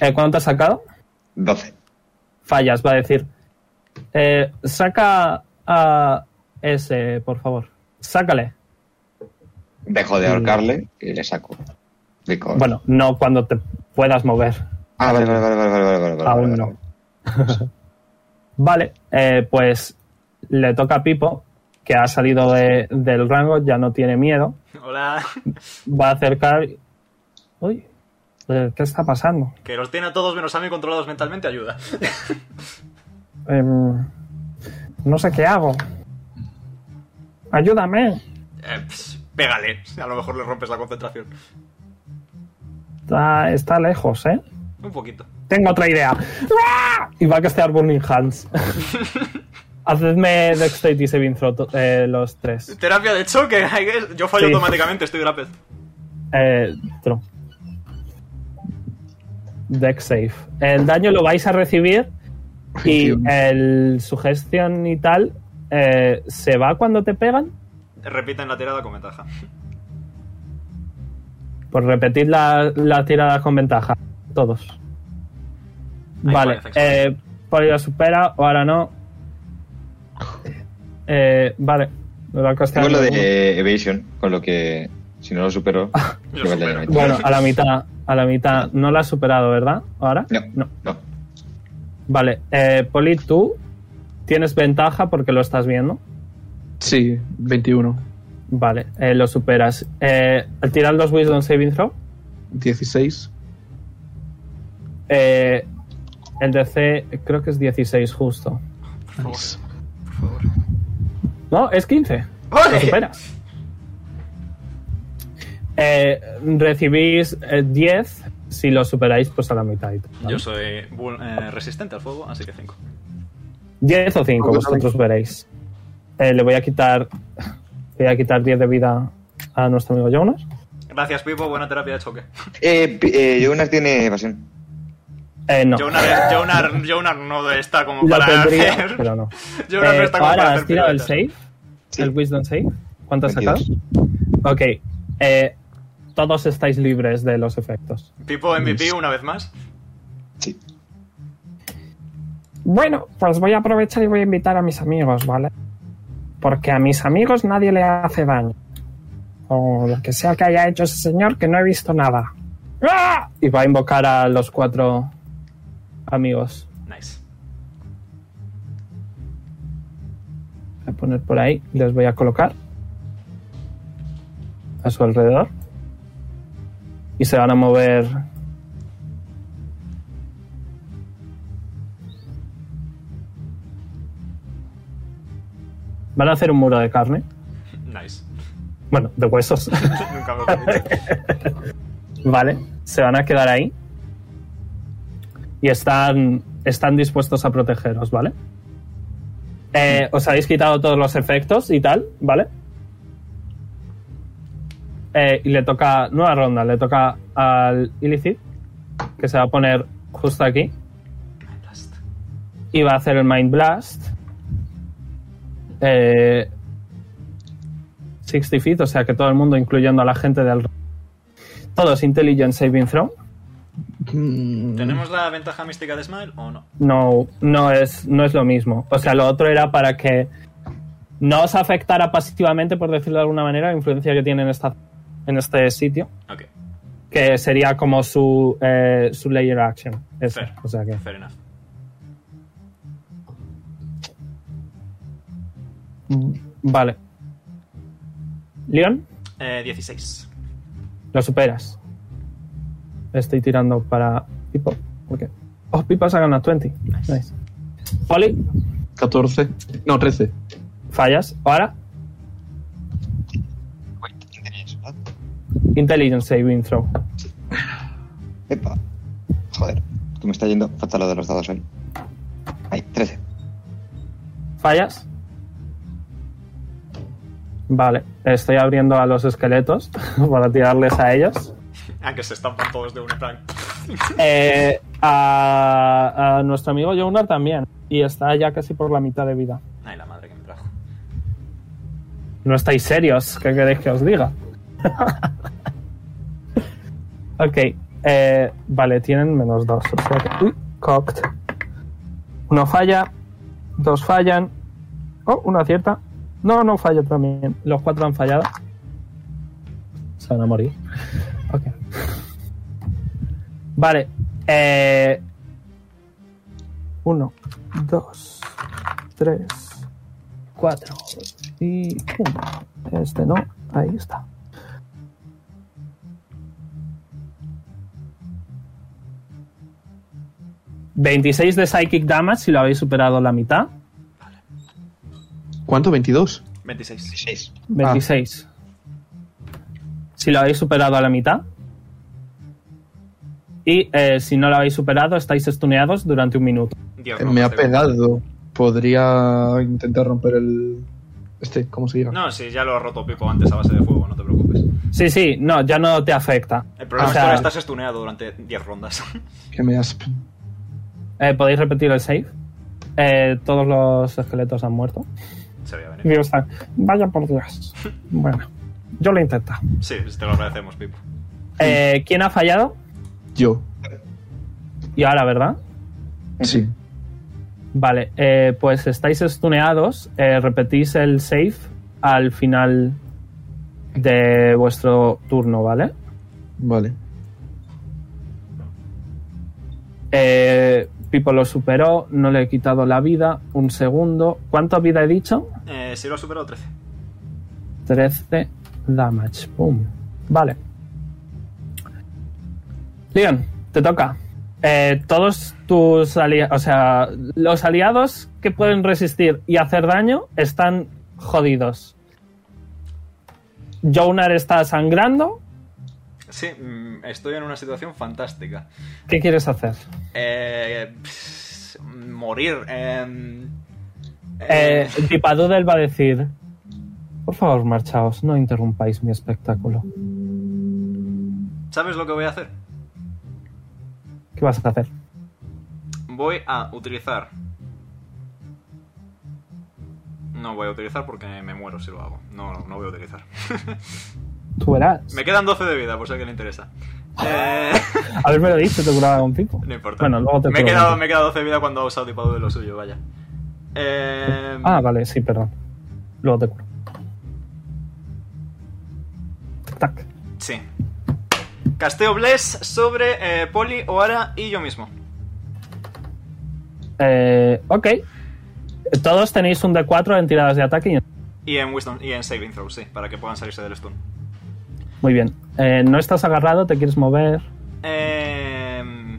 Eh, ¿Cuánto has sacado? 12. Fallas, va a decir. Eh, saca a ese, por favor. Sácale. Dejo de ahorcarle y le saco. De cor- Bueno, no cuando te puedas mover. Ah, vale, vale, vale, vale, vale, vale, vale, Aún vale, no. vale. [laughs] Vale, eh, pues le toca a Pipo, que ha salido de- del rango, ya no tiene miedo. Hola. Va a acercar. Uy, eh, ¿qué está pasando? Que los tiene a todos menos a mí controlados mentalmente ayuda. Em, no sé qué hago. Ayúdame. Eh, ps, pégale. A lo mejor le rompes la concentración. Está, está lejos, ¿eh? Un poquito. Tengo otra idea. ¡Ah! Y va a castear Burning Hands. Hacedme Dexterity Saving Throw to- eh, los tres. Terapia de choque. [laughs] I guess. Yo fallo Sí. automáticamente, estoy grapez. Eh, throw. Dex save. El daño lo vais a recibir y eh, Dios. el sugestión y tal eh, se va cuando te pegan. Repiten la tirada con ventaja. Pues repetid la- las tiradas con ventaja. Todos. Ahí vale. parece que Eh, Pollo supera, o ahora no. Eh, vale. Me va a costar Tengo lo uno. de Evasion, con lo que si no lo supero, Ah. Yo igual ya supero. le meto. Bueno, a la mitad. A la mitad. No la has superado, ¿verdad? ¿Ahora? No. No. No. Vale, eh, Poli, tú tienes ventaja porque lo estás viendo. Sí, 21. Vale, eh, lo superas. Eh, al tirar los Wisdom Saving Throw, 16. eh, el DC creo que es 16 justo. Por favor. No, es 15. Lo ¡Ole! superas. Eh, recibís eh, 10. Si lo superáis, pues a la mitad. ¿vale? Yo soy vul- eh, resistente al fuego, así que 5. 10 o 5, vosotros veréis. Eh, le voy a quitar. Voy a quitar 10 de vida a nuestro amigo Jonas. Gracias, Pipo. Buena terapia de choque. Eh, pi- eh, Jonas tiene evasión. Eh, no. Jonar, es- Jonar, Jonar no está como Lo para tendría, hacer. pero [laughs] no. Jonar no Eh, está como ahora para hacer has tirado el piruetas. save, Sí. el wisdom save. ¿Cuánto has sacado? 22. Ok. eh, todos estáis libres de los efectos. Pipo MVP una vez más. Sí. Bueno, pues voy a aprovechar y voy a invitar a mis amigos, ¿vale? Porque a mis amigos nadie le hace daño. O lo que sea que haya hecho ese señor, que no he visto nada. ¡Ah! Y va a invocar a los cuatro amigos. Nice. Voy a poner por ahí, les voy a colocar a su alrededor. Y se van a mover. Van a hacer un muro de carne. Nice. [laughs] Bueno, de huesos. [laughs] Nunca me lo he dicho. vale, se van a quedar ahí. Y están, están dispuestos a protegeros, ¿vale? Eh, os habéis quitado todos los efectos y tal, ¿vale? Eh, y le toca, nueva ronda, le toca al Illicit, que se va a poner justo aquí. Y va a hacer el Mind Blast. Eh, 60 feet, o sea que todo el mundo, incluyendo a la gente del... Todos Intelligence Saving Throw. ¿Tenemos la ventaja mística de Smile o no? No, no es, no es lo mismo. O sea, lo otro era para que no os afectara pasivamente, por decirlo de alguna manera, la influencia que tiene en, esta, en este sitio, Ok, que sería como su, eh, su layer action. Eso, Fair. o sea que- fair enough. Vale. Leon, Eh, 16. lo superas. Estoy tirando para Pipo. ¿Por qué? Oh, Pipo saca una 20. Nice. Nice. Poli, 14. No, 13. fallas. Ahora, Uy, ¿quién tenía eso? Intelligence Saving Throw. Epa. Joder, que me está yendo fatal lo de los dados hoy. Ahí, 13. ¿Fallas? Vale, estoy abriendo a los esqueletos [laughs] para tirarles a ellos. Ah, que se estampan todos de un plan. Eh, a, a nuestro amigo Jonar también. Y está ya casi por la mitad de vida. Ay, la madre que me trajo. No estáis serios, ¿qué queréis que os diga? ok, eh, vale, tienen menos dos. o sea que- uy, cocked. Uno falla, dos fallan. Oh, uno acierta. No, no falla también. Los cuatro han fallado. se van a morir. Ok. Vale. eh, uno, dos, tres, cuatro y uno. Este no. Ahí está. ¿26 de Psychic Damage si lo habéis superado la mitad? ¿Cuánto? ¿22? 26. 16. 26. Si lo habéis superado a la mitad. Y eh, si no lo habéis superado, estáis estuneados durante un minuto. Dios, Eh, no, me ha hace- pegado. Podría intentar romper el... Este, ¿cómo se llama? No, sí, ya lo ha roto Pipo antes a base de fuego, no te preocupes. Sí, sí, no, ya no te afecta. El problema O sea, es que ahora estás estuneado durante 10 rondas. [laughs] Que me asp... eh, ¿Podéis repetir el save? Eh, todos los esqueletos han muerto. Se veía venir. Y están, vaya por Dios. Bueno, yo lo intento. Sí, te lo agradecemos, Pipo. Eh, ¿Quién ha fallado? Yo. Y ahora, ¿verdad? Sí. Vale, eh, pues estáis estuneados, eh, repetís el save al final de vuestro turno, ¿vale? Vale. Eh, Pipo lo superó, no le he quitado la vida, un segundo. ¿Cuánta vida he dicho? Eh, si lo has superado, 13. 13 damage, boom. Vale. Leon, te toca. Eh, todos tus aliados, o sea, los aliados que pueden resistir y hacer daño están jodidos. Jonar está sangrando. Sí, mm, estoy en una situación fantástica. ¿Qué quieres hacer? Eh, pss, morir. eh, Eh, eh, Dipadudel va a decir: Por favor, marchaos, no interrumpáis mi espectáculo. ¿Sabes lo que voy a hacer? ¿Qué vas a hacer? Voy a utilizar. No voy a utilizar porque me muero si lo hago. No, no voy a utilizar. Tú verás. Me quedan 12 de vida, por si a alguien le interesa. Eh, [laughs] Haberme lo dicho, te curaba un pico. no importa. Bueno, luego te me, he pregunto. quedado, me he quedado 12 de vida cuando ha usado tipado de lo suyo, vaya. Eh, Ah, vale, sí, perdón. Luego te curo. Tac. Sí. Casteo Bless sobre eh, Poli, Oara y yo mismo. Eh, ok. Todos tenéis un D4 en tiradas de ataque. y- Y en Wisdom, y en Saving Throw, sí, para que puedan salirse del stun. Muy bien. Eh, no estás agarrado, te quieres mover. Em,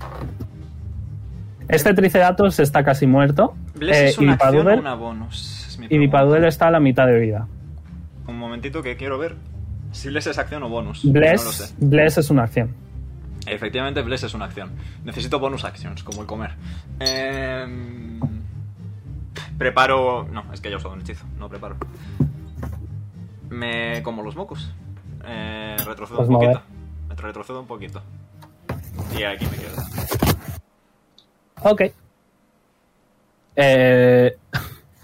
[laughs] Este Triceratops está casi muerto. Bless Eh, es una y acción o Dipadudel- una bonus. Es mi y pregunta. Dipadudel está a la mitad de vida. Un momentito que quiero ver si Bless es acción o bonus. No lo Bless, sé. Bless es una acción. Efectivamente, Bless es una acción. Necesito bonus actions, como el comer. Em, preparo. No, es que ya he usado un hechizo, no preparo. Me como los mocos. Eh, retrocedo Pues un mover. poquito. Me retrocedo un poquito. Y aquí me quedo. Ok. Eh, [laughs]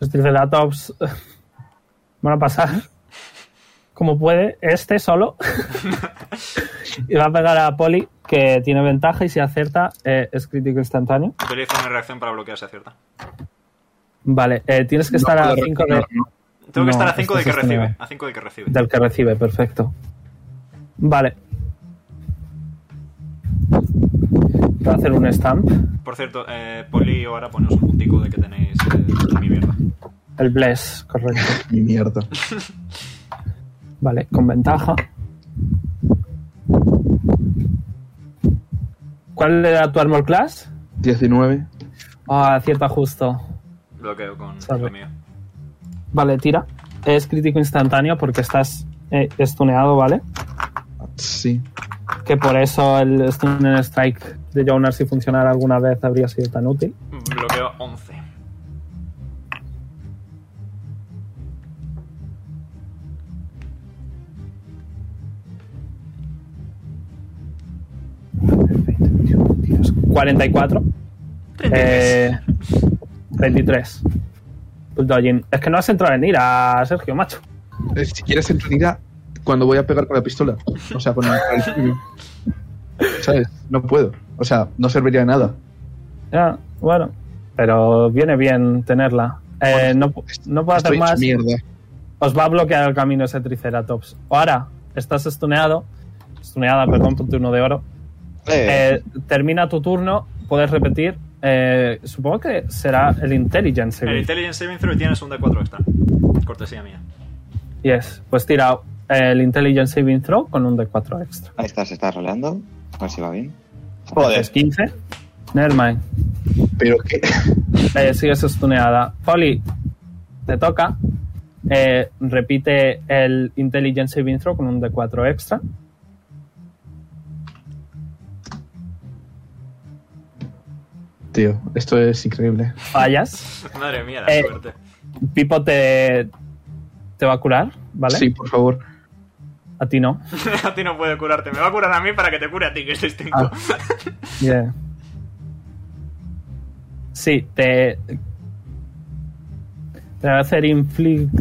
los Triceratops [laughs] van a pasar como puede, este [laughs] solo. y va a pegar a Poli, que tiene ventaja y si acierta eh, es crítico instantáneo. Utilizo una reacción para bloquearse, ¿cierta? Vale, eh, tienes que No estar a puedo 5 de, reaccionar, ¿no? Tengo No, que estar a 5 esto del que es este recibe. nivel. A 5 del que recibe. del que recibe, perfecto. Vale. Va a hacer un stamp, Por cierto, eh, Poli, ahora poneos un puntico de que tenéis eh, mi mierda. el bless, correcto. Mi mierda. Vale, con ventaja. ¿Cuál era tu armor class? 19. Ah, acierta justo. Bloqueo con Sabe. lo mío. Vale, tira. Es crítico instantáneo porque estás eh, stuneado, ¿vale? Sí. Que por eso el stun and strike de Jonar si funcionara alguna vez habría sido tan útil. Bloqueo 11. Dios, 44. 33. Eh, 23. Bulldogging. Pues Es que no has entrado en ira, Sergio, macho. Eh, Si quieres entrenida cuando voy a pegar con la pistola. O sea, con el... [laughs] ¿Sabes? No puedo. O sea, no serviría de nada. Ya, bueno. Pero viene bien tenerla. Eh, no, no puedo hacer Estoy hecho más. mierda. Os va a bloquear el camino ese Triceratops. Ahora, estás estuneado. Estuneada, perdón, ponte uno de oro. Eh, Eh, termina tu turno, puedes repetir. Eh, supongo que será el Intelligence. El saving. Intelligence Saving Throw y tienes un D4 extra. Cortesía mía. Yes, pues tira el Intelligence Saving Throw con un D4 extra. Ahí está, se está roleando. A ver si va bien. Es 15. Nevermind. Pero que. [laughs] Eh, sigues estuneada. Poli, te toca. Eh, repite el Intelligence Saving Throw con un D4 extra. Tío, esto es increíble. Fallas. Madre mía, la Eh, suerte. [laughs] Pipo te, te va a curar, ¿vale? Sí, por favor. A ti no. a ti no puede curarte. Me va a curar a mí para que te cure a ti, que es distinto. Ah. Yeah. Sí, te. Te va a hacer Inflict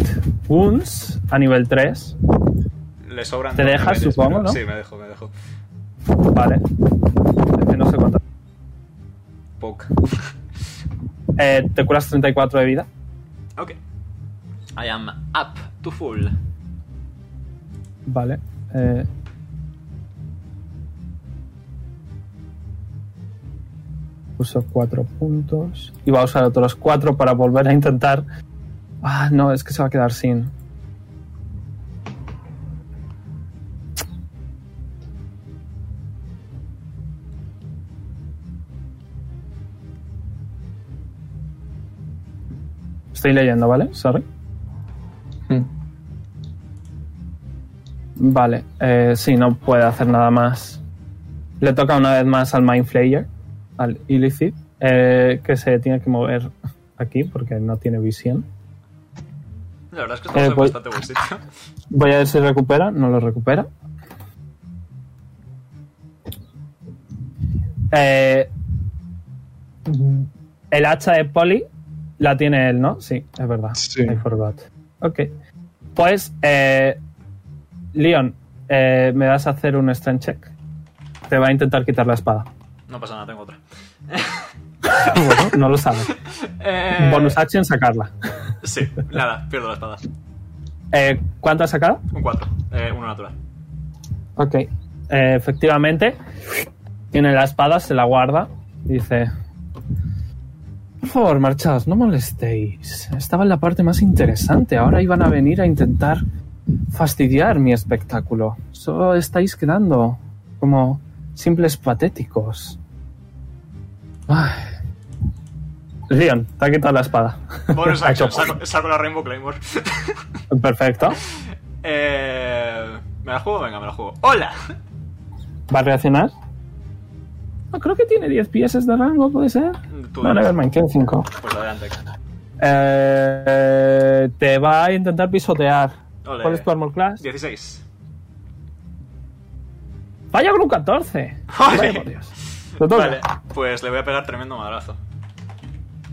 Wounds a nivel 3. Le sobran. ¿Te dos dejas, niveles, supongo, pero- no? Sí, me dejo, me dejo. Vale. Es que no sé cuánto. Poc. Eh, te curas 34 de vida. Ok. I am up to full. Vale. eh. Uso cuatro puntos. Y va a usar otros cuatro para volver a intentar. Ah, no, es que se va a quedar sin. Estoy leyendo, ¿vale? Sorry. Mm. Vale, eh, sí, no puede hacer nada más. Le toca una vez más al Mind Flayer, al Illicit, eh, que se tiene que mover aquí porque no tiene visión. La verdad es que estamos Eh, en voy- bastante buen sitio. Voy a ver si recupera, no lo recupera. Eh, el hacha de Poli la tiene él, ¿no? Sí, es verdad. Sí. I forgot. Ok. Pues, eh, Leon, eh, me vas a hacer un strength check. Te va a intentar quitar la espada. No pasa nada, tengo otra. Bueno, no lo sabes. Eh, Bonus action, sacarla. Sí, nada, pierdo la espada. Eh, ¿Cuánto has sacado? Un 4, eh, uno natural. Ok. Eh, efectivamente, tiene la espada, se la guarda. y Dice: Por favor, marchaos, no molestéis. Estaba en la parte más interesante. Ahora iban a venir a intentar fastidiar mi espectáculo. Solo estáis quedando como simples patéticos. Ay. Leon, te ha quitado la espada. Bonus [laughs] Ha action, hecho- saco, saco la Rainbow Claymore. Perfecto. eh, ¿Me la juego? Venga, me la juego. ¡Hola! ¿Va a reaccionar? No, creo que tiene 10 pies de rango, puede ser. Tú No, dirás. nevermind, quedan 5. Pues adelante. Eh, te va a intentar pisotear. Ole. ¿Cuál es tu armor class? 16. Vaya con un 14. Ole. Vaya por Dios. Lo toca. Vale, pues le voy a pegar tremendo madrazo.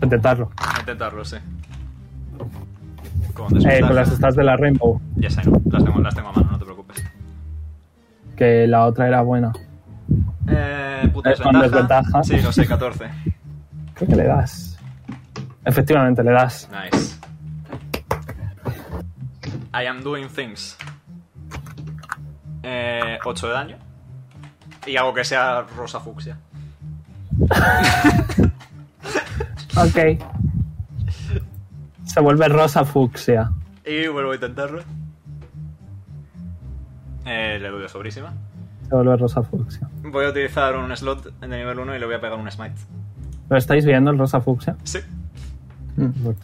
Intentarlo. Voy a Intentarlo, sí. Eh, Con con las desventaja. estas de la Rainbow, Ya sé, las tengo, las tengo a mano, no te preocupes. que la otra era buena. Eh, puta Eh, con desventaja. Sí, lo sé, 14. Creo que le das. Efectivamente, le das. Nice. I am doing things. Eh, 8 de daño. Y hago que sea rosa fucsia. Ok. Se vuelve rosa fucsia. Y vuelvo a intentarlo. Eh, le doy a sobrísima. Se vuelve rosa fucsia. Voy a utilizar un slot de nivel 1 y le voy a pegar un smite. ¿Lo estáis viendo, el rosa fucsia? Sí. Y Mm. le voy a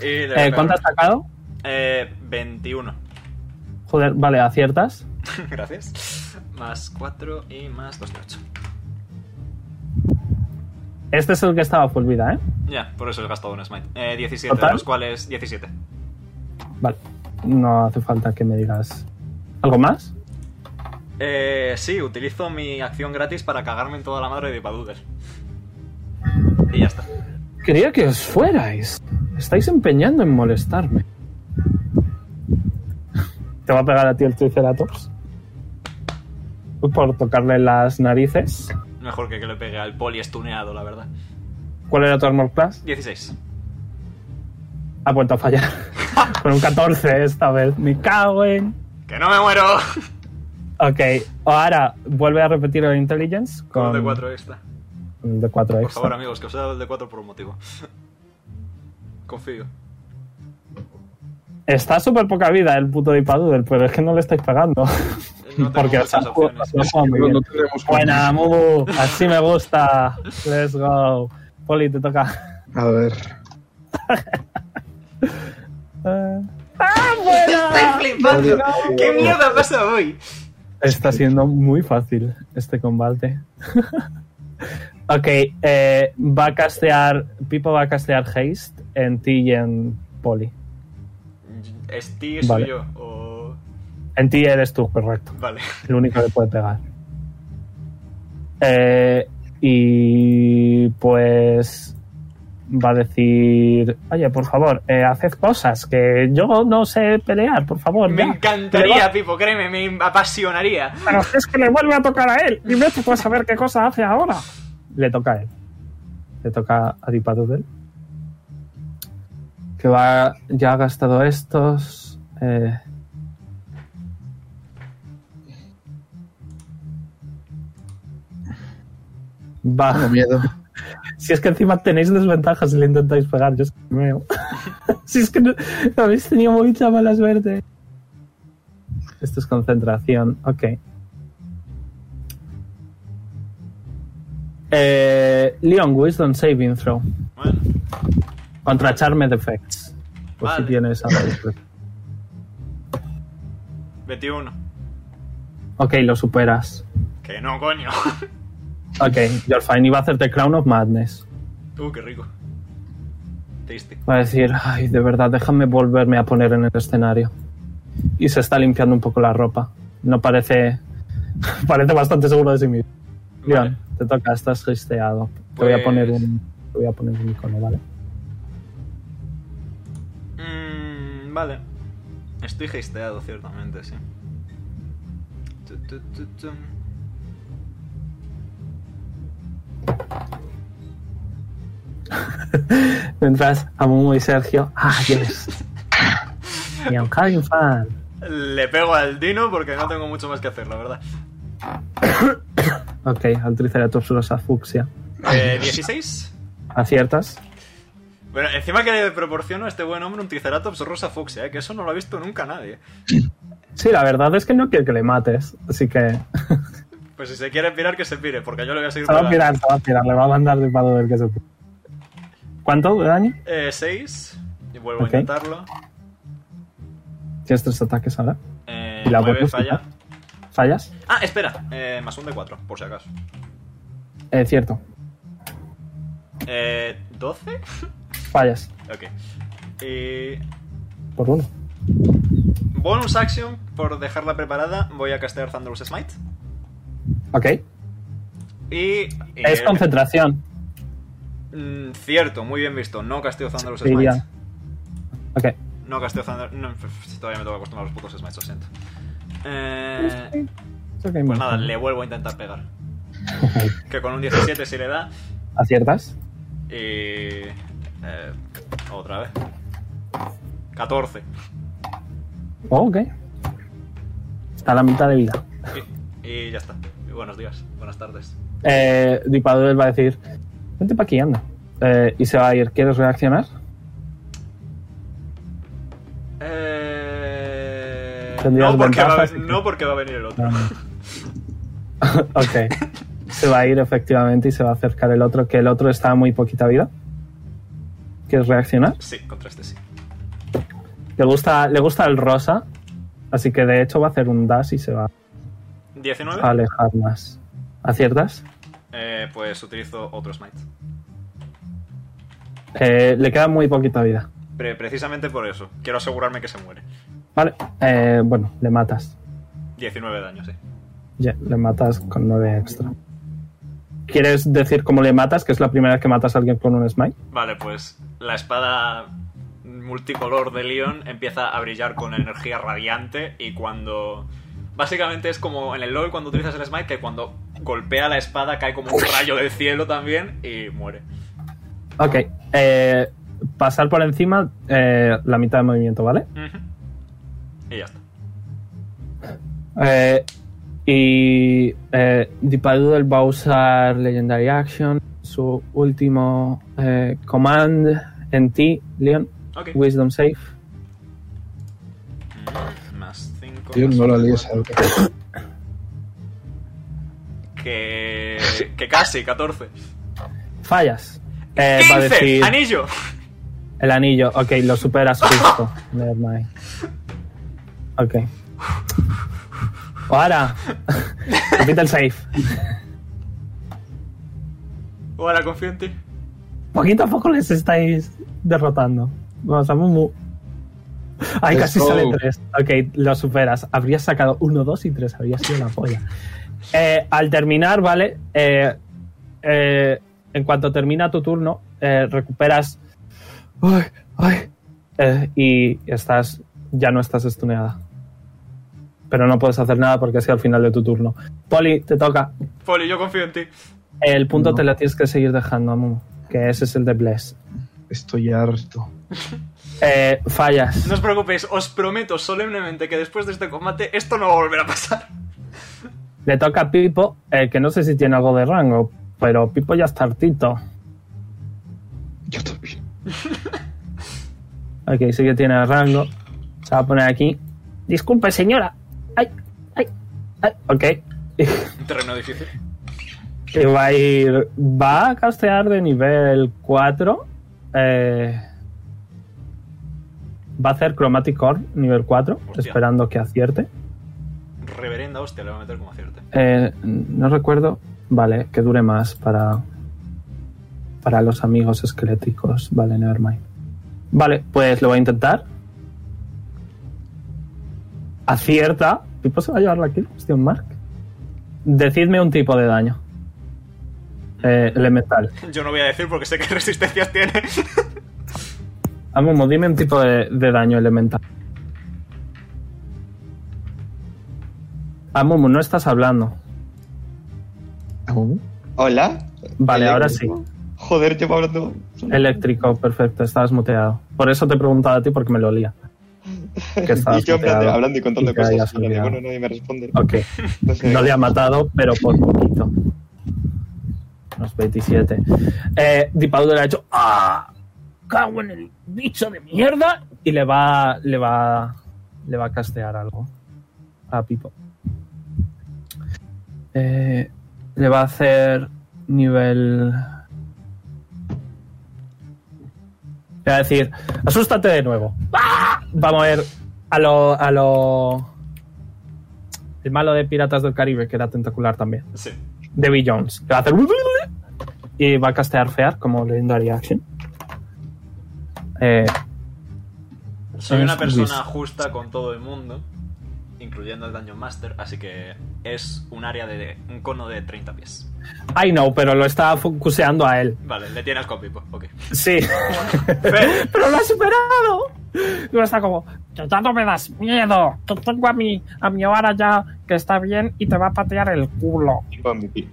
Eh, pegar ¿Cuánto has un- sacado? Eh, 21. Joder, vale, aciertas. [laughs] Gracias. Más 4 y más 2 de 8. Este es el que estaba full vida, ¿eh? Ya, por eso he gastado un smite. Eh, 17, de ¿Total? los cuales 17. Vale. No hace falta que me digas. ¿Algo más? Eh, sí, utilizo mi acción gratis para cagarme en toda la madre de Ipaduder. Y ya está. Quería que os fuerais. Estáis empeñando en molestarme. Te va a pegar a ti el Triceratops. Por tocarle las narices. Mejor que que le pegue al poli estuneado, la verdad. ¿Cuál era tu armor class? 16. [laughs] Ha vuelto a fallar. Con un 14 esta vez. Me cago en. ¡Que no me muero! Ok, ahora vuelve a repetir el Intelligence Con un con, D4 extra. con un D4 Por extra. favor, amigos, que os he dado el D4 por un motivo. Confío. Está súper poca vida el puto Dipadoodle, pero es que no le estáis pagando. No tengo Porque muchas está jugando, opciones. lo juega muy No- no bien. tenemos- Buena, Mubu. Así me gusta. Let's go. Poli, te toca. A ver. Eh, ¡Ah, buena! flipando! ¡Qué mierda pasa hoy! Está siendo muy fácil este combate. [laughs] ok, eh, va a castear. Pipo va a castear Haste en ti y en Poli. ¿Steve soy Vale. yo? O... En ti eres tú, correcto. Vale. El único que puede pegar. Eh, y pues va a decir, oye, por favor, eh, haced cosas, que yo no sé pelear, por favor. Me ya". encantaría, Pipo, créeme, me apasionaría. Pero es que le vuelve a tocar a él. Y vete tú a saber qué cosa hace ahora. Le toca a él. Le toca a Dipadoodle. Que va, ya ha gastado estos. eh. Va. Tengo miedo. Si es que encima tenéis desventajas si le intentáis pegar, yo es que me veo. [laughs] si es que no, habéis tenido mucha mala suerte. Esto es concentración, ok. Eh, Leon, Wisdom Saving Throw. Bueno, Contra Charmed Effects. Por Vale. si tienes algo de- 21. Ok, lo superas. Que no, coño. Ok, you're fine. Y va a hacerte Crown of Madness. Uh, qué rico. Tasty. Va a decir, ay, de verdad, déjame volverme a poner en el escenario. Y se está limpiando un poco la ropa. No parece... [laughs] parece bastante seguro de sí mismo. Leon, Vale. te toca, estás gisteado. Te voy a Pues- poner un... Te voy a poner un icono, ¿vale? Mm, vale. Estoy hasteado, ciertamente, sí. Tu, tu, tu, tum. Mientras, Amumu y Sergio... Ah, [laughs] yes. y I'm having fun. Le pego al Dino porque no tengo mucho más que hacer, la verdad. Ok, al Triceratops rosa fucsia. Eh, 16. ¿Aciertas? Bueno, encima que le proporciono a este buen hombre un Triceratops rosa fucsia, eh, que eso no lo ha visto nunca nadie. Sí, la verdad es que no quiero que le mates. Así que... Pues si se quiere pirar, que se pire, porque yo le voy a seguir Se va a pegando. pirar, se va a pirar. Le va a mandar de palo del que se... ¿Cuánto de daño? Eh, 6. Y vuelvo Ok. a intentarlo. Tienes tres ataques ahora. Eh, Y la 9 bonus, falla. ¿Fallas? Ah, espera. Eh, más un de 4, por si acaso. Eh, cierto. Eh, 12. Fallas. Ok. Y Por uno. bonus action, por dejarla preparada, voy a castear Thunderous Smite. Ok. Y... y- Es concentración. Mm, cierto, muy bien visto. No casteo Thunderous Sí, Smite. ya. Ok. No casteo Thunder... No, pf, todavía me tengo que acostumbrar a los putos Smites, lo siento. Eh, Ok, pues bueno. nada, le vuelvo a [laughs] intentar pegar. Que con un 17 sí le da. ¿Aciertas? Y... eh, otra vez. 14. Oh, ok. Está a la mitad de vida. Y, y ya está. Y buenos días, buenas tardes. Eh, Dipador va a decir: Vente pa' aquí, anda. Eh, y se va a ir. ¿Quieres reaccionar? [laughs] Eh... Tendrías No porque, va a, ventajas, ven- así que- no porque va a venir el otro. ok. Se va a ir efectivamente y se va a acercar el otro, que el otro está a muy poquita vida. ¿Quieres reaccionar? Sí, contra este sí. Le gusta, le gusta el rosa, así que de hecho va a hacer un dash y se va 19. a alejar más. ¿Aciertas? Eh, pues utilizo otro smite. Eh, le queda muy poquita vida. Pre- precisamente por eso. Quiero asegurarme que se muere. Vale, eh, bueno, le matas. 19 daños, sí. Ya, le matas con 9 extra. ¿Quieres decir cómo le matas? Que es la primera vez que matas a alguien con un smite. Vale, pues la espada multicolor de Leon empieza a brillar con energía radiante y cuando... Básicamente es como en el LoL cuando utilizas el smite que cuando golpea la espada cae como un rayo del cielo también y muere. Ok, eh, pasar por encima eh, la mitad de movimiento, ¿vale? Ujú. Y ya está. Eh, y eh, Dipadudel va a usar Legendary Action, su último eh, command en ti, Leon. Ok. Wisdom Save. Mm, Más 5. Tío, no la líes a Que... que casi, 14. Fallas. Eh, va a 15, decir anillo. el anillo. Ok, lo [laughs] superas justo. Nevermind. Ok. [laughs] Ahora, repite el save. Ahora confío en ti. Poquito a poco les estáis derrotando. Vamos a Mumu. Ay, Let's casi go. sale 3. Ok, lo superas. Habrías sacado 1, 2 y 3. Habría sido una polla. Eh, al terminar, ¿vale? Eh, eh, en cuanto termina tu turno, eh, recuperas. Ay, ay, eh, y estás. Ya no estás estuneada. Pero no puedes hacer nada porque ha sido al final de tu turno. Poli, te toca. Poli, yo confío en ti. El punto No. te lo tienes que seguir dejando, Mumu. Que ese es el de Bless. Estoy harto. Eh, fallas. No os preocupéis, os prometo solemnemente que después de este combate esto no va a volver a pasar. Le toca a Pipo, eh, que no sé si tiene algo de rango, pero Pipo ya está hartito. Yo también. Ok, sí que tiene rango. Se va a poner aquí. Disculpe, señora. Ay, ay, ay. Ok. Un terreno difícil. Y va a ir. Va a castear de nivel 4. eh, va a hacer Chromatic Orb nivel 4, Hostia. esperando que acierte. Reverenda hostia, le voy a meter como acierta. Eh, no recuerdo. Vale, que dure más para. Para los amigos esqueléticos. Vale, nevermind. Vale, pues lo voy a intentar. Acierta. ¿Pipo se va a llevar la kill? Cuestión mark. Decidme un tipo de daño. Eh, elemental. Yo no voy a decir porque sé qué [laughs] resistencias tiene. Amumu, Ah, dime un tipo de, de daño elemental. Amumu, Ah, no estás hablando. ¿Aún? Hola. Vale, ahora sí. Eléctrico. Joder, llevo hablando. Eléctrico, perfecto, estabas muteado. Por eso te he preguntado a ti porque me lo olía. Que estabas [laughs] y yo en plan de- muteado. hablando y contando Y que hayas cosas. y olvidado. bueno, nadie me responde. Ok, No sé. no le ha matado, pero por poquito. Los 27. Eh, Dipaudo le ha hecho ¡Ah! ¡Cago en el bicho de mierda! Y le va, le va, le va a castear algo a Pipo. Eh, le va a hacer nivel... Le va a decir, asústate de nuevo. ¡Ah! Va a mover a lo, a lo... El malo de Piratas del Caribe, que era tentacular también. Sí. Debbie Jones. Que va a hacer. Y va a castear Fear como Legendary Action. Eh, Soy una Es persona Luis. justa con todo el mundo, incluyendo el Dungeon Master, así que es un área de un cono de 30 pies. I know, pero lo está focuseando a él. Vale, le tienes con Pipo, ok. Sí. Fe, pero lo ha superado. Y va a estar como, que ya no me das miedo. Que tengo a mi, a mi hora ya que está bien y te va a patear el culo. [laughs] Con mi pi-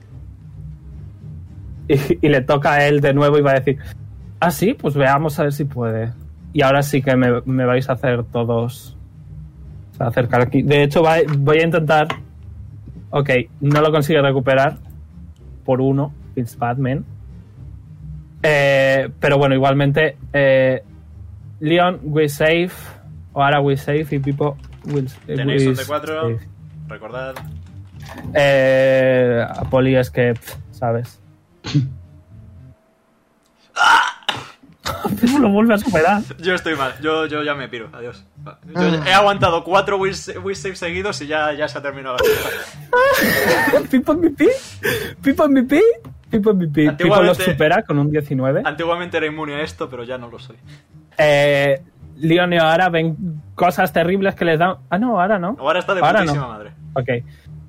y, y le toca a él de nuevo y va a decir, ah, sí, pues veamos a ver si puede. Y ahora sí que me, me vais a hacer todos se va a acercar aquí. De hecho, va- voy a intentar... Ok, no lo consigue recuperar por uno, It's Batman. Eh, pero bueno, igualmente, eh, Leon, we save, o ahora we save y Pipo will, Tenéis will un D4, save. recordad. Eh, a Poli es que, pf, ¿sabes? Pero lo vuelve a superar. Yo estoy mal, yo, yo ya me piro, adiós. Yo ya- he aguantado 4 will save seguidos y ya, ya se ha terminado la cosa. Pipo MVP, Pipo MVP, Pipo MVP. Pipo lo Antiguamente- supera con un 19. Antiguamente era inmune a esto, pero ya no lo soy. Eh, Leon y ahora ven cosas terribles que les dan... Ah, no, ahora no. Ahora está de Ahora putísima no. madre. Ok.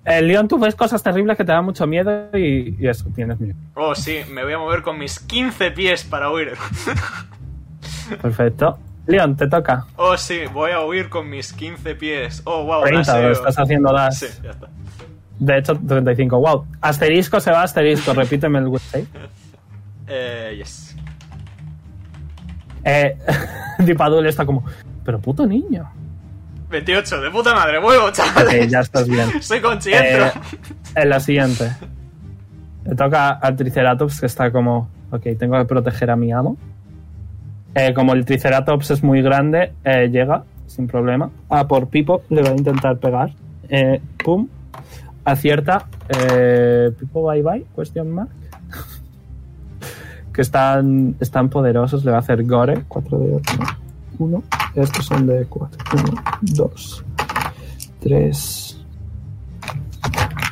Eh, Leon, tú ves cosas terribles que te dan mucho miedo y, y eso, tienes miedo. Oh, sí, me voy a mover con mis 15 pies para huir. [laughs] Perfecto. Leon, te toca. Oh, sí, voy a huir con mis 15 pies. Oh, wow, 30, braseo. lo estás haciendo las... Sí, ya está. De hecho, 35. Wow. Asterisco se va a asterisco. Repíteme el will save. Eh, yes. Eh, [laughs] Dipadul está como, pero puto niño. 28, de puta madre, huevo, Ok, chavales. ya estás bien. [laughs] Soy consciente. Eh, en la siguiente. Le toca al Triceratops que está como, ok, tengo que proteger a mi amo. Eh, como el Triceratops es muy grande, eh, llega sin problema. A por Pipo le va a intentar pegar. Eh, pum. Acierta. Eh, Pipo bye bye, question mark. que están, están poderosos, le va a hacer gore. 4 de 8, 1. Estos son de 4. 1, 2, 3,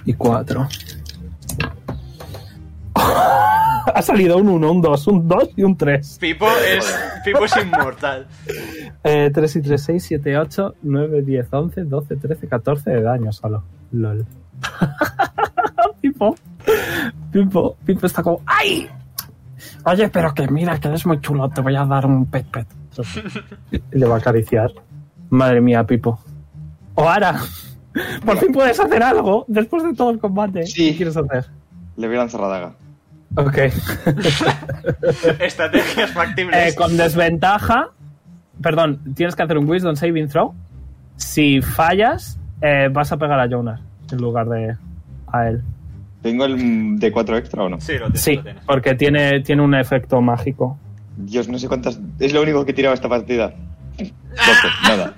y 4. [laughs] ha salido un 1, un 2, un 2 y un 3. Pipo es, Pipo es [laughs] inmortal. 3 Eh, y 3, 6, 7, 8, 9, 10, 11, 12, 13, 14 de daño solo. LOL. [laughs] Pipo. Pipo. Pipo está como... ¡Ay! Oye, pero que mira, que eres muy chulo, te voy a dar un pet pet. Y Le va a acariciar. Madre mía, Pipo. Oara, por fin puedes hacer algo después de todo el combate. Sí. ¿Qué quieres hacer? Eh, Le voy a lanzar la daga. Ok. Estrategias Eh, factibles. con desventaja. Perdón, tienes que hacer un Wisdom Saving Throw. Si fallas, eh, vas a pegar a Jonas en lugar de a él. ¿Tengo el de 4 extra o no? Sí, lo tienes. Sí, lo tienes. porque tiene, tiene un efecto mágico. Dios, no sé cuántas. Es lo único que tiraba esta partida. 12, nada.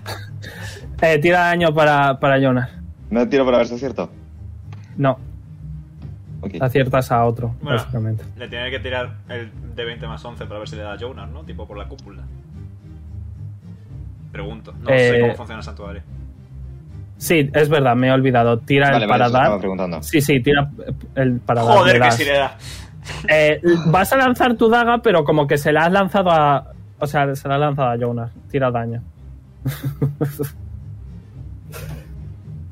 Eh, tira daño para, para Jonas. No tiro para ver si es cierto. No, Ok. aciertas a otro, Bueno. básicamente. Le tiene que tirar el de 20 más 11 para ver si le da a Jonas, ¿no? Tipo por la cúpula. Pregunto. No sé Eh, cómo funciona el santuario. Sí, es verdad, me he olvidado. Tira Vale, el vale, para eso estaba dar. preguntando. Sí, sí, tira el para dar. le Joder, que das. si le da. Eh, vas a lanzar tu daga, pero como que se la has lanzado a. O sea, se la has lanzado a Jonas. Tira daño.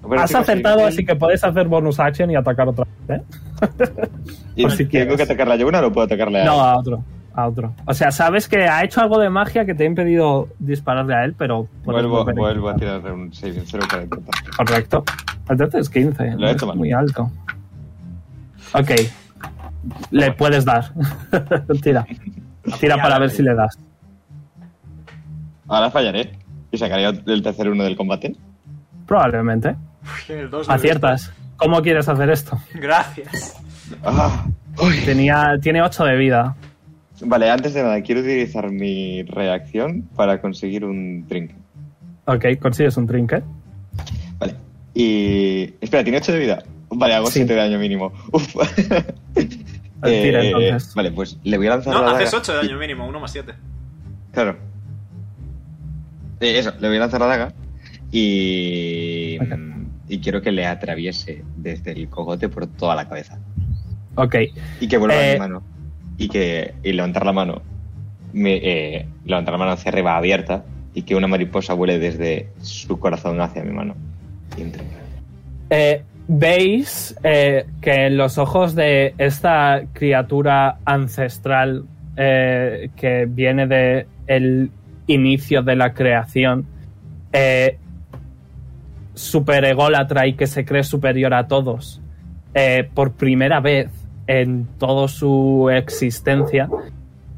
Pero has chicos, acertado, sí, así que puedes hacer bonus action y atacar otra vez. ¿eh? ¿Y por si ¿Tengo quieres. que atacarle a Yoguna o puedo atacarle a.? No, a otro. A otro. O sea, sabes que ha hecho algo de magia que te ha impedido dispararle a él, pero. puedes Vuelvo, volver vuelvo a intentar. tirar un 6 0 para intentar. Correcto. Entonces 15. Lo he hecho es mal. Muy alto. Ok. Le puedes dar. [laughs] Tira. Tira para ver si le das. Ahora fallaré. Y sacaría el tercer uno del combate. Probablemente. El dos de- Aciertas. ¿Cómo quieres hacer esto? Gracias. Ah. Tenía, tiene 8 de vida. Vale, antes de nada, quiero utilizar mi reacción para conseguir un trinket. Ok, consigues un trinket. Vale. Y. Espera, tiene 8 de vida. Vale, hago Sí. 7 de daño mínimo. [laughs] Uf. Tira, entonces. vale, pues le voy a lanzar No, la daga. haces 8 de daño mínimo, 1 más 7. Claro. Eh, eso, le voy a lanzar la daga. Y. Ok. Y quiero que le atraviese desde el cogote por toda la cabeza. Ok. Y que vuelva a Eh. mi mano. Y que. Y levantar la mano. Me, eh, levantar la mano hacia arriba abierta. Y que una mariposa vuele desde su corazón hacia mi mano. Y entre. Eh, Veis eh, que en los ojos de esta criatura ancestral eh, que viene de el inicio de la creación, eh, superególatra y que se cree superior a todos, eh, por primera vez en toda su existencia,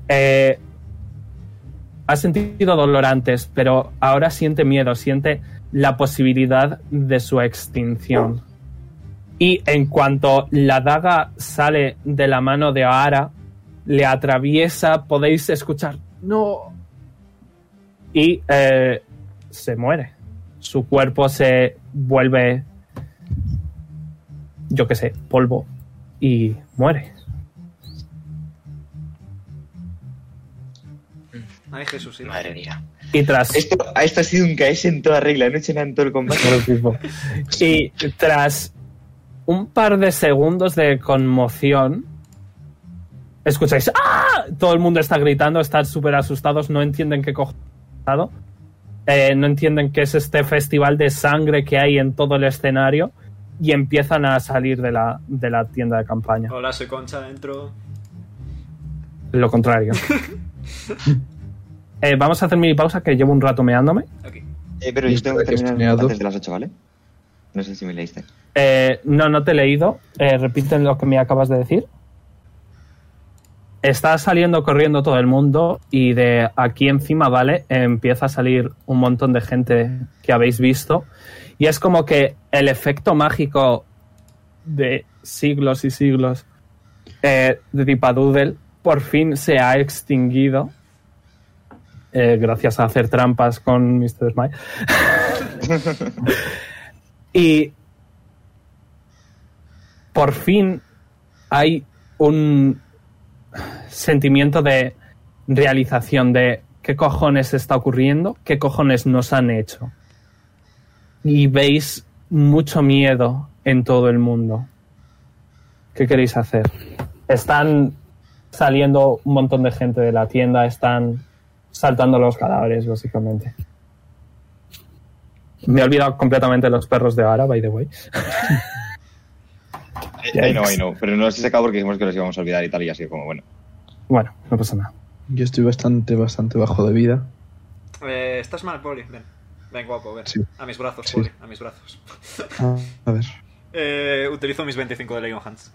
eh, ha sentido dolor antes, pero ahora siente miedo, siente la posibilidad de su extinción. Y en cuanto la daga sale de la mano de Ahara, le atraviesa, podéis escuchar ¡No! Y eh, se muere. Su cuerpo se vuelve, yo qué sé, polvo y muere. Ay, Jesús, sí. Madre mía. Y tras Esto, esto ha sido un KS en toda regla. No he hecho nada en todo el combate. Por el tipo. Y tras un par de segundos de conmoción, escucháis ¡Ah! Todo el mundo está gritando, están súper asustados, no entienden qué cojones ha pasado. Eh, no entienden qué es este festival de sangre que hay en todo el escenario y empiezan a salir de la, de la tienda de campaña. Hola, soy Concha dentro. Lo contrario. Eh, vamos a hacer mi pausa que llevo un rato meándome. Aquí. Eh, pero Y yo tengo que esto es terminar planeado. antes de las 8, ¿vale? No sé si me leíste. Eh, no, no te he leído. Eh, repiten lo que me acabas de decir. Está saliendo corriendo todo el mundo y de aquí encima, ¿vale? Empieza a salir un montón de gente que habéis visto. Y es como que el efecto mágico de siglos y siglos eh, de Dipadoodle por fin se ha extinguido. eh, gracias a hacer trampas con Mr. Smile. [laughs] y por fin hay un sentimiento de realización de qué cojones está ocurriendo, qué cojones nos han hecho. Y veis mucho miedo en todo el mundo. ¿Qué queréis hacer? Están saliendo un montón de gente de la tienda, están saltando los cadáveres, básicamente. Me he olvidado completamente de los perros de ahora, by the way. Ay, eh, no, ay, no. Pero no los he sacado porque dijimos que los íbamos a olvidar y tal, y así como, bueno. Bueno, no pasa nada. Yo estoy bastante, bastante bajo de vida. Eh, estás mal, Poli. Ven. Ven, guapo, ven. Sí. A mis brazos, Sí. Poli. A mis brazos. [laughs] Ah, a ver. Eh, utilizo mis 25 de Legion Hands.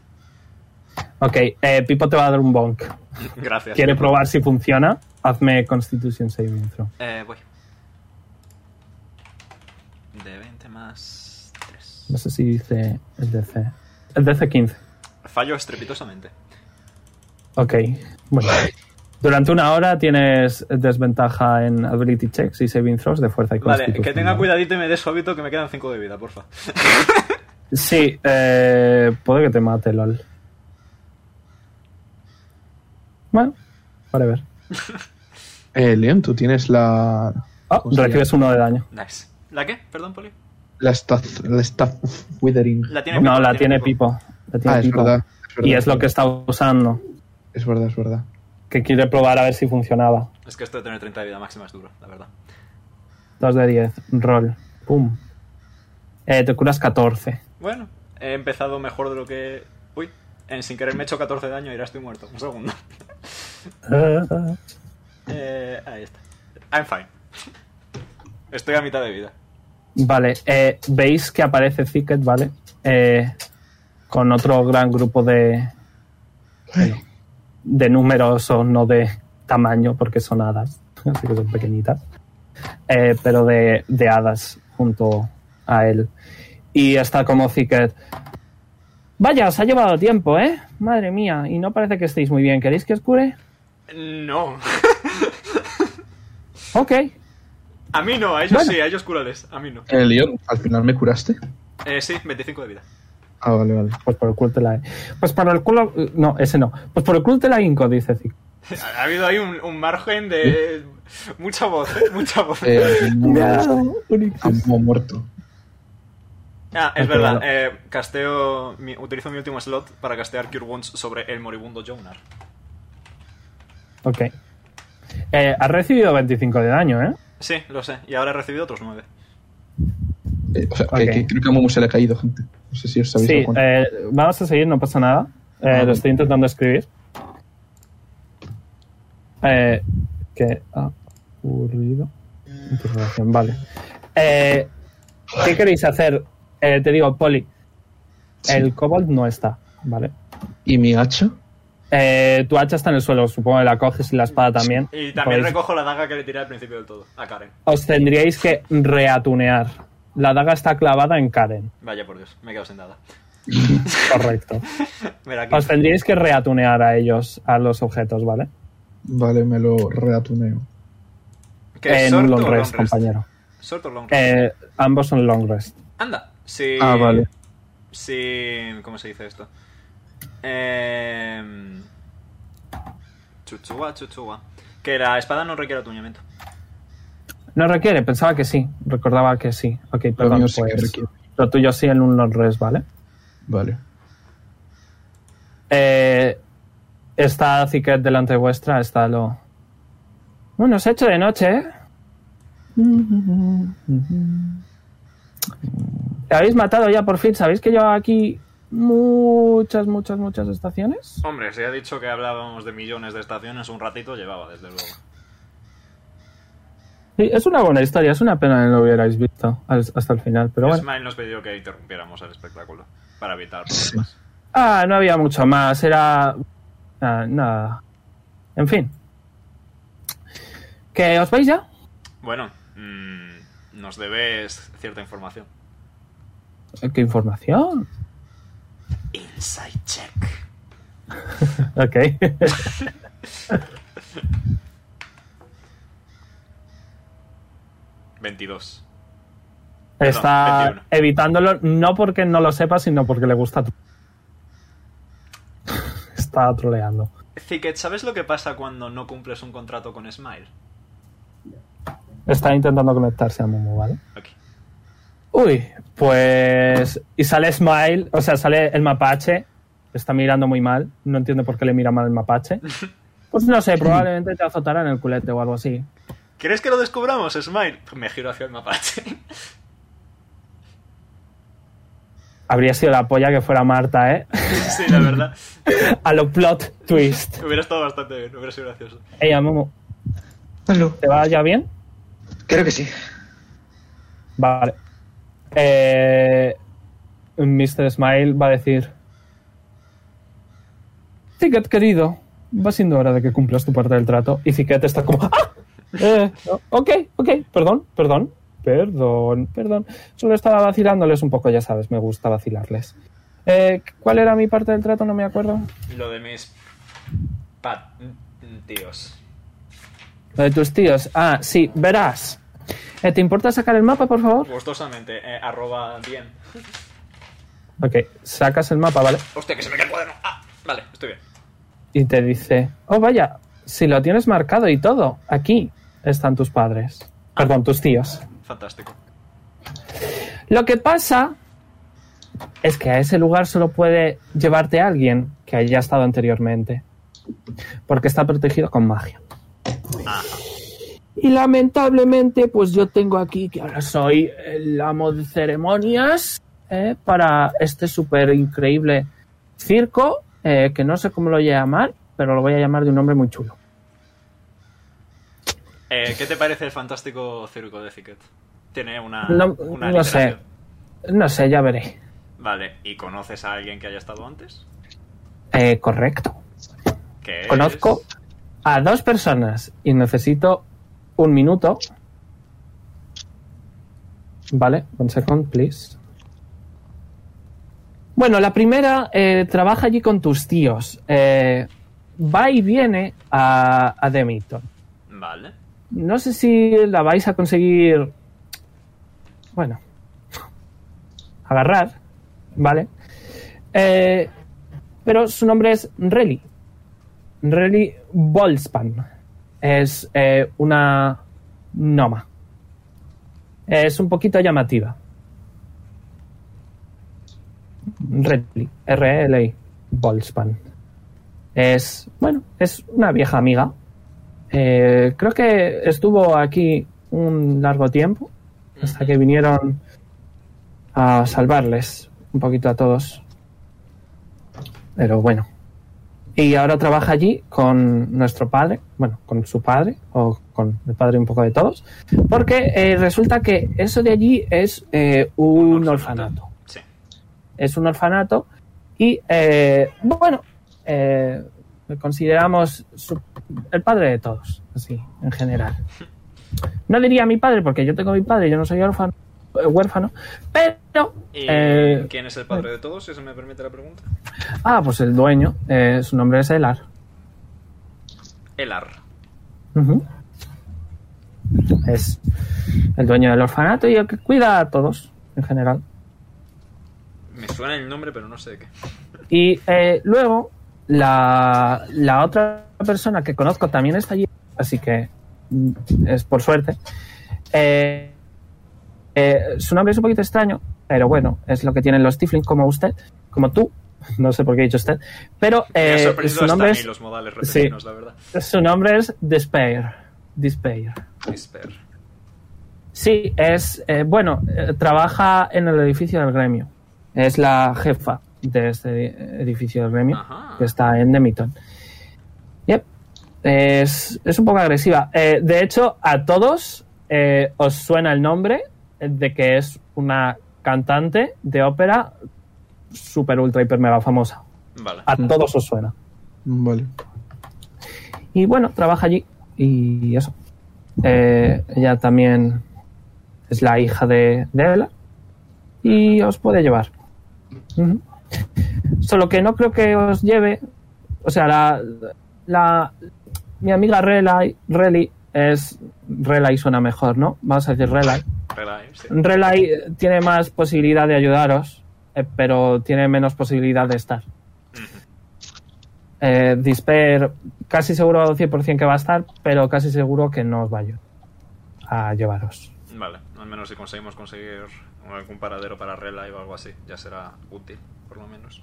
Ok, eh, Pipo te va a dar un bonk. [laughs] Gracias. ¿Quiere probar si funciona? Hazme Constitution Saving Throw. Eh, voy. De 20 más 3. No sé si dice el DC. El DC 15. Fallo estrepitosamente. Ok. Bueno. [laughs] Durante una hora tienes desventaja en Ability Checks y Saving Throws de fuerza y Vale, que Constitution, tenga ¿no? cuidadito y me des su hábito que me quedan 5 de vida, porfa. Sí, eh, puede que te mate, LOL. Bueno, para ver. Eh, Leon, tú tienes la. Ah, ¿cómo se recibes uno de daño. [laughs] Nice. ¿La qué? Perdón, Poli. llama? La staff, la staff Withering. La Eh, tiene No, Pipo, la tiene Pipo. La tiene Ah, es Pipo. verdad, es verdad. Y es lo que está usando. Es verdad, es verdad. Que quiere probar a ver si funcionaba. Es que esto de tener 30 de vida máxima es duro, la verdad. 2 de 10, roll. Pum. Eh, te curas 14. Bueno, he empezado mejor de lo que. Uy, en sin querer me he hecho 14 de daño y ahora estoy muerto. Un segundo. [laughs] Eh, ahí está. I'm fine. Estoy a mitad de vida. Vale, eh, veis que aparece Thicket, ¿vale? Eh, con otro gran grupo de. bueno, de números o no de tamaño, porque son hadas. [laughs] Así que son pequeñitas. Eh, pero de, de hadas junto a él. Y está como Thicket. Vaya, os ha llevado tiempo, ¿eh? Madre mía, y no parece que estéis muy bien. ¿Queréis que os cure? No. Ok. A mí no, a ellos Bueno. sí, a ellos cúrales. A mí no. Eh, Leon, al final me curaste. Eh, sí, 25 de vida. Ah, vale, vale. Pues por el culo te la. Pues por el culo. No, ese no. Pues por el culo te la inco, dice Thicket. Ha ha habido ahí un, un margen de. Mucha voz, ¿eh? mucha voz. Eh, al [laughs] final Onix. amo muerto. Ah, es ok, verdad. bueno. Eh, casteo. mi- utilizo mi último slot para castear Cure Wounds sobre el moribundo Jonar. Ok. Eh, has recibido 25 de daño, ¿eh? Sí, lo sé. Y ahora he recibido otros 9. Eh, o sea, que- Ok. que, creo que a Momo se le ha caído, gente. No sé si os sabéis Sí, lo cuánto. eh, vamos a seguir, no pasa nada. Eh, Ah, lo vale. estoy intentando escribir. Eh, ¿Qué ha ocurrido? Interrogación, vale. Eh, ¿Qué queréis hacer? Eh, te digo, Poli. El kobold no está, ¿vale? ¿Y mi hacha? Eh, tu hacha está en el suelo, supongo que la coges y la espada también. Y también Podéis- recojo la daga que le tiré al principio del todo, a Karen. Os tendríais que reatunear. La daga está clavada en Karen, Vaya por Dios, me he quedado sin nada. correcto. Mira aquí. Os tendríais que reatunear a ellos, a los objetos, ¿vale? Vale, me lo reatuneo. ¿Qué, en short un o long long rest, rest? compañero. Short o long rest? Eh, ambos son long rest. Anda, si. Ah, vale. Si. ¿Cómo se dice esto? Eh. Chuchuwa, chuchuwa. Que la espada no requiere atuñamiento. No requiere, pensaba que sí, recordaba que sí. Ok, perdón, mío sí que pues, requiere. lo tuyo sí en un long rest, ¿vale? Vale. Eh, está Ziquet delante vuestra, está lo... Bueno, se ha hecho de noche, ¿eh? Mm-hmm. ¿Le habéis matado ya por fin? ¿Sabéis que lleva aquí muchas, muchas, muchas estaciones? Hombre, se ha dicho que hablábamos de millones de estaciones, un ratito llevaba, desde luego. Sí, es una buena historia, es una pena que no lo hubierais visto al- hasta el final, pero bueno. Smile nos pidió que interrumpiéramos el espectáculo para evitar Sí. problemas. Ah, no había mucho más, era... ah, nada, En fin. ¿Que os vais ya? Bueno, mm, nos debes cierta información. ¿Qué información? Inside check. Ok. [laughs] Perdón, 22. Está 21. evitándolo no porque no lo sepa, sino porque le gusta. tro- Está troleando. Zicket, ¿sabes lo que pasa cuando no cumples un contrato con Smile? Está intentando conectarse a Momo, ¿vale? Aquí. Uy, pues. Y sale Smile, o sea, sale el mapache. Está mirando muy mal. No entiendo por qué le mira mal el mapache. Pues no sé, probablemente te azotará en el culete o algo así. ¿Quieres que lo descubramos, Smile? Me giro hacia el mapache. Habría sido la polla que fuera Marta, ¿eh? [laughs] [laughs] sí, la verdad. A lo plot twist. Hubiera estado bastante bien, hubiera sido gracioso. Ella, Momo, Hazlo. ¿te va ya bien? Creo que sí. Vale. Eh, Mr. Smile va a decir... Ticket, querido, va siendo hora de que cumplas tu parte del trato. Y Ticket está como... ¡Ah! Eh, no, ok, ok, perdón, perdón, perdón, perdón. Solo estaba vacilándoles un poco, ya sabes, me gusta vacilarles. Eh, ¿Cuál era mi parte del trato? No me acuerdo. Lo de mis pat tíos. Lo de tus tíos. Ah, sí, verás. Eh, ¿Te importa sacar el mapa, por favor? Gustosamente, eh, arroba bien. Ok, sacas el mapa, vale. Hostia, que se me cae el cuaderno. Ah, vale, estoy bien. y te dice, oh vaya, si lo tienes marcado y todo, aquí están tus padres, perdón, tus tíos. Fantástico. Lo que pasa es que a ese lugar solo puede llevarte alguien que haya estado anteriormente, porque está protegido con magia. Y lamentablemente, pues yo tengo aquí que ahora soy el amo de ceremonias ¿eh? para este súper increíble circo, eh, que no sé cómo lo voy a llamar, pero lo voy a llamar de un nombre muy chulo. Eh, ¿Qué te parece el fantástico circo de Zicket? Tiene una. No, una no sé, literación. no sé, ya veré. Vale, ¿y conoces a alguien que haya estado antes? Eh, correcto. Que es- Conozco a dos personas y necesito un minuto. Vale, one second, please. Bueno, la primera eh, trabaja allí con tus tíos. Eh, va y viene a, a Demiton. Vale. No sé si la vais a conseguir. Bueno. [laughs] Agarrar. Vale. Eh, pero su nombre es Reli. Reli Bolspan. Es eh, una noma. Es un poquito llamativa. Reli. R-L-I. Bolspan. Es. Bueno, es una vieja amiga. Eh, creo que estuvo aquí un largo tiempo hasta que vinieron a salvarles un poquito a todos. Pero bueno. Y ahora trabaja allí con nuestro padre, bueno, con su padre o con el padre un poco de todos, porque eh, resulta que eso de allí es eh, un orfanato Sí. es un orfanato y eh, bueno eh, lo consideramos su- el padre de todos así en general no diría mi padre porque yo tengo mi padre yo no soy órfano eh, huérfano pero ¿Y eh, quién es el padre de todos, si se me permite la pregunta? ah pues el dueño eh, su nombre es Elar Elar. Ujú. es el dueño del orfanato y el que cuida a todos en general Me suena el nombre, pero no sé de qué. Y eh, luego, la, la otra persona que conozco también está allí, así que mm, es por suerte. Eh, eh, su nombre es un poquito extraño, pero bueno, es lo que tienen los Tiflin como usted, como tú. [laughs] No sé por qué he dicho usted, pero me ha eh, sorprendido su, hasta nombre a mí es, los modales repentinos, la verdad. su nombre es Despair. Despair. Esper. Sí, es eh, bueno, eh, trabaja en el edificio del gremio. Es la jefa de este edi- edificio del gremio Ajá. que está en Demiton. Yep. Es, es un poco agresiva. Eh, de hecho, a todos eh, os suena el nombre de que es una cantante de ópera super ultra hiper mega famosa. Vale. A todos os suena. Vale. Y bueno, trabaja allí y eso. Eh, ella también es la hija de, de Ela y os puede llevar. Ujú. Solo que no creo que os lleve, o sea, la, la- mi amiga Relay, Relly es Relay suena mejor, ¿no? Vamos a decir Relay. Relay, sí. Relay eh, tiene más posibilidad de ayudaros, eh, pero tiene menos posibilidad de estar. Eh, Disper, casi seguro 100% que va a estar, pero casi seguro que no os va a ayudar a llevaros. Vale, al menos si conseguimos conseguir algún paradero para Relay o algo así, ya será útil, por lo menos.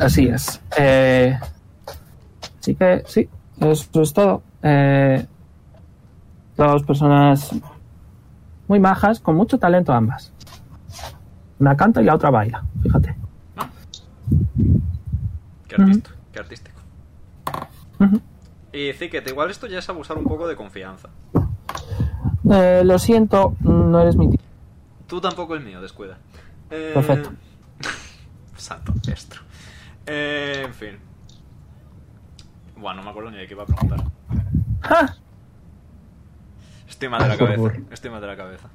Así es. Eh, así que sí, eso es todo. Eh, dos personas muy majas, con mucho talento ambas. Una canta y la otra baila, fíjate. Qué Ujú. artista, qué artístico. Ujú. Y Ziquet, igual esto ya es abusar un poco de confianza. Eh, lo siento, no eres mi tío. Tú tampoco el mío, descuida. Eh, Perfecto. [laughs] Santo Destro. Eh, en fin. Bueno, no me acuerdo ni de qué iba a preguntar. ¡Ja! Estoy mal de la Por cabeza. favor. Estoy mal de la cabeza.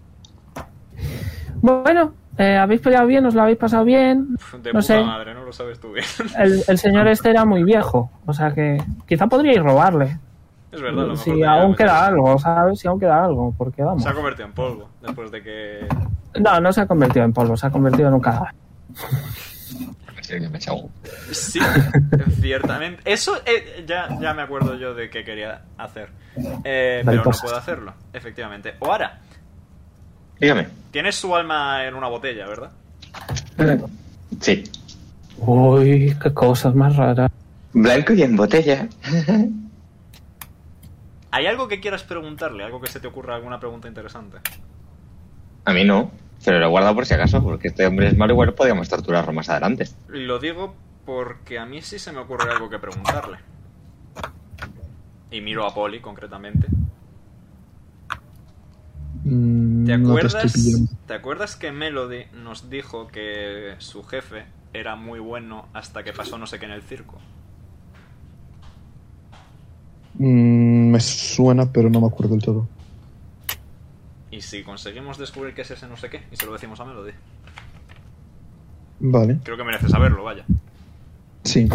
Bueno, eh, habéis peleado bien, os lo habéis pasado bien. Pf, De No puta sé. madre, no lo sabes tú bien. [laughs] El, el señor este era muy viejo, o sea que quizá podríais robarle. es verdad, a lo mejor si tenía aún que meter- queda algo, ¿sabes? Si aún queda algo, porque vamos. Se ha convertido en polvo después de que. No, no se ha convertido en polvo, se ha convertido en un cadáver. En serio, me chau. Sí, ciertamente. Eso eh, ya, ya me acuerdo yo de que quería hacer. Eh, pero no pues Mariposas. puedo hacerlo, efectivamente. Oara, Dígame. tienes su alma en una botella, ¿verdad? Sí. Uy, qué cosas más raras. Blanco y en botella. ¿Hay algo que quieras preguntarle? ¿Algo que se te ocurra? ¿Alguna pregunta interesante? A mí no. Pero lo guardo por si acaso, porque este hombre es malo, igual podríamos torturarlo más adelante. Lo digo porque a mí sí se me ocurre algo que preguntarle. Y miro a Polly concretamente. Mm, ¿Te no te acuerdas, estoy pillando. ¿Te acuerdas que Melody nos dijo que su jefe era muy bueno hasta que pasó no sé qué en el circo? Mm, me suena, pero no me acuerdo del todo. Y si conseguimos descubrir qué es ese no sé qué, y se lo decimos a Melody. Vale, Creo que merece saberlo, vaya. sí.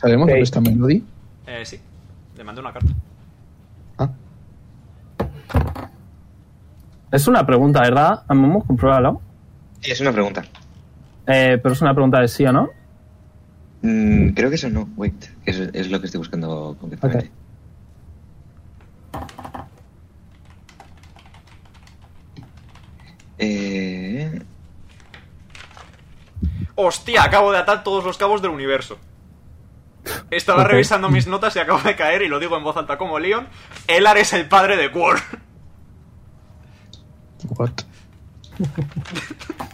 ¿Sabemos Ok. dónde está Melody? Eh, sí, le mandé una carta. Ah, Es una pregunta, ¿verdad? Vamos, compruébalo. Sí, es una pregunta. Eh, pero es una pregunta de sí o no. Mm, creo que eso no. Wait. Eso es lo que estoy buscando concretamente. Eh, ¡Hostia! Acabo de atar todos los cabos del universo. Estaba Ok. revisando mis notas y acabo de caer, y lo digo en voz alta como Leon. Elar es el padre de Quor. what? [laughs]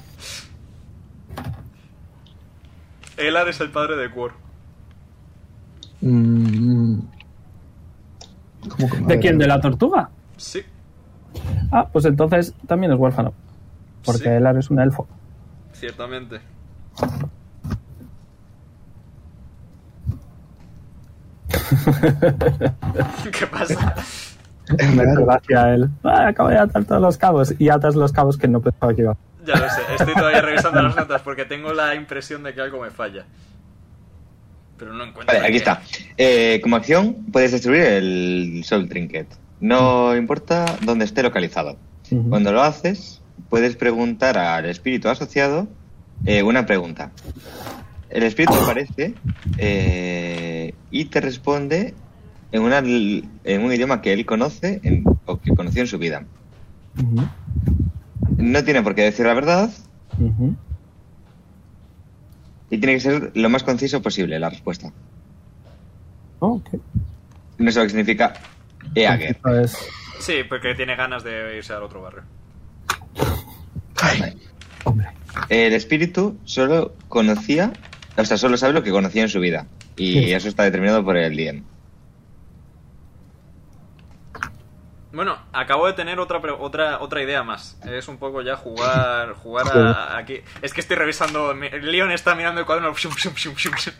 Elar es el padre de Quor. Mm, mm. ¿Cómo que? a ¿De ver, quién? a ¿De ver. la tortuga? Sí. Ah, pues entonces también es huérfano. Porque Sí. él es [laughs] un elfo. Ciertamente. [laughs] ¿Qué pasa? Me hace Claro. gracia él. Ah, acabo de atar todos los cabos. Y atas los cabos que no pensaba que iba. Ya lo sé, estoy todavía revisando las notas porque tengo la impresión de que algo me falla. Pero no encuentro. vale, aquí qué. está. Eh, como acción, puedes destruir el Soul Trinket. No importa dónde esté localizado. Ujú. Cuando lo haces, puedes preguntar al espíritu asociado eh, una pregunta. El espíritu aparece eh, y te responde en, una, l- en un idioma que él conoce en- o que conoció en su vida. Ujú. No tiene por qué decir la verdad Ujú. y tiene que ser lo más conciso posible la respuesta. Ok. No sé lo que significa Eager. Entonces, Sí, porque tiene ganas de irse al otro barrio. hombre. El espíritu solo conocía, o sea, solo sabe lo que conocía en su vida. Y Sí. eso está determinado por el DM. Bueno, acabo de tener otra pre- otra otra idea más. Es un poco ya jugar jugar a, aquí. Es que estoy revisando. mi- Leon está mirando el cuaderno. Shum, shum, shum, shum, shum.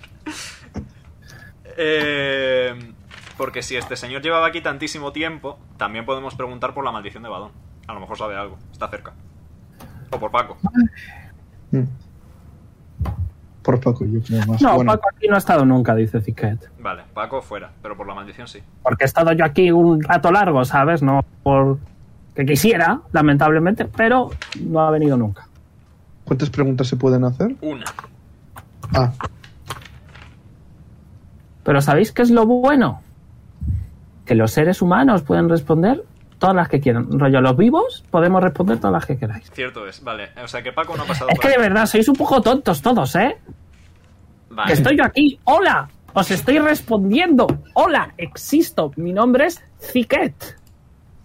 Eh, porque si este señor llevaba aquí tantísimo tiempo, también podemos preguntar por la maldición de Badón. A lo mejor sabe algo, está cerca. O por Paco. Mm. Por Paco, yo creo más. No, Bueno, Paco aquí no ha estado nunca, dice Ziquet. Vale, Paco fuera, pero por la maldición sí. Porque he estado yo aquí un rato largo, ¿sabes? No por que quisiera, lamentablemente, pero no ha venido nunca. ¿Cuántas preguntas se pueden hacer? Una. Ah, Pero ¿sabéis qué es lo bueno? Que los seres humanos pueden responder todas las que quieran. Rollo, los vivos podemos responder todas las que queráis. Cierto es, vale. O sea que Paco no ha pasado Es que por de aquí. verdad sois un poco tontos todos, [laughs] ¿eh? Vale. Que estoy yo aquí. Hola, os estoy respondiendo. Hola, existo. Mi nombre es Ziquet.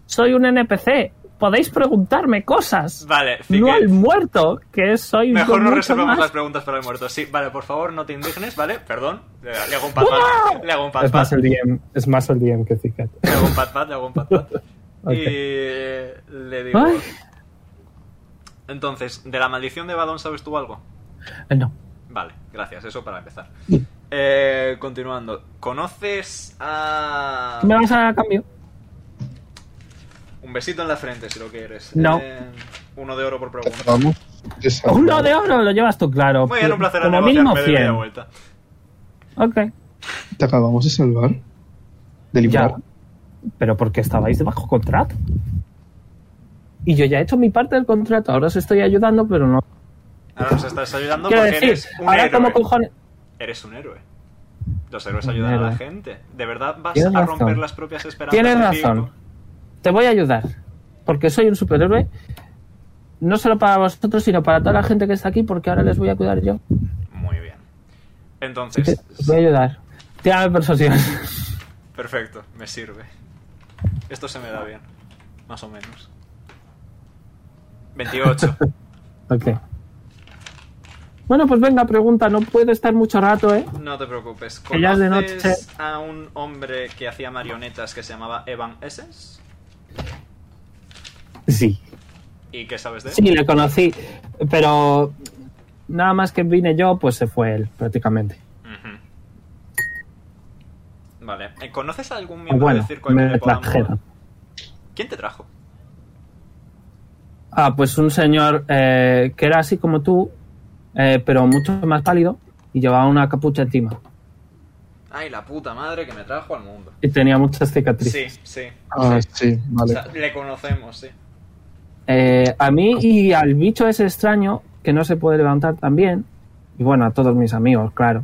Soy un NPC. Podéis preguntarme cosas. Vale, No Ziquet. al muerto, que soy Mejor no mucho reservamos más. las preguntas para el muerto. Sí, vale, por favor, no te indignes, ¿vale? Perdón. Le le hago un pat ¡Wow! Le hago un pat Es más el DM, es más el DM que Zicat. Le hago un pat pat, le hago un pat pat. Ok. Y eh, le digo. Ay. Entonces, ¿de la maldición de Badón sabes tú algo? Eh, No. Vale, gracias, eso [laughs] para empezar. Eh, continuando, ¿conoces a. ¿Me vas a cambio? Un besito en la frente si lo quieres? No. Eh, uno de oro por pregunta. vamos. Esa- Uno de oro lo llevas tú, claro. Muy bien, un placer Como negociar, mínimo me doy media 100. vuelta. Ok. Te acabamos de salvar. De Ya. librar. Pero porque estabais de bajo contrato. Y yo ya he hecho mi parte del contrato. Ahora os estoy ayudando, pero no. Ahora nos estás ayudando Quiero porque decir, eres un ahora héroe. como cojones. Eres un héroe. Los héroes Un ayudan a la héroe. gente. ¿De verdad vas Tienes a romper razón. las propias esperanzas? Tienes del tipo? razón. Te voy a ayudar. Porque soy un superhéroe. No solo para vosotros, sino para toda la gente que está aquí, porque ahora les voy a cuidar yo. Muy bien. Te Entonces, te voy a ayudar. Tírame persuasión. perfecto, me sirve. Esto se me da bien, más o menos. [laughs] 28. [laughs] ok. Bueno, pues venga, pregunta. No puedo estar mucho rato, ¿eh? No te preocupes. Que ya es de noche. ¿Conoces a un hombre que hacía marionetas que se llamaba Evan Essence? Sí. ¿Y qué sabes de él? Sí, le conocí, pero nada más que vine yo, pues se fue él prácticamente. Ujú. Vale. Eh, ¿Conoces a algún miembro Ah, Bueno, del circo al que me le podamos- trajeron. ¿Quién te trajo? Ah, pues un señor eh, que era así como tú, eh, pero mucho más pálido y llevaba una capucha encima Ay, la puta madre que me trajo al mundo. y tenía muchas cicatrices. Sí, sí. Ah, sí. sí, O vale. sea, le conocemos, sí. Eh, a mí y al bicho ese extraño que no se puede levantar también y bueno a todos mis amigos, claro.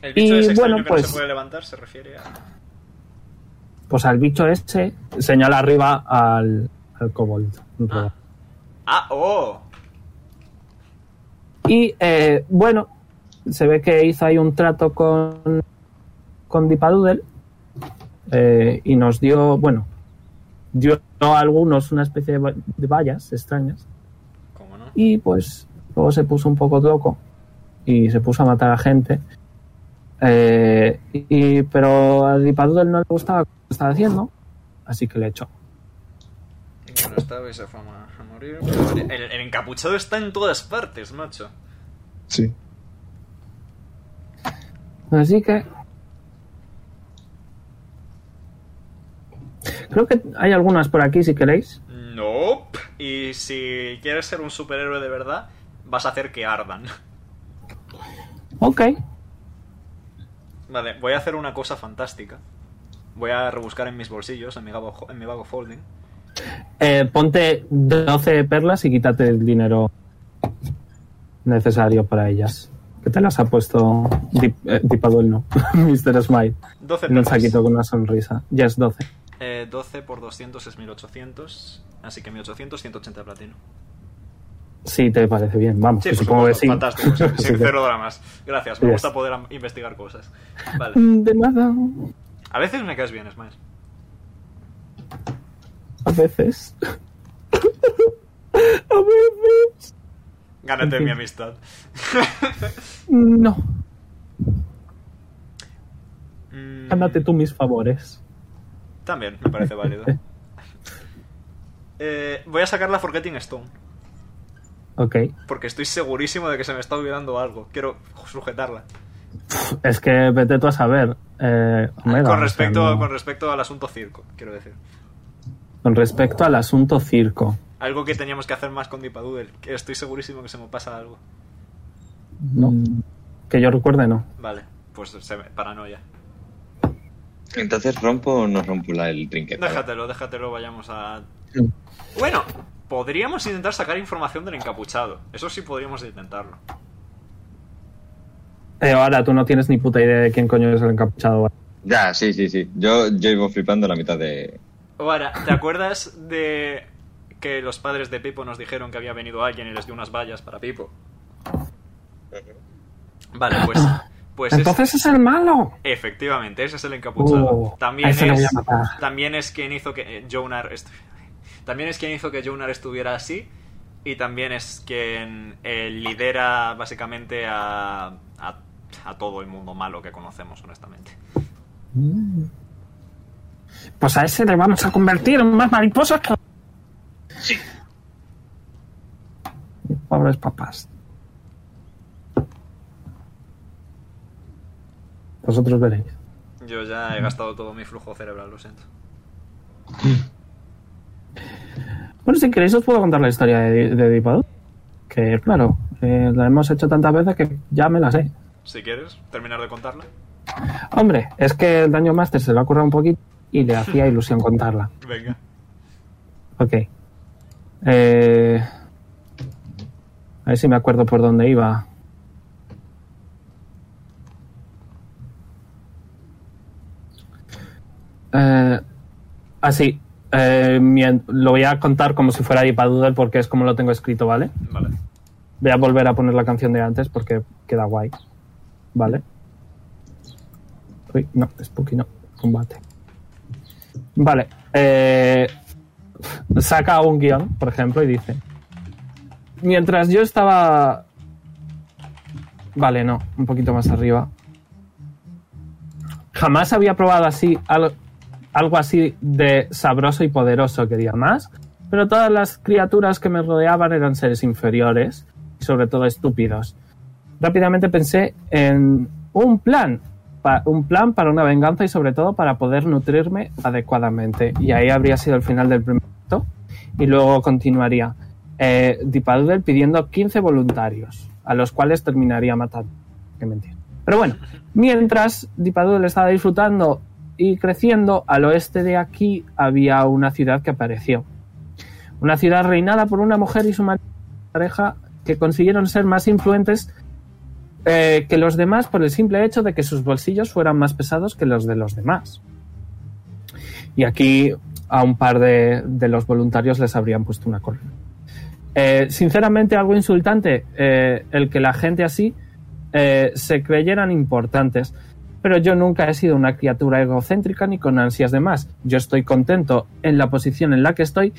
El bicho Y ese extraño bueno, que no pues- se puede levantar se refiere a... Pues al bicho ese señala arriba al, al kobold. Ah. Ah, oh. Y eh, bueno, se ve que hizo ahí un trato con, con Dipadoodle eh, y nos dio, bueno, dio a algunos una especie de, va- de vallas extrañas ¿Cómo no? y pues luego se puso un poco loco y se puso a matar a gente. Eh, y, pero a Dipadoodle no le gustaba lo que estaba haciendo, así que le echó. Bueno, estaba y se fue a ma- a morir. Pero vale, El, el encapuchado está en todas partes, macho. Sí. Así que. Creo que hay algunas por aquí si queréis. No. Y si quieres ser un superhéroe de verdad, vas a hacer que ardan. [laughs] Ok. Vale, voy a hacer una cosa fantástica. Voy a rebuscar en mis bolsillos, en mi vago, en mi vago folding. Eh, ponte 12 perlas y quítate el dinero necesario para ellas. Que te las ha puesto Dip, eh, Dipaduel, no. [laughs] Mr. Smite. 12 En un perlas. saquito con una sonrisa. Ya es 12. Eh, 12 por 200 es 1800. Así que 1800, 180 de platino. Sí, te parece bien. Vamos, Sí, que por Pues supongo que supuesto, sí. [laughs] fantástico. sí, Así Sin que- cero dramas. Gracias, me Yes. gusta poder am- [laughs] investigar cosas. Vale. Mm, De nada. A veces me caes bien, es más. A veces. A veces. Gánate En fin. [laughs] mi amistad. No. Mm, Ándate tú mis favores. También, me [laughs] parece válido. Eh, voy a sacar la Forgetting Stone. Ok. Porque estoy segurísimo de que se me está olvidando algo. Quiero sujetarla. Es que vete tú a saber. eh, Omega, con, o respecto, sea, no- con respecto al asunto circo, quiero decir. con respecto al asunto circo. Algo que teníamos que hacer más con Dipadoodle, que estoy segurísimo que se me pasa algo. No. Que yo recuerde, no. Vale, pues se me- paranoia. Entonces rompo o no rompo la, el trinquete. Déjatelo, déjatelo, vayamos a... Sí. Bueno, podríamos intentar sacar información del encapuchado. Eso sí podríamos intentarlo. Eh, ahora tú no tienes ni puta idea de quién coño es el encapuchado. Ya, sí, sí, sí. Yo, yo iba flipando la mitad de. Ahora, ¿te acuerdas de que los padres de Pipo nos dijeron que había venido alguien y les dio unas vallas para Pipo? Vale, pues... pues es- Entonces es el malo. Efectivamente, ese es el encapuchado. Oh, también, a ese le voy es, a matar. también es quien hizo que eh, Jonar estu- [laughs] también es quien hizo que Jonar estuviera así y también es quien eh, lidera básicamente a, a, a todo el mundo malo que conocemos, honestamente. Pues a ese le vamos a convertir en más mariposas que... Sí. Pobres papás. Vosotros veréis. Yo ya he gastado todo mi flujo cerebral, lo siento. Bueno, si queréis os puedo contar la historia de, de Dipado. Que claro, eh, la hemos hecho tantas veces que ya me la sé. Si quieres, terminar de contarla. Hombre, es que el Daño Master se lo ha currado un poquito y le hacía ilusión contarla. Venga. Ok. Eh, a ver si me acuerdo por dónde iba. Eh, así. eh, mien- lo voy a contar como si fuera Doodle porque es como lo tengo escrito, ¿vale? Vale. Voy a volver a poner la canción de antes porque queda guay. ¿Vale? Uy, no, Spooky no. Combate. Vale. eh, saca un guión, por ejemplo, y dice... Mientras yo estaba... Vale, no, un poquito más arriba. Jamás había probado así al- algo así de sabroso y poderoso, quería más, pero todas las criaturas que me rodeaban eran seres inferiores y sobre todo estúpidos. Rápidamente pensé en un plan, pa- un plan para una venganza y sobre todo para poder nutrirme adecuadamente. Y ahí habría sido el final del primer acto y luego continuaría eh, Dipadoodle pidiendo 15 voluntarios, a los cuales terminaría matando. Qué mentira. Pero bueno, mientras Dipadoodle estaba disfrutando y creciendo, al oeste de aquí había una ciudad que apareció. Una ciudad reinada por una mujer y su marido pareja que consiguieron ser más influentes eh, que los demás por el simple hecho de que sus bolsillos fueran más pesados que los de los demás. Y aquí a un par de, de los voluntarios les habrían puesto una correa. Eh, sinceramente, algo insultante eh, el que la gente así eh, se creyeran importantes. Pero yo nunca he sido una criatura egocéntrica ni con ansias de más. Yo estoy contento en la posición en la que estoy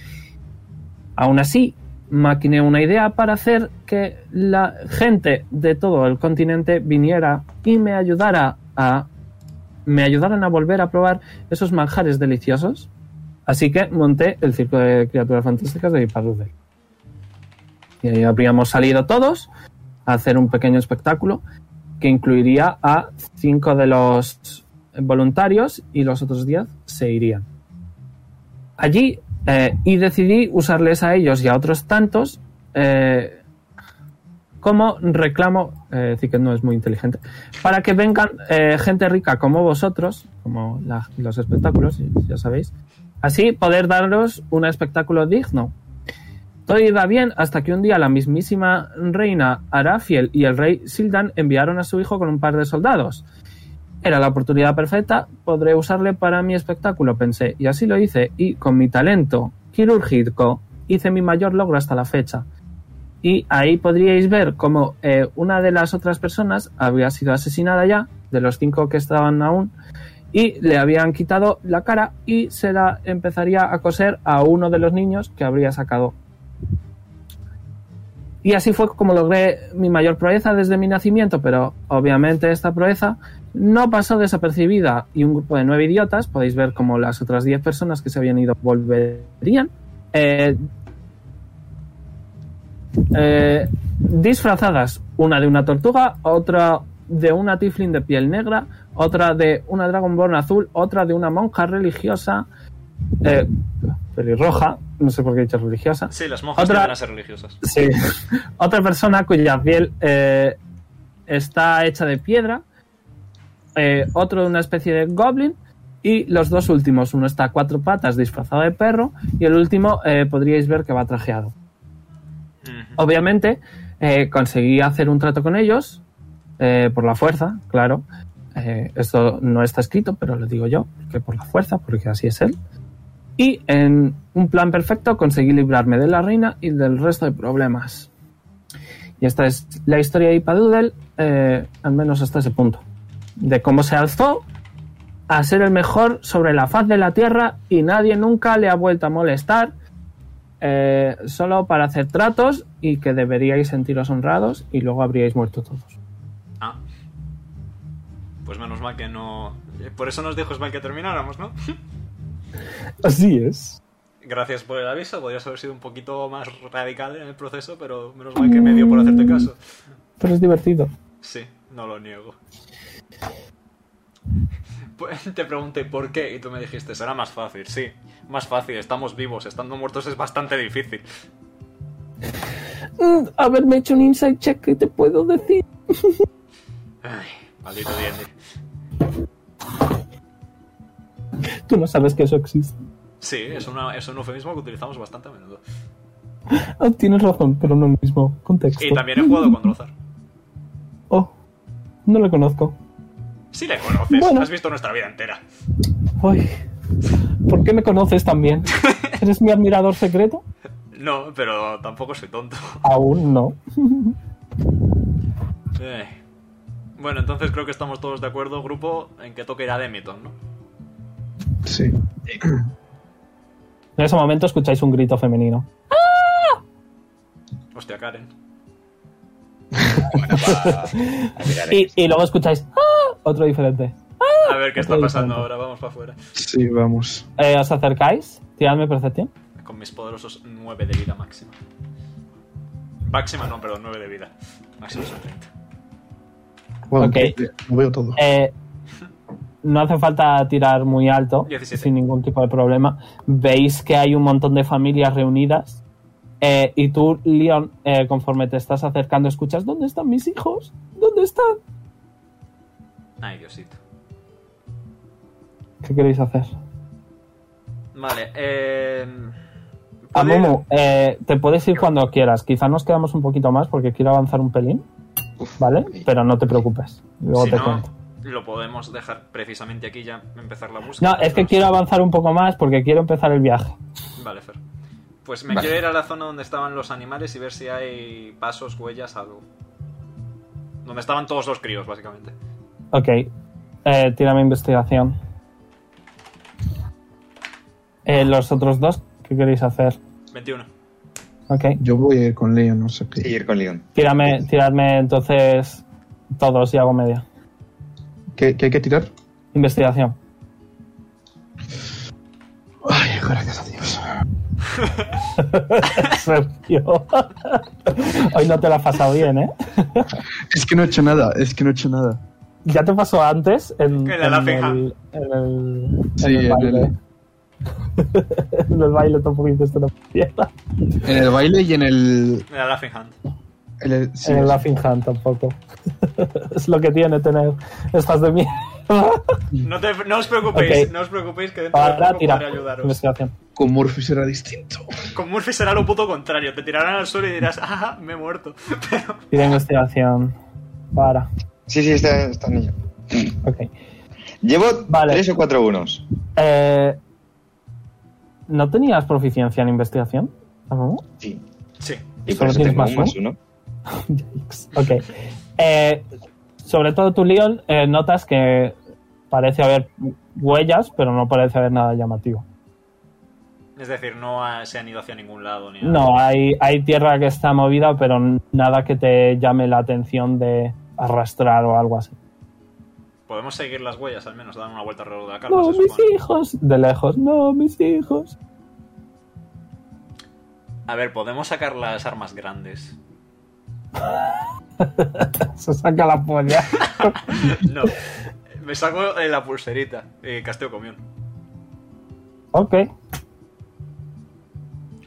Aún así, maquiné una idea para hacer que la gente de todo el continente viniera y me ayudara a me ayudaran a volver a probar esos manjares deliciosos. Así que monté el circo de criaturas fantásticas de Iparudel. Y ahí habríamos salido todos a hacer un pequeño espectáculo que incluiría a cinco de los voluntarios y los otros diez se irían allí eh, y decidí usarles a ellos y a otros tantos eh, como reclamo, eh, decir que no es muy inteligente, para que vengan eh, gente rica como vosotros, como la- los espectáculos, ya sabéis, así poder daros un espectáculo digno. Todo iba bien hasta que un día la mismísima reina Arafiel y el rey Sildan enviaron a su hijo con un par de soldados. Era la oportunidad perfecta, podré usarle para mi espectáculo, pensé, y así lo hice, y con mi talento quirúrgico hice mi mayor logro hasta la fecha. Y ahí podríais ver cómo eh, una de las otras personas había sido asesinada ya, de los cinco que estaban aún, y le habían quitado la cara y se la empezaría a coser a uno de los niños que habría sacado y así fue como logré mi mayor proeza desde mi nacimiento, pero obviamente esta proeza no pasó desapercibida y un grupo de nueve idiotas, podéis ver como las otras diez personas que se habían ido volverían, eh, eh, disfrazadas, una de una tortuga, otra de una tiflin de piel negra, otra de una dragonborn azul, otra de una monja religiosa, eh, pelirroja, no sé por qué he dicho religiosa, Sí, las monjas Otra- tienden a ser religiosas. Sí. [laughs] Otra persona cuya piel eh, está hecha de piedra. eh, otro de una especie de goblin. Y los dos últimos. Uno está a cuatro patas disfrazado de perro. Y el último eh, podríais ver que va trajeado. Ujú. Obviamente eh, conseguí hacer un trato con ellos. eh, por la fuerza, claro. Eh, esto no está escrito, pero lo digo yo. Que por la fuerza, porque así es él. Y en un plan perfecto conseguí librarme de la reina y del resto de problemas. Y esta es la historia de Ipadoodle, eh, al menos hasta ese punto. De cómo se alzó a ser el mejor sobre la faz de la tierra y nadie nunca le ha vuelto a molestar. eh, solo para hacer tratos y que deberíais sentiros honrados y luego habríais muerto todos. Ah. Pues menos mal que no. eh, Por eso nos dijo Smack que termináramos, ¿no? [laughs] Así es. Gracias por el aviso. Podrías haber sido un poquito más radical en el proceso, pero menos mal que me dio por hacerte caso. Pero es divertido. Sí, no lo niego. [laughs] Pues Te pregunté por qué y tú me dijiste, será más fácil. Sí, más fácil, estamos vivos, estando muertos es bastante difícil. Mm, haberme hecho un insight check que te puedo decir. Ay, maldito D&D. Tú no sabes que eso existe. Sí, es, una, es un eufemismo que utilizamos bastante a menudo. Ah, tienes razón, pero no en el mismo contexto. Y también he jugado con Rozar. Oh, no lo conozco. Sí le conoces, Bueno. has visto nuestra vida entera. Ay, ¿por qué me conoces también? ¿Eres mi admirador secreto? No, pero tampoco soy tonto. Aún no. Eh. Bueno, entonces creo que estamos todos de acuerdo, grupo, en que toque ir a Demiton, ¿no? Sí. En ese momento escucháis un grito femenino. Hostia, Karen. Bueno, va a mirar Y, aquí. y luego escucháis ¡ah! otro diferente. A ver qué está Estoy pasando tonto. ahora, vamos para afuera. Sí, vamos. Eh, ¿Os acercáis? Tiradme percepción. Con mis poderosos 9 de vida máxima. Máxima no, perdón, 9 de vida. Máxima son 30. Bueno, Ok. Lo veo todo. Eh, no hace falta tirar muy alto, 17. sin ningún tipo de problema. Veis que hay un montón de familias reunidas. Eh, y tú, Leon, eh, conforme te estás acercando, escuchas, ¿dónde están mis hijos? ¿Dónde están? Ay, Diosito. ¿Qué queréis hacer? Vale, eh. A ¿puede- Momo, eh, te puedes ir cuando quieras. Quizá nos quedamos un poquito más porque quiero avanzar un pelín, Uf, ¿vale? sí. Pero no te preocupes. Luego Si te no, cuento. lo podemos dejar precisamente aquí ya empezar la música. No, es que quiero avanzar un poco más porque quiero empezar el viaje. Vale, Fer. Pues me Vale. quiero ir a la zona donde estaban los animales y ver si hay pasos, huellas, algo. Donde estaban todos los críos, básicamente. Ok. Eh, tírame investigación. Eh, los otros dos, ¿qué queréis hacer? 21. Ok. Yo voy a ir con Leon, no sé qué. Seguir con Leon. Tírame, tiradme entonces todos y hago media. ¿Qué, qué hay que tirar? Investigación. [laughs] Ay, gracias a Dios. Sergio. [laughs] Hoy no te la has pasado bien, ¿eh? Es que no he hecho nada, es que no he hecho nada. Ya te pasó antes en, Que la en lapeja. el, en el- Sí, en el en baile. el- [laughs] En el baile tampoco hiciste una mierda. En el baile y en el. Me da la Hand. en el- sí, en el Laughing Hand tampoco. [laughs] es lo que tiene tener estas de [laughs] mierda. No, te- no os preocupéis, Ok. no os preocupéis que dentro de Para poco tirar podré ayudaros. investigación. Con Morphy será distinto. Con Murphy será lo puto contrario. Te tirarán al suelo y dirás, ah, me he muerto. [laughs] Pero Tira investigación. Para. Sí, sí, está, está niño. Ok. Llevo Vale. tres o cuatro unos. Eh, ¿No tenías proficiencia en investigación? ¿No? Sí. sí. Y Solo por eso tienes tengo más un más uno. Yikes. Ok. Eh, sobre todo tu Leon, eh, notas que parece haber huellas, pero no parece haber nada llamativo. Es decir, no ha- se han ido hacia ningún lado ni nada. No, hay, hay tierra que está movida, pero nada que te llame la atención de arrastrar o algo así. Podemos seguir las huellas, al menos dar una vuelta alrededor de la calma. No, se mis supone. hijos. De lejos, no, mis hijos. A ver, podemos sacar las armas grandes. Se saca la polla. No. Me saco eh, la pulserita. Eh, casteo comión. Ok.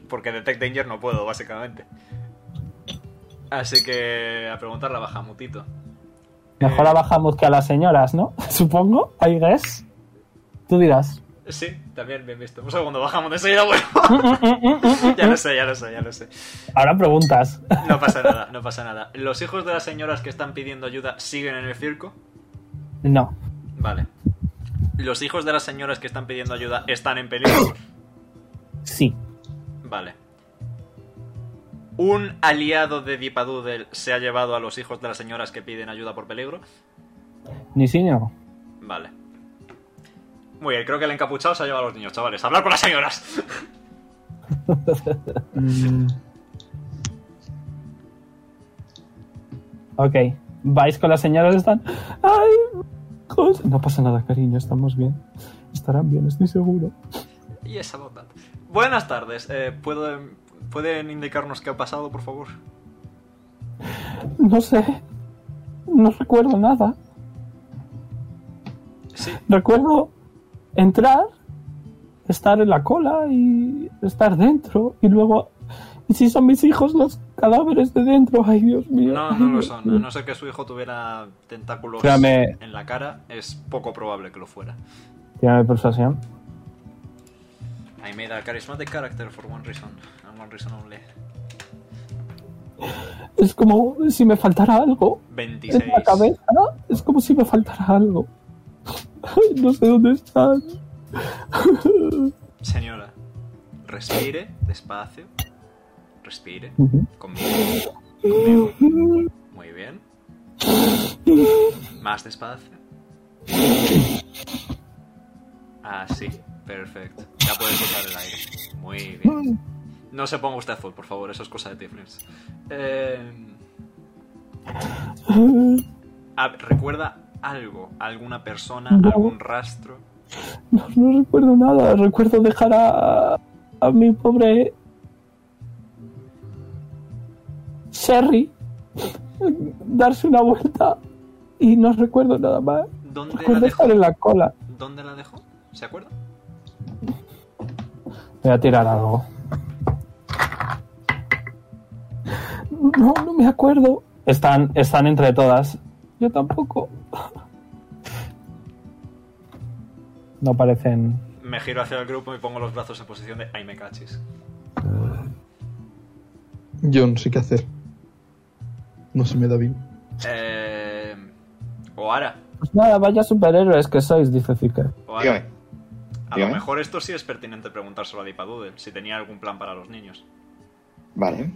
Porque Detect Danger no puedo, básicamente. Así que a preguntarle a Bajamutito. Mejor la bajamos que a las señoras, ¿no? [laughs] Supongo. I guess. Tú dirás. Sí, también bien visto. Un segundo, bajamos de enseguida, bueno. [laughs] ya lo sé, ya lo sé, ya lo sé. Ahora preguntas. No pasa nada, no pasa nada. ¿Los hijos de las señoras que están pidiendo ayuda siguen en el circo? No. Vale. ¿Los hijos de las señoras que están pidiendo ayuda están en peligro? Sí. Vale. ¿Un aliado de Dipadoodle se ha llevado a los hijos de las señoras que piden ayuda por peligro? Ni sí ni no. Vale. Muy bien, creo que el encapuchado se ha llevado a los niños, chavales. ¡Hablar con las señoras! Mm, Ok. ¿Vais con las señoras? Están. ¡Ay! hijos! No pasa nada, cariño. Estamos bien. Estarán bien, estoy seguro. Y esa bota. Buenas tardes. eh, ¿puedo, ¿Pueden indicarnos qué ha pasado, por favor? No sé. No recuerdo nada. Sí, Recuerdo entrar, estar en la cola y estar dentro. Y luego. ¿Y si son mis hijos los cadáveres de dentro? ¡Ay, Dios mío! No, no lo son. A no ser que su hijo tuviera tentáculos Espérame. en la cara, es poco probable que lo fuera. Tírame persuasión. I made a charismatic character for one reason, and one reason only. Es como si me faltara algo. Es 26. la cabeza. Es como si me faltara algo. [laughs] Ay, no sé dónde están. Señora, respire despacio. Respire. Conmigo. Conmigo. Muy bien. Más despacio. Así. Perfecto. Ya puede soltar el aire. Muy bien. No se ponga usted azul, por favor. Eso es cosa de Tiflins. Eh... Ah, ¿Recuerda algo? ¿Alguna persona? No. ¿Algún rastro? No, no recuerdo nada. Recuerdo dejar a, a mi pobre Sherry [laughs] darse una vuelta y no recuerdo nada más. ¿Dónde la Recuerdo estar dejó? en la cola. ¿Dónde la dejó? ¿Se acuerda? Voy a tirar algo. No, no me acuerdo. Están, están entre todas. Yo tampoco. No parecen. Me giro hacia el grupo y pongo los brazos en posición de ay me cachis. Yo no sé qué hacer. No se me da bien. Eh... Oara. Pues nada, vaya superhéroes que sois, dice Zika. Oara. Dígame. A lo dígame. mejor esto sí es pertinente preguntárselo a Dipadude, si tenía algún plan para los niños. Vale.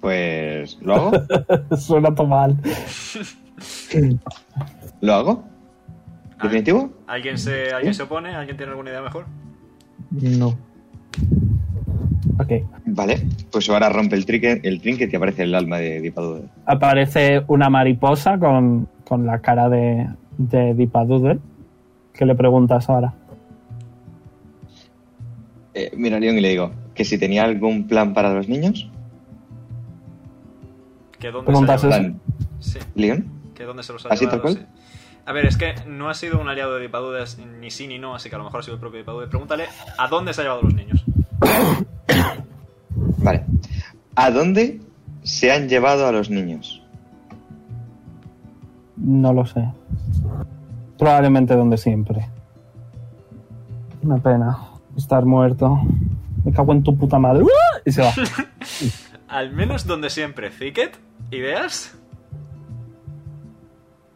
Pues, [laughs] ¿lo hago? [laughs] Suena todo mal. ¿Lo hago? ¿Definitivo? ¿Alguien se, ¿Alguien se opone? ¿Alguien tiene alguna idea mejor? No. Ok. Vale. Pues ahora rompe el trinket, el trinket y aparece el alma de Dipadude. Aparece una mariposa con, con la cara de, de Dipadoodle. ¿Qué le preguntas ahora? Eh, miro a Leon y le digo que si tenía algún plan para los niños. ¿Que dónde Preguntas se ha llevado? Plan, Sí, Leon. que dónde se los ha ¿Así llevado, tal cual? sí. A ver, es que no ha sido un aliado de Dipadude ni sí ni no, así que a lo mejor ha sido el propio Dipadude. Pregúntale a dónde se ha llevado los niños. Vale. ¿A dónde se han llevado a los niños? No lo sé. Probablemente donde siempre. Una pena estar muerto. Me cago en tu puta madre. ¡Uah! Y se va. Al menos donde siempre. ¿Thicket? ¿Ideas?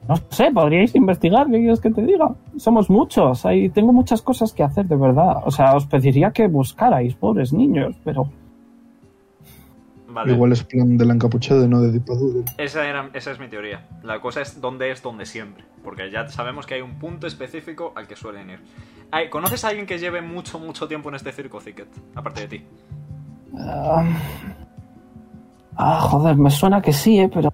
No sé, podríais investigar, ¿qué quieres que te diga? Somos muchos, hay, tengo muchas cosas que hacer, de verdad. O sea, os pediría que buscarais, pobres niños, pero... Vale. Igual es plan del encapuchado, no de Dipadudo. Esa, era, esa es mi teoría. La cosa es dónde es donde siempre. Porque ya sabemos que hay un punto específico al que suelen ir. Ay, ¿Conoces a alguien que lleve mucho, mucho tiempo en este circo, Thicket? Aparte de ti. ah, ah, joder, me suena que sí, ¿eh? Pero...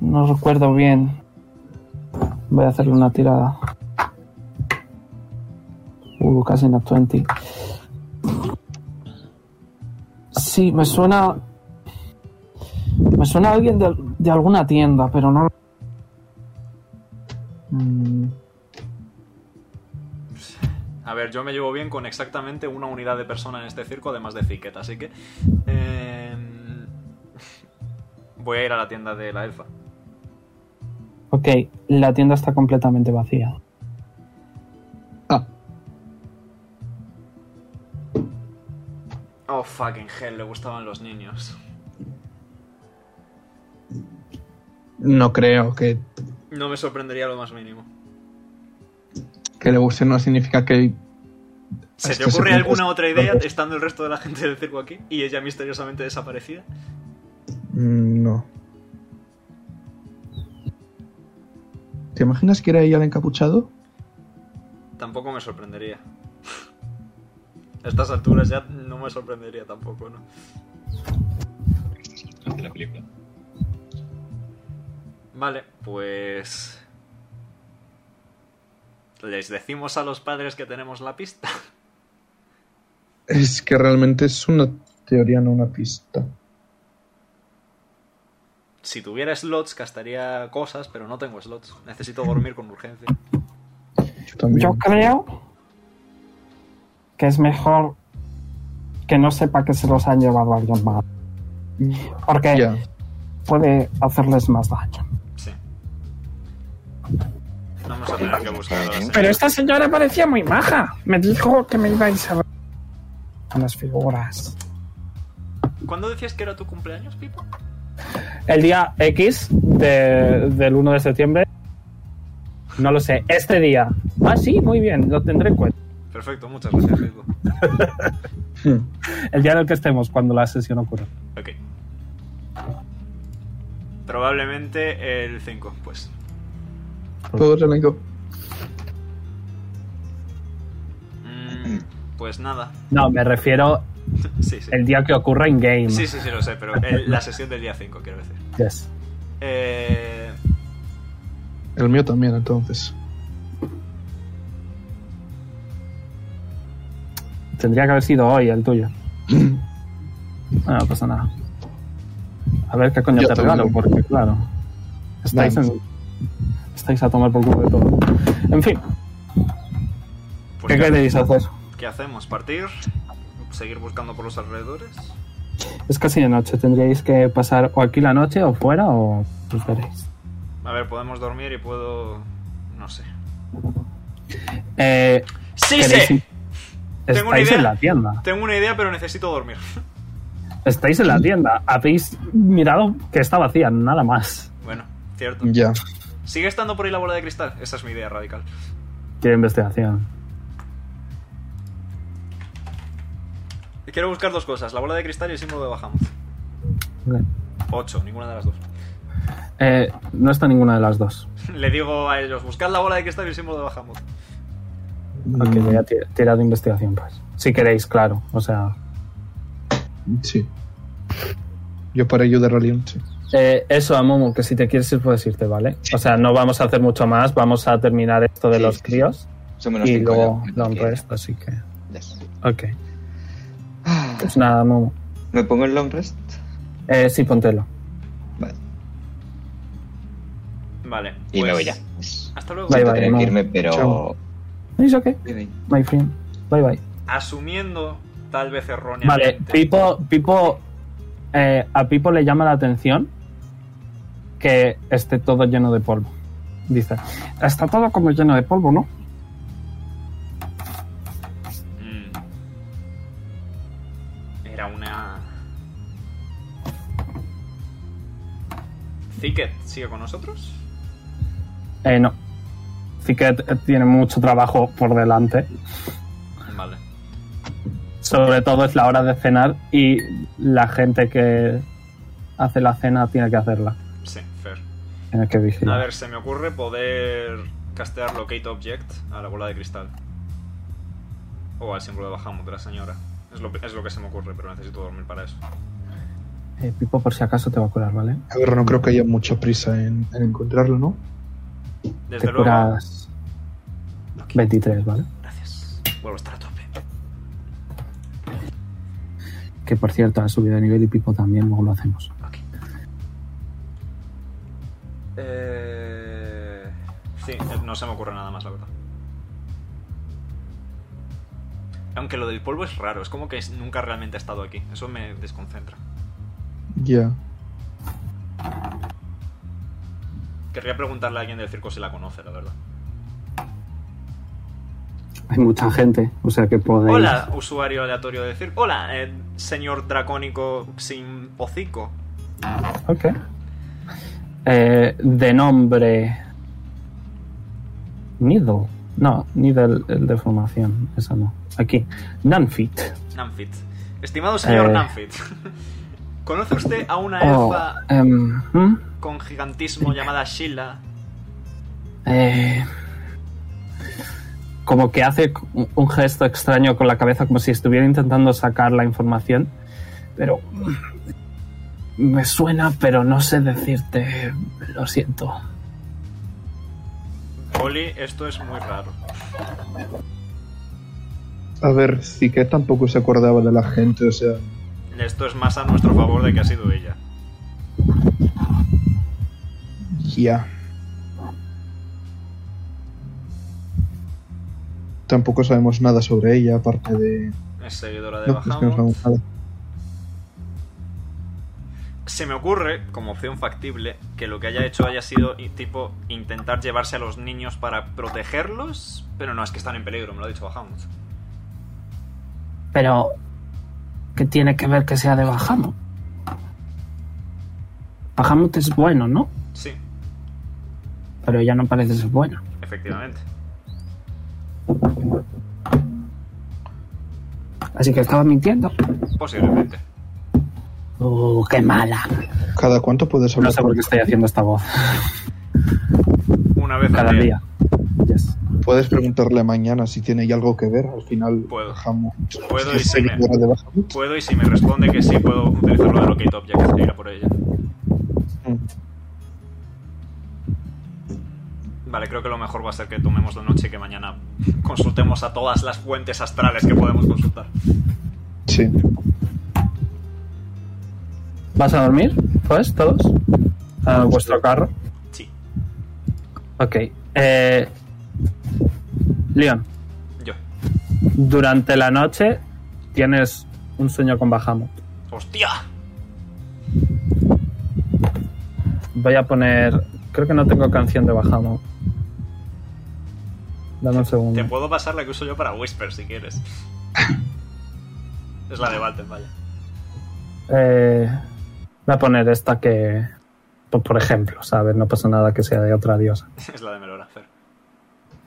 No recuerdo bien. Voy a hacerle una tirada. Uh, casi en 20. Sí, me suena. Me suena a alguien de, de alguna tienda, pero no. Mm, A ver, yo me llevo bien con exactamente una unidad de persona en este circo, además de Zicket, así que. eh, voy a ir a la tienda de la elfa. Ok, la tienda está completamente vacía. Ah, Oh fucking hell, le gustaban los niños. no creo que, No me sorprendería lo más mínimo. que le guste, no significa que. ¿Se Es te que ocurre se- alguna otra idea entonces- estando el resto de la gente del circo aquí y ella misteriosamente desaparecida? Mm, No. ¿Te imaginas que era ella el encapuchado? Tampoco me sorprendería. A estas alturas ya no me sorprendería tampoco, ¿no? Hace la película. Vale, pues... Les decimos a los padres que tenemos la pista. Es que realmente es una teoría, no una pista. Si tuviera slots, gastaría cosas, pero no tengo slots. Necesito dormir con urgencia. Yo también. Yo creo que es mejor que no sepa que se los han llevado a alguien más. Mm. Porque Ya. puede hacerles más daño. Sí. Vamos a tener que buscar Pues a la ¿Eh? señora. Pero esta señora parecía muy maja. Me dijo que me ibais a ver con las figuras. ¿Cuándo decías que era tu cumpleaños, Pipo? El día X de- del 1 de septiembre. No lo sé. Este día. Ah, sí, muy bien. Lo tendré en cuenta. Perfecto, muchas gracias, Pipo. Hmm. El día en el que estemos, cuando la sesión ocurra. Ok. Probablemente el 5, pues. Todo es elenco. Mm, pues nada. No, me refiero Sí, sí. el día que ocurra en game. Sí, sí, sí, lo sé, pero el- la sesión del día 5, quiero decir. Yes. Eh, El mío también, entonces. Tendría que haber sido hoy el [clears throat] tuyo. Ah, no pasa nada. A ver qué coño Yo te también. regalo, porque claro. Estáis, Vale. en- estáis a tomar por culo de todo. En fin, pues ¿qué ya- queréis hacer? ¿Qué hacemos? ¿Partir? ¿Seguir buscando por los alrededores? Es casi de noche, tendríais que pasar o aquí la noche o fuera o pues veréis. A ver, podemos dormir y puedo... No sé. Eh, ¡Sí, queréis sí! ir- Tengo una Estáis idea. en la tienda. Tengo una idea, pero necesito dormir. [laughs] Estáis en la tienda. Habéis mirado que está vacía, nada más. Bueno, cierto. Ya. ¿Sigue estando por ahí la bola de cristal? Esa es mi idea radical. Quiero investigación. Quiero buscar dos cosas, la bola de cristal y el símbolo de Bahamut. Ok. 8, ninguna de las dos. Eh, no está ninguna de las dos. [laughs] Le digo a ellos, buscad la bola de cristal y el símbolo de Bahamut. Ok, voy a tir- tirar de investigación, pues. Si queréis, claro. O sea, Sí. Yo para ayudar a Leon, sí. Eh, eso, Amumu, que si te quieres ir puedes irte, ¿vale? O sea, no vamos a hacer mucho más, vamos a terminar esto de Sí, los sí. críos Son menos y cinco luego ya. long rest, así que... Yes. Ok. Ah. Pues nada, Amumu. ¿Me pongo el long rest? Eh, sí, pontelo. Vale. Vale. Y pues, me voy ya. Hasta luego. Bye, Siento bye, tener no. que irme, pero... Chao. It's okay, Bye, bye. my friend. Bye, bye. Asumiendo, tal vez Vale, erróneamente. Pipo... Pipo eh, a Pipo le llama la atención que esté todo lleno de polvo. Dice, está todo como lleno de polvo, ¿no? Mm. Era una. Thicket, ¿sigue con nosotros? Eh, no. Así que eh, tiene mucho trabajo por delante. Vale. Sobre todo es la hora de cenar y la gente que hace la cena tiene que hacerla. Sí, fair. Tiene que A vigilar. ver, se me ocurre poder castear Locate Object a la bola de cristal. O al símbolo de Bahamut de la señora. Es lo, es lo que se me ocurre, pero necesito dormir para eso. Eh, Pipo, por si acaso te va a curar, ¿vale? A ver, no creo que haya mucha prisa en, en encontrarlo, ¿no? Desde te luego. curas 23, ¿vale? Gracias. Vuelvo a estar a tope. Ok. que por cierto ha subido de nivel y Pipo también, luego lo hacemos. Eh, Sí, no se me ocurre nada más, la verdad. Aunque lo del polvo es raro, es como que es- nunca realmente he estado aquí. Eso me desconcentra. Ya. Querría preguntarle a alguien del circo si la conoce, la verdad. Hay mucha gente, o sea que podéis... Hola, usuario aleatorio de circo. Hola, eh, señor dracónico sin hocico. Ok. Eh, de nombre. Needle. No, Needle el de formación. Esa no. Aquí. Nanfit. Nanfit. Estimado señor Eh. Nanfit, [laughs] ¿conoce usted a una Oh, elfa em, ¿hmm? con gigantismo llamada Sheila? Eh, como que hace un- un gesto extraño con la cabeza, como si estuviera intentando sacar la información. Pero. mm, Me suena, pero no sé decirte. Lo siento. Oli, esto es muy raro. A ver, sí que tampoco se acordaba de la gente, o sea. Esto es más a nuestro favor de que ha sido ella. Ya. Tampoco sabemos nada sobre ella, aparte de. Es seguidora de No, es que no Bajamo. sabemos nada. Se me ocurre, como opción factible, que lo que haya hecho haya sido i- tipo intentar llevarse a los niños para protegerlos, pero no es que están en peligro, me lo ha dicho Bahamut. Pero. ¿Qué tiene que ver que sea de Bahamut? Bahamut es bueno, ¿no? Sí, Pero ella no parece ser buena. efectivamente. Así que estaba mintiendo. Posiblemente. Uh, qué mala. ¿Cada cuánto puedes No hablar sé por qué estoy haciendo esta voz. Una vez Cada al día. Yes. con- Puedes preguntarle mañana si tiene ya algo que ver. Al final, Puedo. Bahamut. Puedo ¿Es y sí me- seguidora de Bahamut? Puedo y si me responde que sí, puedo utilizarlo de Locate Object e ir a por ella. Vale, creo que lo mejor va a ser que tomemos la noche y que mañana consultemos a todas las fuentes astrales que podemos consultar. Sí. ¿Vas a dormir? Pues, todos. ¿A vuestro carro? Sí, Ok. Eh, Leon, yo. durante la noche tienes un sueño con Bahamut. ¡Hostia! Voy a poner. Creo que no tengo canción de Bahamut. Dame un Te segundo. puedo pasar la que uso yo para Whisper si quieres. Es la de Valten, vaya. [laughs] Eh, voy a poner esta que. Por, por ejemplo, ¿sabes? No pasa nada que sea de otra diosa. Es la de Melora, Fer.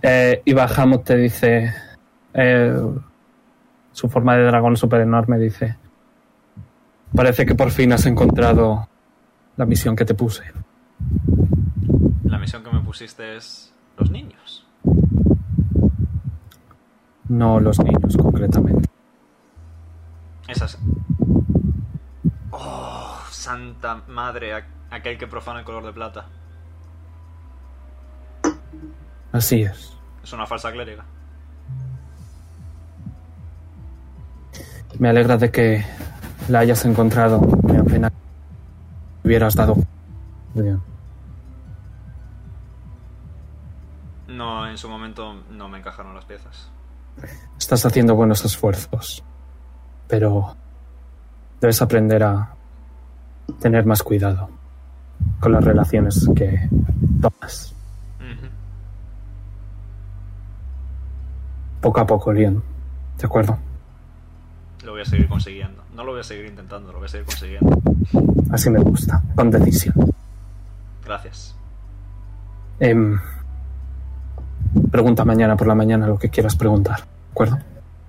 Eh, y Bahamut te dice. eh, su forma de dragón súper enorme dice. Parece que por fin has encontrado la misión que te puse. La misión que me pusiste es los niños. No los niños, concretamente. Esa es. Oh, santa madre, a- aquel que profana el color de plata. Así es. Es una falsa clériga. Me alegra de que la hayas encontrado. Me apena que te hubieras dado. Bien. No, en su momento no me encajaron las piezas. Estás haciendo buenos esfuerzos. Pero debes aprender a tener más cuidado con las relaciones que tomas. Ujú. Poco a poco, Leon. ¿De acuerdo? Lo voy a seguir consiguiendo. No lo voy a seguir intentando, lo voy a seguir consiguiendo. Así me gusta. Con decisión. Gracias. Em, pregunta mañana por la mañana lo que quieras preguntar. ¿De acuerdo?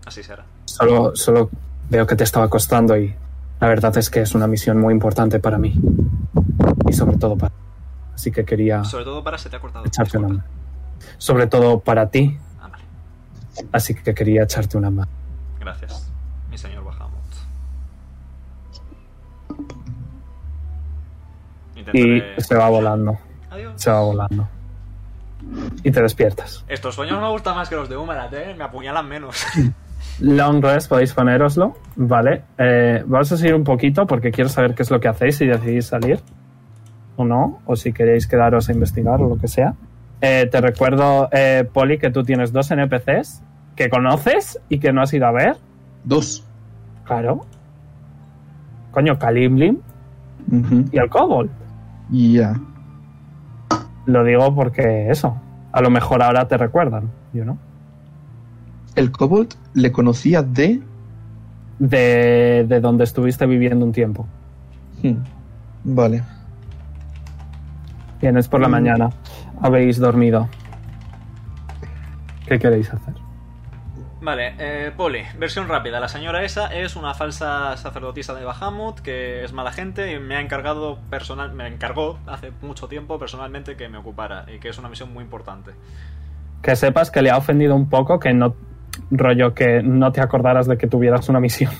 Así será. Solo, solo veo que te estaba costando y la verdad es que es una misión muy importante para mí. Y sobre todo para... Así que quería Sobre todo para se te ha cortado. echarte una Disculpa. mano. Sobre todo para ti, Ah, vale. así que quería echarte una mano. Gracias, mi señor Bahamut. Y Intentaré- se va volando, Adiós. se va volando. Y te despiertas. Estos sueños me gustan más que los de Humarat, ¿eh? Me apuñalan menos. [laughs] Long rest, podéis poneroslo, ¿vale? Eh, vamos a seguir un poquito porque quiero saber qué es lo que hacéis si decidís salir o no, o si queréis quedaros a investigar o lo que sea. Eh, te recuerdo, eh, Poli, que tú tienes dos NPCs que conoces y que no has ido a ver. Dos. Claro. Coño, Kalimlim Ujú. y el Cobalt. Y Ya. Lo digo porque eso. A lo mejor ahora te recuerdan, you know. El Cobalt le conocía de. De, de donde estuviste viviendo un tiempo. Hmm. Vale. Vienes Mm. por la mañana. Habéis dormido. ¿Qué queréis hacer? Vale, eh, Poli, versión rápida. La señora esa es una falsa sacerdotisa de Bahamut que es mala gente y me ha encargado personal, me encargó hace mucho tiempo personalmente que me ocupara y que es una misión muy importante. Que sepas que le ha ofendido un poco, que no. Rollo, que no te acordaras de que tuvieras una misión.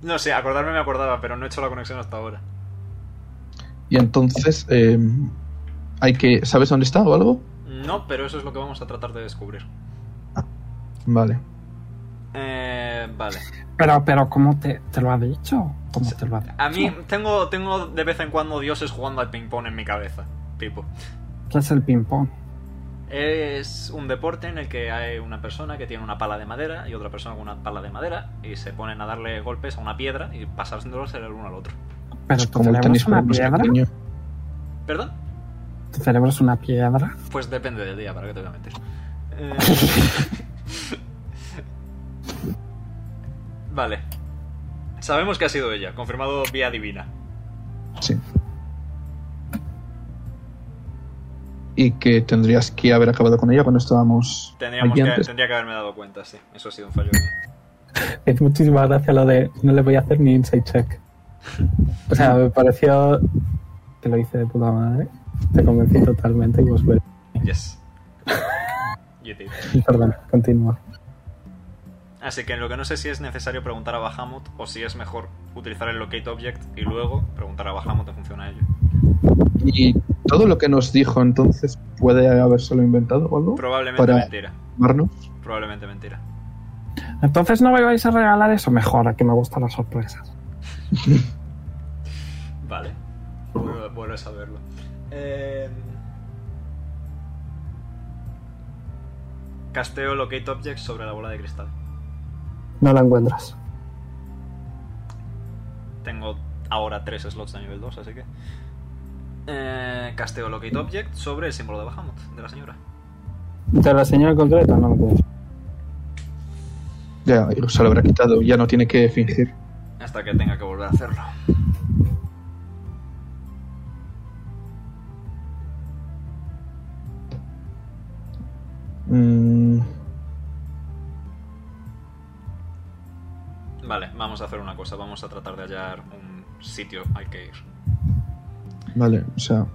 No sé, acordarme me acordaba, pero no he hecho la conexión hasta ahora. Y entonces. eh, hay que. ¿Sabes dónde está o algo? No, pero eso es lo que vamos a tratar de descubrir. Vale. Eh, vale. Pero, pero, ¿cómo te, te lo ha dicho? ¿Cómo te lo ha dicho? A mí tengo, tengo de vez en cuando dioses jugando al ping-pong en mi cabeza. Tipo. ¿Qué es el ping-pong? Es un deporte en el que hay una persona que tiene una pala de madera y otra persona con una pala de madera y se ponen a darle golpes a una piedra y pasárselos el uno al otro. ¿Pero Es tu cerebro es pero una más piedra? pequeño. ¿Perdón? ¿Tu cerebro es una piedra? Pues depende del día, ¿para qué te voy a [laughs] mentir? Eh, [laughs] vale. Sabemos que ha sido ella, confirmado vía divina. Sí. Y que tendrías que haber acabado con ella cuando estábamos. Tendríamos allí que, antes. tendría que haberme dado cuenta, sí. Eso ha sido un fallo mío. Es muchísima gracia lo de no le voy a hacer ni insight check. O sea, me pareció que lo hice de puta madre. Te convencí totalmente y vos veréis. Yes. [laughs] You did. Perdón, continúa. Así que en lo que no sé si es necesario preguntar a Bahamut o si es mejor utilizar el locate object y luego preguntar a Bahamut en función a ello. Y todo lo que nos dijo entonces puede habérselo inventado o algo. Probablemente Para- mentira. Marno. Probablemente mentira. Entonces no me vais a regalar eso mejor, a que me gustan las sorpresas. Vale. Vuelvo, vuelvo a saberlo. Eh... Casteo locate object sobre la bola de cristal. No la encuentras. Tengo ahora tres slots de nivel 2, así que... Eh, casteo locate object sobre el símbolo de Bahamut, de la señora. ¿Te la señora en concreto? No lo tienes. Ya, y se lo habrá quitado. Ya no tiene que fingir. Hasta que tenga que volver a hacerlo. Mm, Vale, vamos a hacer una cosa. Vamos a tratar de hallar un sitio al que ir. vale, o sea.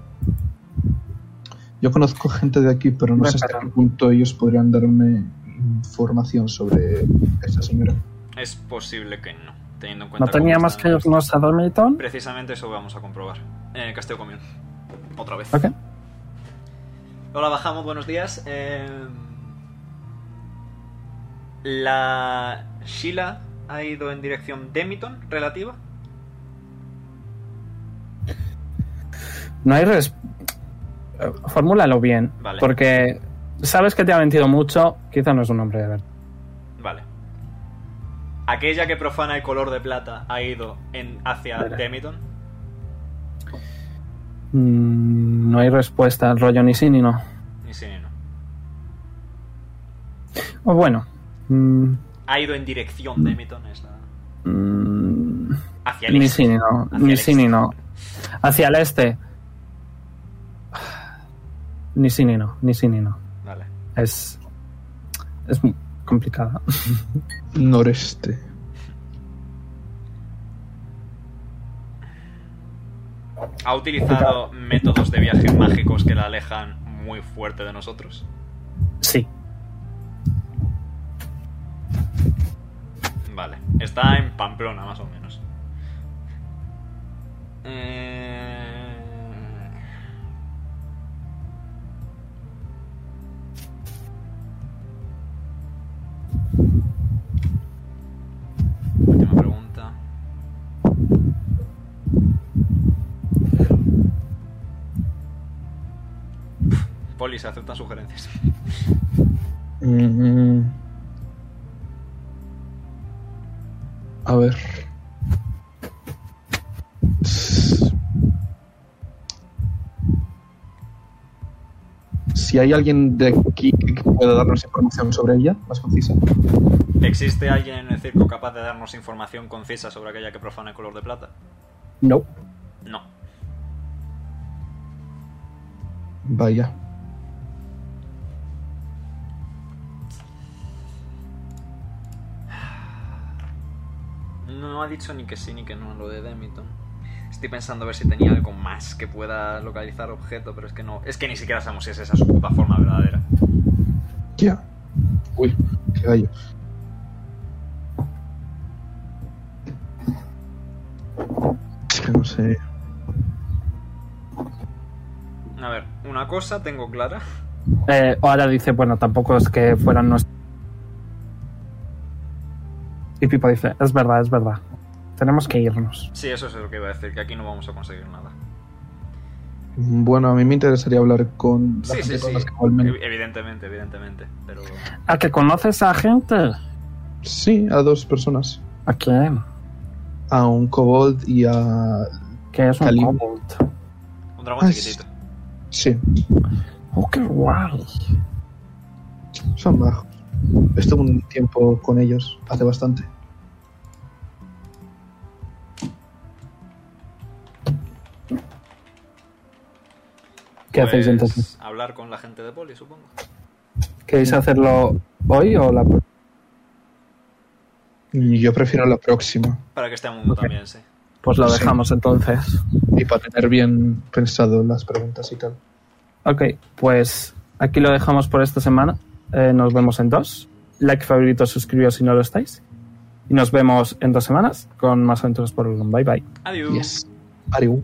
Yo conozco gente de aquí, pero no sé hasta qué punto ellos podrían darme información sobre esa señora. Es posible que no, teniendo en cuenta... No cómo teníamos que están las- irnos a Dormiton. Precisamente eso vamos a comprobar. Eh, Casteo Comión. Otra vez. Ok. Hola, bajamos. Buenos días. Eh, La Sheila ha ido en dirección Demiton, relativa. No hay res... eh, Formúlalo bien, Vale. porque sabes que te ha mentido mucho, quizá no es un hombre de verdad. Vale. Aquella que profana el color de plata ha ido en hacia Demiton. Mm, no hay respuesta, rollo ni sí ni no. Y sí, no. O bueno, mm, Ha ido en dirección Demiton. Es la... mm, Hacia el ni este. sí ni no, Hacia ni el sí este. ni no. Hacia el este. Ni sí ni no, ni sí ni no. Vale. Es. Es muy complicada. Noreste. Ha utilizado métodos de viaje mágicos que la alejan muy fuerte de nosotros. Sí. Vale, está en Pamplona más o menos. Eh, Última pregunta. Poli, se aceptan sugerencias. Mm. A ver. Si hay alguien de aquí que pueda darnos información sobre ella, más concisa. ¿Existe alguien en el circo capaz de darnos información concisa sobre aquella que profana el color de plata? No. No. Vaya. No ha dicho ni que sí ni que no lo de Demiton. Estoy pensando a ver si tenía algo más que pueda localizar objeto, pero es que no. Es que ni siquiera sabemos si es esa su puta forma verdadera. Ya. Uy, qué gallo. Es que no sé. A ver, una cosa tengo clara. [laughs] Eh, ahora dice, bueno, tampoco es que fueran nuestros. Y Pipo dice, es verdad, es verdad. Tenemos que irnos. Sí, eso es lo que iba a decir, que aquí no vamos a conseguir nada. Bueno, a mí me interesaría hablar con la Sí, gente sí, con sí. las que igualmente- Ev- Evidentemente, evidentemente. Pero ¿A que conoces a gente? Sí, a dos personas. ¿A quién? A un kobold y a... Que es un Calim. kobold. un dragón Ah, chiquitito. Sí, Oh, qué guay. son bajos. Estuve un tiempo con ellos, hace bastante. ¿Qué hacéis Pues, entonces? Hablar con la gente de Poli, supongo. ¿Queréis hacerlo hoy o la pro- Y Yo prefiero la próxima. Para que esté a mundo también, sí. Pues lo Sí. dejamos entonces. Y para tener bien pensado las preguntas y tal. Ok, pues aquí lo dejamos por esta semana. Eh, nos vemos en dos. Like, favorito, suscribíos si no lo estáis. Y nos vemos en dos semanas con más aventuras por Oregon. Bye bye. Adiós. Yes. Ariu.